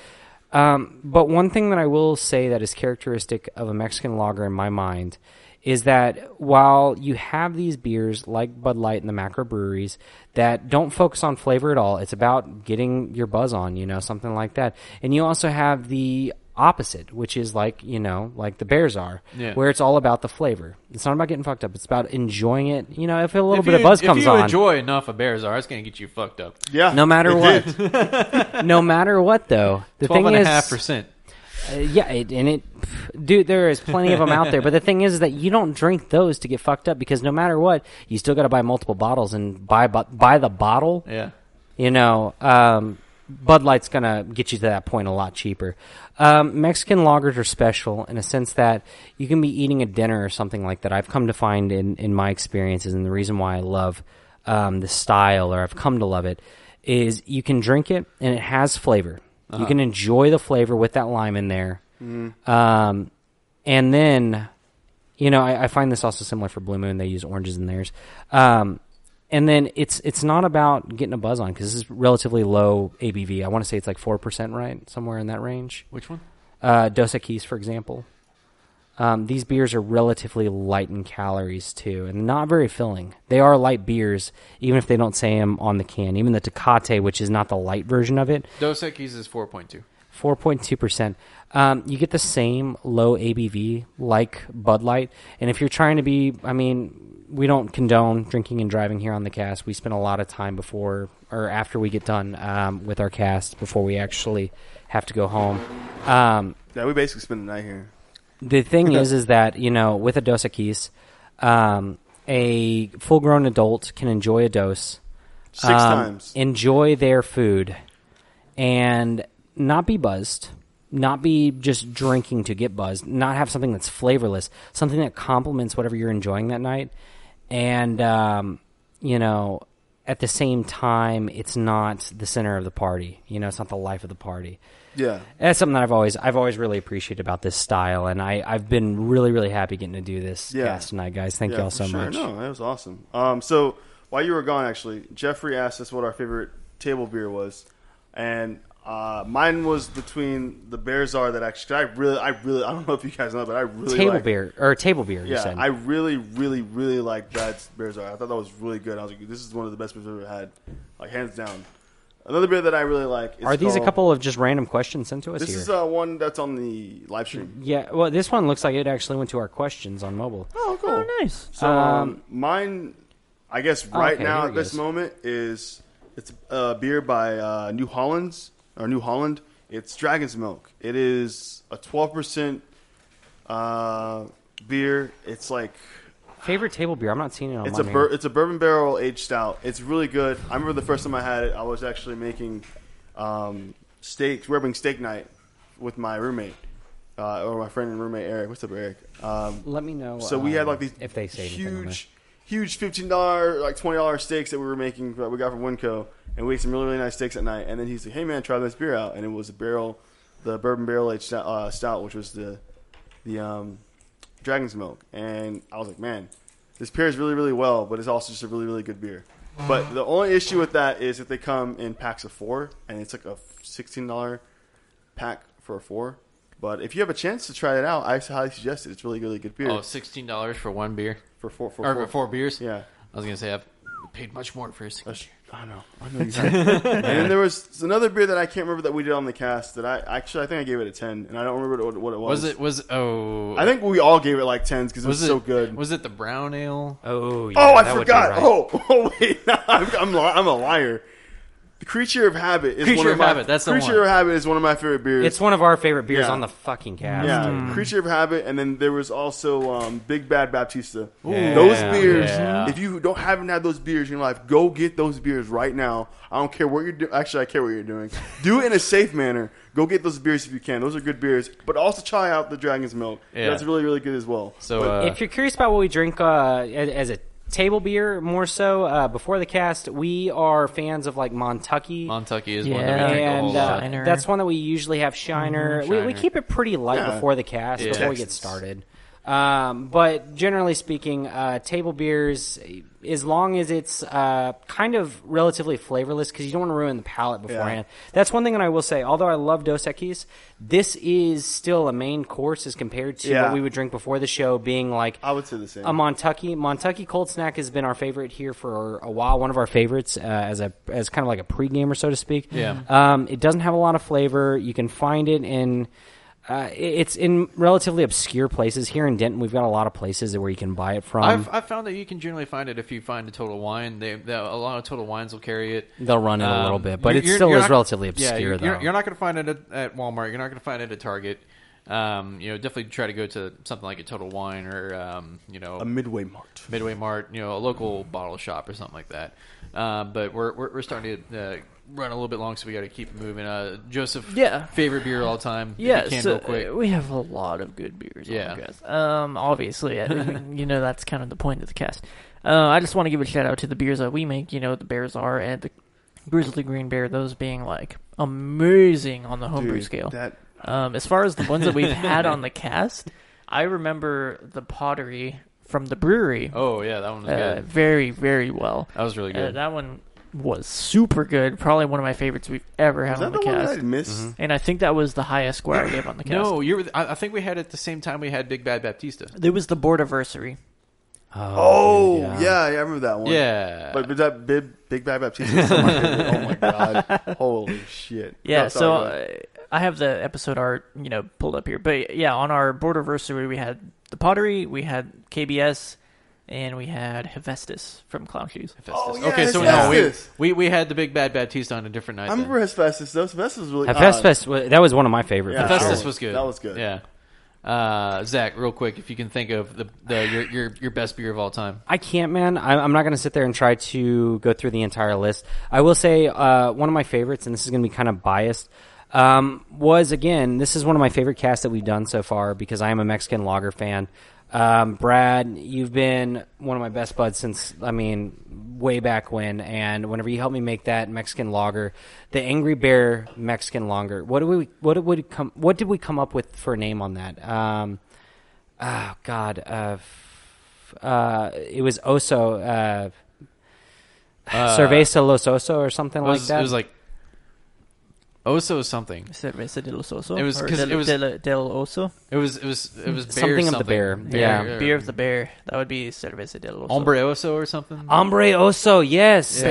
C: Um, but one thing that I will say that is characteristic of a Mexican lager in my mind is that while you have these beers like Bud Light and the macro breweries that don't focus on flavor at all, it's about getting your buzz on, you know, something like that. And you also have the opposite, which is like, you know, like the bears are,
A: Yeah.
C: where it's all about the flavor. It's not about getting fucked up. It's about enjoying it. You know, if a little
A: If
C: bit
A: you,
C: of buzz
A: if
C: comes
A: you
C: on.
A: enjoy enough of Bears czar, it's going to get you fucked up.
D: yeah.
C: no matter
D: it
C: what,
D: did.
C: no matter what, though, the
A: Twelve
C: thing
A: and a half
C: is,
A: percent.
C: Uh, yeah, it, and it, pff, dude, there is plenty of them out there. But the thing is that you don't drink those to get fucked up because no matter what, you still got to buy multiple bottles and buy bu- buy the bottle.
A: Yeah.
C: You know, um, Bud Light's gonna get you to that point a lot cheaper. Um, Mexican lagers are special in a sense that you can be eating a dinner or something like that. I've come to find in in my experiences, and the reason why I love um, the style, or I've come to love it, is you can drink it and it has flavor. You can enjoy the flavor with that lime in there. Um, and then, you know, I, I find this also similar for Blue Moon. They use oranges in theirs. Um, and then it's it's not about getting a buzz on because this is relatively low ABV. I want to say it's like four percent, right? Somewhere in that range.
A: Which one?
C: Uh, Dos Equis, for example. Um, these beers are relatively light in calories too, and not very filling. They are light beers, even if they don't say them on the can. Even the Tecate, which is not the light version of it,
A: Dos Equis is four point two.
C: Four point two percent. Um, You get the same low ABV like Bud Light, and if you're trying to be, I mean, we don't condone drinking and driving here on the cast. We spend a lot of time before or after we get done um, with our cast before we actually have to go home. Um,
D: Yeah, we basically spent the night here.
C: the thing is, is that you know, with a Dos Equis, um, a full-grown adult can enjoy a dose
D: Six
C: um,
D: times.
C: Enjoy their food and not be buzzed, not be just drinking to get buzzed, not have something that's flavorless, something that complements whatever you're enjoying that night. And, um, you know, at the same time, it's not the center of the party. You know, it's not the life of the party.
D: Yeah.
C: And That's something that I've always I've always really appreciated about this style, and I I've been really really happy getting to do this
D: Yeah.
C: cast tonight, guys. Thank
D: yeah,
C: y'all
D: for
C: so
D: sure.
C: much.
D: No, that was awesome. Um, so while you were gone, actually, Jeffrey asked us what our favorite table beer was, and uh, mine was between the Bears are that actually. I really, I really, I don't know if you guys know, but I really
C: table
D: like,
C: beer or table beer? you
D: Yeah,
C: said.
D: I really, really, really like Brad's Bears are. I thought that was really good. I was like, this is one of the best beers I've ever had, like hands down. Another beer that I really like. Is
C: Are these a
D: called-
C: couple of just random questions sent to us
D: This
C: here?
D: is uh, one that's on the live stream.
C: yeah, well, this one looks like it actually went to our questions on mobile.
D: Oh, cool.
F: Oh, nice.
D: So um, mine, I guess right
C: Oh, okay,
D: now
C: here
D: at
C: it
D: this
C: goes.
D: moment is it's a beer by uh, New Holland's or New Holland. It's Dragon's Milk. It is a twelve percent uh, beer. It's like
C: Favorite table beer? I'm not seeing it on
D: it's
C: Oh, my
D: a bur- it's a bourbon barrel aged stout. It's really good. I remember the first time I had it, I was actually making um, steaks. We were having steak night with my roommate uh, or my friend and roommate Eric. What's up, Eric? Um,
C: Let me know.
D: so we had like these
C: if they say
D: huge, huge fifteen dollar, like twenty dollar steaks that we were making that we got from Winco, and we ate some really really nice steaks at night. And then he's like, "Hey man, try this beer out," and it was a barrel, the bourbon barrel aged stout, uh, stout, which was the the um, dragon's milk. And I was like, "Man, this pairs really really well, but it's also just a really really good beer." But the only issue with that is that they come in packs of four, and it's like a sixteen dollar pack for a four. But if you have a chance to try it out, I highly suggest it. It's really, really good beer
A: Oh, sixteen dollars for one beer
D: for four for
A: or
D: four.
A: for four beers.
D: Yeah.
A: I was gonna say I've paid much more for a single beer.
D: I know. I know exactly. and then there was another beer that I can't remember that we did on the cast that I actually I think I gave it a ten, and I don't remember what, what it was.
A: Was it was oh?
D: I think we all gave it like tens because it was,
A: was it
D: so good.
A: Was it the brown ale?
B: Oh, yeah,
D: oh, I
B: that would be
D: forgot.
B: right.
D: Oh, oh wait, I'm, I'm li- I'm a liar. The Creature of Habit is one
A: Creature
D: of,
A: of
D: my
A: Habit, that's the
D: Creature
A: one.
D: of Habit is one of my favorite beers.
C: It's one of our favorite beers
D: Yeah.
C: on the fucking cast.
D: yeah,
A: Mm.
D: Creature of Habit, and then there was also um, Big Bad Baptista.
A: Yeah.
D: those beers,
A: Yeah.
D: if you don't haven't had those beers in your life, go get those beers right now. I don't care what you're doing. Actually, I care what you're doing. Do it in a safe manner. Go get those beers if you can. Those are good beers, but also try out the Dragon's Milk.
A: Yeah.
D: That's really really good as well.
A: So
D: But-
A: uh,
C: if you're curious about what we drink uh, as as a table beer, more so uh, before the cast, we are fans of like Montucky.
A: Montucky is one
F: Yeah.
A: that we drink a whole
C: and
A: lot.
C: uh,
F: Shiner.
C: that's one that we usually have Shiner. We, we
A: Mm-hmm. Shiner.
C: keep it pretty light
D: Yeah.
C: before the cast,
A: Yeah.
C: before we get
D: Texas.
C: started. Um, but generally speaking, uh, table beers, as long as it's uh, kind of relatively flavorless, because you don't want to ruin the palate beforehand. That's one thing that I will say. Although I love Dos Equis, this is still a main course as compared to
D: Yeah.
C: what we would drink before the show, being like
D: I would say the same.
C: a Montucky. Montucky cold snack has been our favorite here for a while. One of our favorites uh, as a as kind of like a pre-gamer, so to speak.
A: Yeah.
C: Um, it doesn't have a lot of flavor. You can find it in. Uh, it- it's in relatively obscure places here in Denton. We've got a lot of places where you can buy it from.
A: I've, I've found that you can generally find it if you find a Total Wine. They, they- a lot of Total Wines will carry it.
C: They'll run it a little
A: Um,
C: bit, but
A: you're-
C: it
A: you're-
C: still
A: you're
C: is
A: not-
C: relatively
A: yeah,
C: obscure.
A: you're,
C: though
A: You're, you're not going to find it at, at Walmart. You're not going to find it at Target. Um, you know, definitely try to go to something like a Total Wine or um, you know
D: a Midway Mart.
A: Midway Mart, you know, a local bottle shop or something like that. Uh, but we're, we're we're starting to uh, run a little bit long, so we got to keep moving. Uh, Joseph,
F: Yeah.
A: favorite beer of all time. if
F: Yeah,
A: you can
F: so
A: real quick.
F: uh, we have a lot of good beers.
A: Yeah.
F: Yeah, um, obviously, I- you know that's kind of the point of the cast. Uh, I just want to give a shout out to the beers that we make. You know, the Bears are and the Grizzly Green Bear. Those being like amazing on the homebrew
D: Dude,
F: scale.
D: That
F: Um, as far as the ones that we've had on the cast, I remember the pottery from the brewery
A: oh yeah, that one was
F: uh,
A: good.
F: very, very well.
A: That was really
F: Uh,
A: good.
F: that one was super good. Probably one of my favorites we've ever had
D: was
F: on
D: that
F: the
D: the one that
F: cast.
D: I missed?
A: Mm-hmm.
F: And I think that was the highest score I gave on the cast.
A: no, you were. I, I think we had it at the same time we had Big Bad Baptista.
F: There was the board anniversary.
D: Oh yeah. yeah, I remember that one.
A: Yeah,
D: But, but that Big, Big Bad Baptista is my favorite. Oh my god! Holy shit!
F: Yeah,
D: No, sorry,
F: so
D: go ahead.
F: uh, I have the episode art, you know, pulled up here. But yeah, on our board anniversary, we had the pottery, we had KBS, and we had Hephaestus from Clown Shoes.
A: Hephaestus.
D: Oh, yeah,
A: okay, so no, we,
D: Hephaestus.
A: we we had the Big Bad Baptista on a different night.
D: I remember Hephaestus though. Hephaestus was really.
C: Now,
D: odd.
C: Fest Fest
A: Uh,
C: wa- that was one of my favorite.
D: Yeah.
C: for
A: then. Hephaestus
D: Oh,
A: was good.
D: that was good.
A: Yeah. Uh, Zach, real quick, if you can think of the, the your, your your best beer of all time.
C: I can't, man. I, I'm not going to sit there and try to go through the entire list. I will say uh, one of my favorites, and this is going to be kind of biased, um, was again, this is one of my favorite casts that we've done so far because I am a Mexican lager fan. Um, Brad, you've been one of my best buds since, I mean, way back when. And whenever you helped me make that Mexican lager, the Angry Bear Mexican lager, what did we, what did we come, what did we come up with for a name on that? Um, oh God, uh, f- uh, it was Oso, uh, Cerveza Los Oso or something
A: Uh, It
C: like
A: was,
C: that.
A: it was like Oso something.
F: Is it Mesa del Oso?
A: It was-
F: Or
A: 'cause
F: del,
A: it was-
F: del, del Oso.
A: It was it was it was bear
C: Something of the bear. Yeah.
F: Beer of the Bear. That would be Cerveza del Oso.
A: Hombre Oso or something.
C: Hombre Oso, yes.
A: Yeah.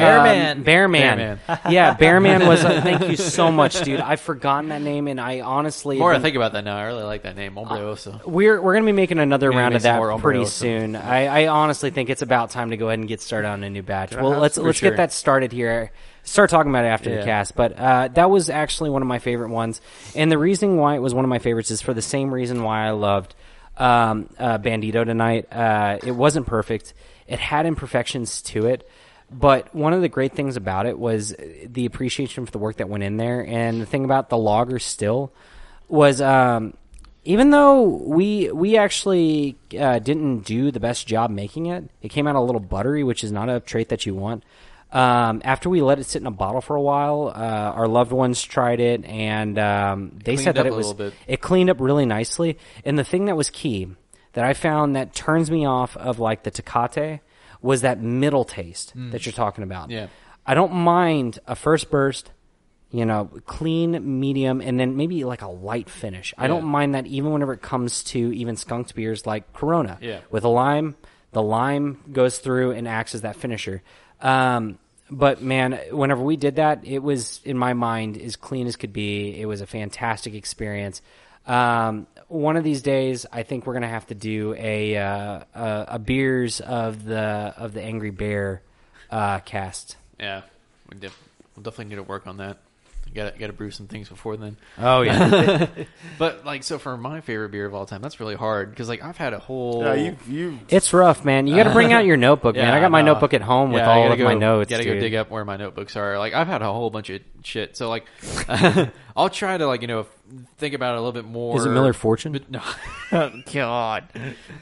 C: Bearman.
F: Bearman.
C: Bearman. yeah, Bearman was. Uh, thank you so much, dude. I've forgotten that name, and I honestly.
A: The more I
C: think-
A: think about that now, I really like that name, Hombre
C: Ah.
A: Oso.
C: We're, we're going to be making another
A: Maybe
C: round
A: make
C: of
A: some more
C: that
A: Hombre
C: pretty
A: Oso.
C: soon. I, I honestly think it's about time to go ahead and get started on a new batch. Well,
A: Uh-huh,
C: let's
A: for
C: let's
A: sure.
C: get that started here. Start talking about it after
A: Yeah.
C: the cast, but uh, that was actually one of my favorite ones, and the reason why it was one of my favorites is for the same reason why I loved um, uh, Bandito tonight. Uh, it wasn't perfect; it had imperfections to it, but one of the great things about it was uh, the appreciation for the work that went in there, and the thing about the logger still was um, even though we we actually uh, didn't do the best job making it, it came out a little buttery, which is not a trait that you want. Um, after we let it sit in a bottle for a while, uh, our loved ones tried it, and um, they
A: Cleaned
C: said that
A: up
C: it
A: a
C: was
A: little bit.
C: it cleaned up really nicely. And the thing that was key that I found that turns me off of like the Tecate was that middle taste that you're talking about.
A: Mm. Yeah.
C: I don't mind a first burst, you know, clean, medium, and then maybe like a light finish. I don't
A: Yeah.
C: mind that even whenever it comes to even skunked beers like Corona.
A: Yeah.
C: With a lime, the lime goes through and acts as that finisher. Um, but man, whenever we did that, it was in my mind as clean as could be. It was a fantastic experience. Um, one of these days, I think we're gonna have to do a uh, a, a beers of the of the Angry Bear uh, cast.
A: Yeah, we def- we'll definitely need to work on that. Got to got to brew some things before then.
C: Oh yeah,
A: But like, so for my favorite beer of all time, that's really hard because like I've had a whole.
D: uh, Yeah, you you
C: it's rough, man. You got to bring out your notebook, man.
A: Yeah,
C: I got my
A: no.
C: notebook at home with
A: Yeah, I
C: all
A: gotta
C: of my
A: go-
C: notes.
A: Gotta
C: dude.
A: go dig up where my notebooks are. Like I've had a whole bunch of shit, so like I'll try to like you know think about it a little bit more.
C: Is it Miller Fortune?
A: But no, God.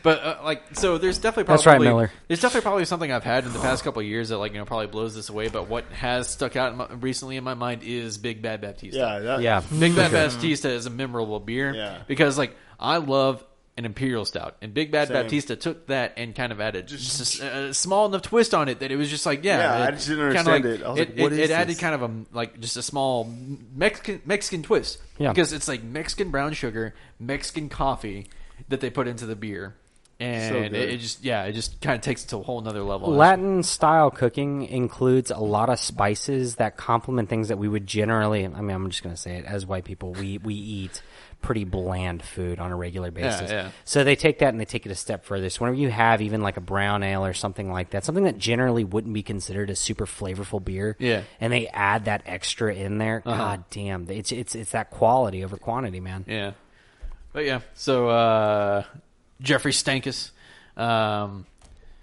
A: But uh, like, so there's definitely probably
C: That's right, Miller.
A: There's definitely probably something I've had in the past couple of years that like you know probably blows this away. But what has stuck out in my, recently in my mind is Big Bad Baptista.
D: yeah that,
C: Yeah.
A: Big Bad Baptista is a memorable beer
D: Yeah.
A: because like I love an imperial stout, and Big Bad
D: Same.
A: Baptista took that and kind of added just, a small enough twist on it that it was just like yeah,
D: Yeah,
A: it,
D: I just didn't
A: kinda
D: understand it. I was like, what
A: it,
D: is
A: it added
D: this?
A: kind of a like just a small Mexican Mexican twist
C: Yeah.
A: because it's like Mexican brown sugar, Mexican coffee that they put into the beer. And
D: So
A: it,
D: good.
A: it just yeah, it just kind of takes it to a whole nother level.
C: Latin style cooking includes a lot of spices that complement things that we would generally. I mean, I'm just going to say it as white people, we we eat pretty bland food on a regular basis.
A: yeah.
C: So they take that and they take it a step further. So whenever you have even like a brown ale or something like that, something that generally wouldn't be considered a super flavorful beer,
A: Yeah. Uh-huh.
C: and they add that extra in there. God damn, it's it's it's that quality over quantity, man.
A: Yeah. But yeah, so uh Jeffrey Stankus. Um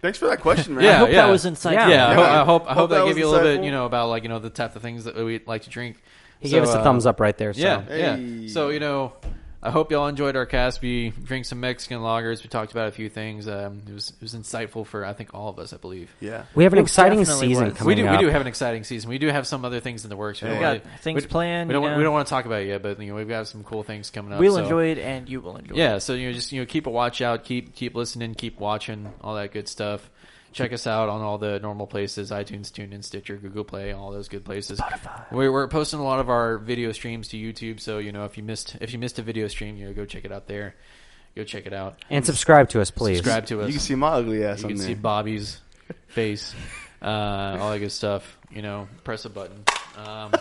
D: thanks for that question, man.
A: yeah,
F: I hope
A: yeah.
F: that was insightful.
A: Yeah, I, ho- I hope I hope,
D: Hope
A: that,
D: that
A: gave
D: was
A: you a little bit,
D: insightful.
A: you know, about like you know the type of things that we like to drink.
C: He
A: So,
C: gave us a
A: uh,
C: thumbs up right there. So.
A: Yeah, yeah.
D: Hey.
A: So you know, I hope y'all enjoyed our cast. We drank some Mexican lagers. We talked about a few things. Um, it was it was insightful for I think all of us. I believe.
D: yeah.
C: We have an
F: It
C: exciting
F: definitely
C: season
F: was. We
C: coming
A: we do.
C: up.
A: We do have an exciting season. We do have some other things in the works. We don't
F: We got
A: really-
F: things
A: we-
F: planned,
A: We don't.
F: yeah.
A: We don't want to talk about it yet, but you know, we've got some cool things coming up.
F: We'll
A: so-
F: enjoy it, and you will enjoy it.
A: Yeah, so you know, just you know, keep a watch out, keep keep listening, keep watching, all that good stuff. Check us out on all the normal places: iTunes, TuneIn, Stitcher, Google Play, all those good places. We're, we're posting a lot of our video streams to YouTube, so you know if you missed if you missed a video stream, you know, go check it out there. Go check it out.
C: and subscribe to us, please.
A: Subscribe to us.
D: You can see my ugly ass
A: You
D: on
A: can
D: there.
A: see Bobby's face, uh, all that good stuff. You know, press a button. Um,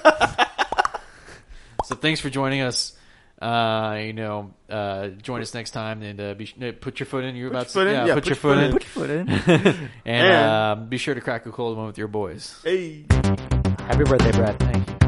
A: so thanks for joining us. Uh, you know, uh, join us next time and uh, be, uh, put your foot in. You're about
D: your foot
A: to
D: in?
A: yeah,
D: Yeah,
A: put, your foot in,
F: Put your foot in.
A: and
D: And-
A: uh, be sure to crack a cold one with your boys.
D: hey.
C: Happy birthday, Brad.
A: Thank you.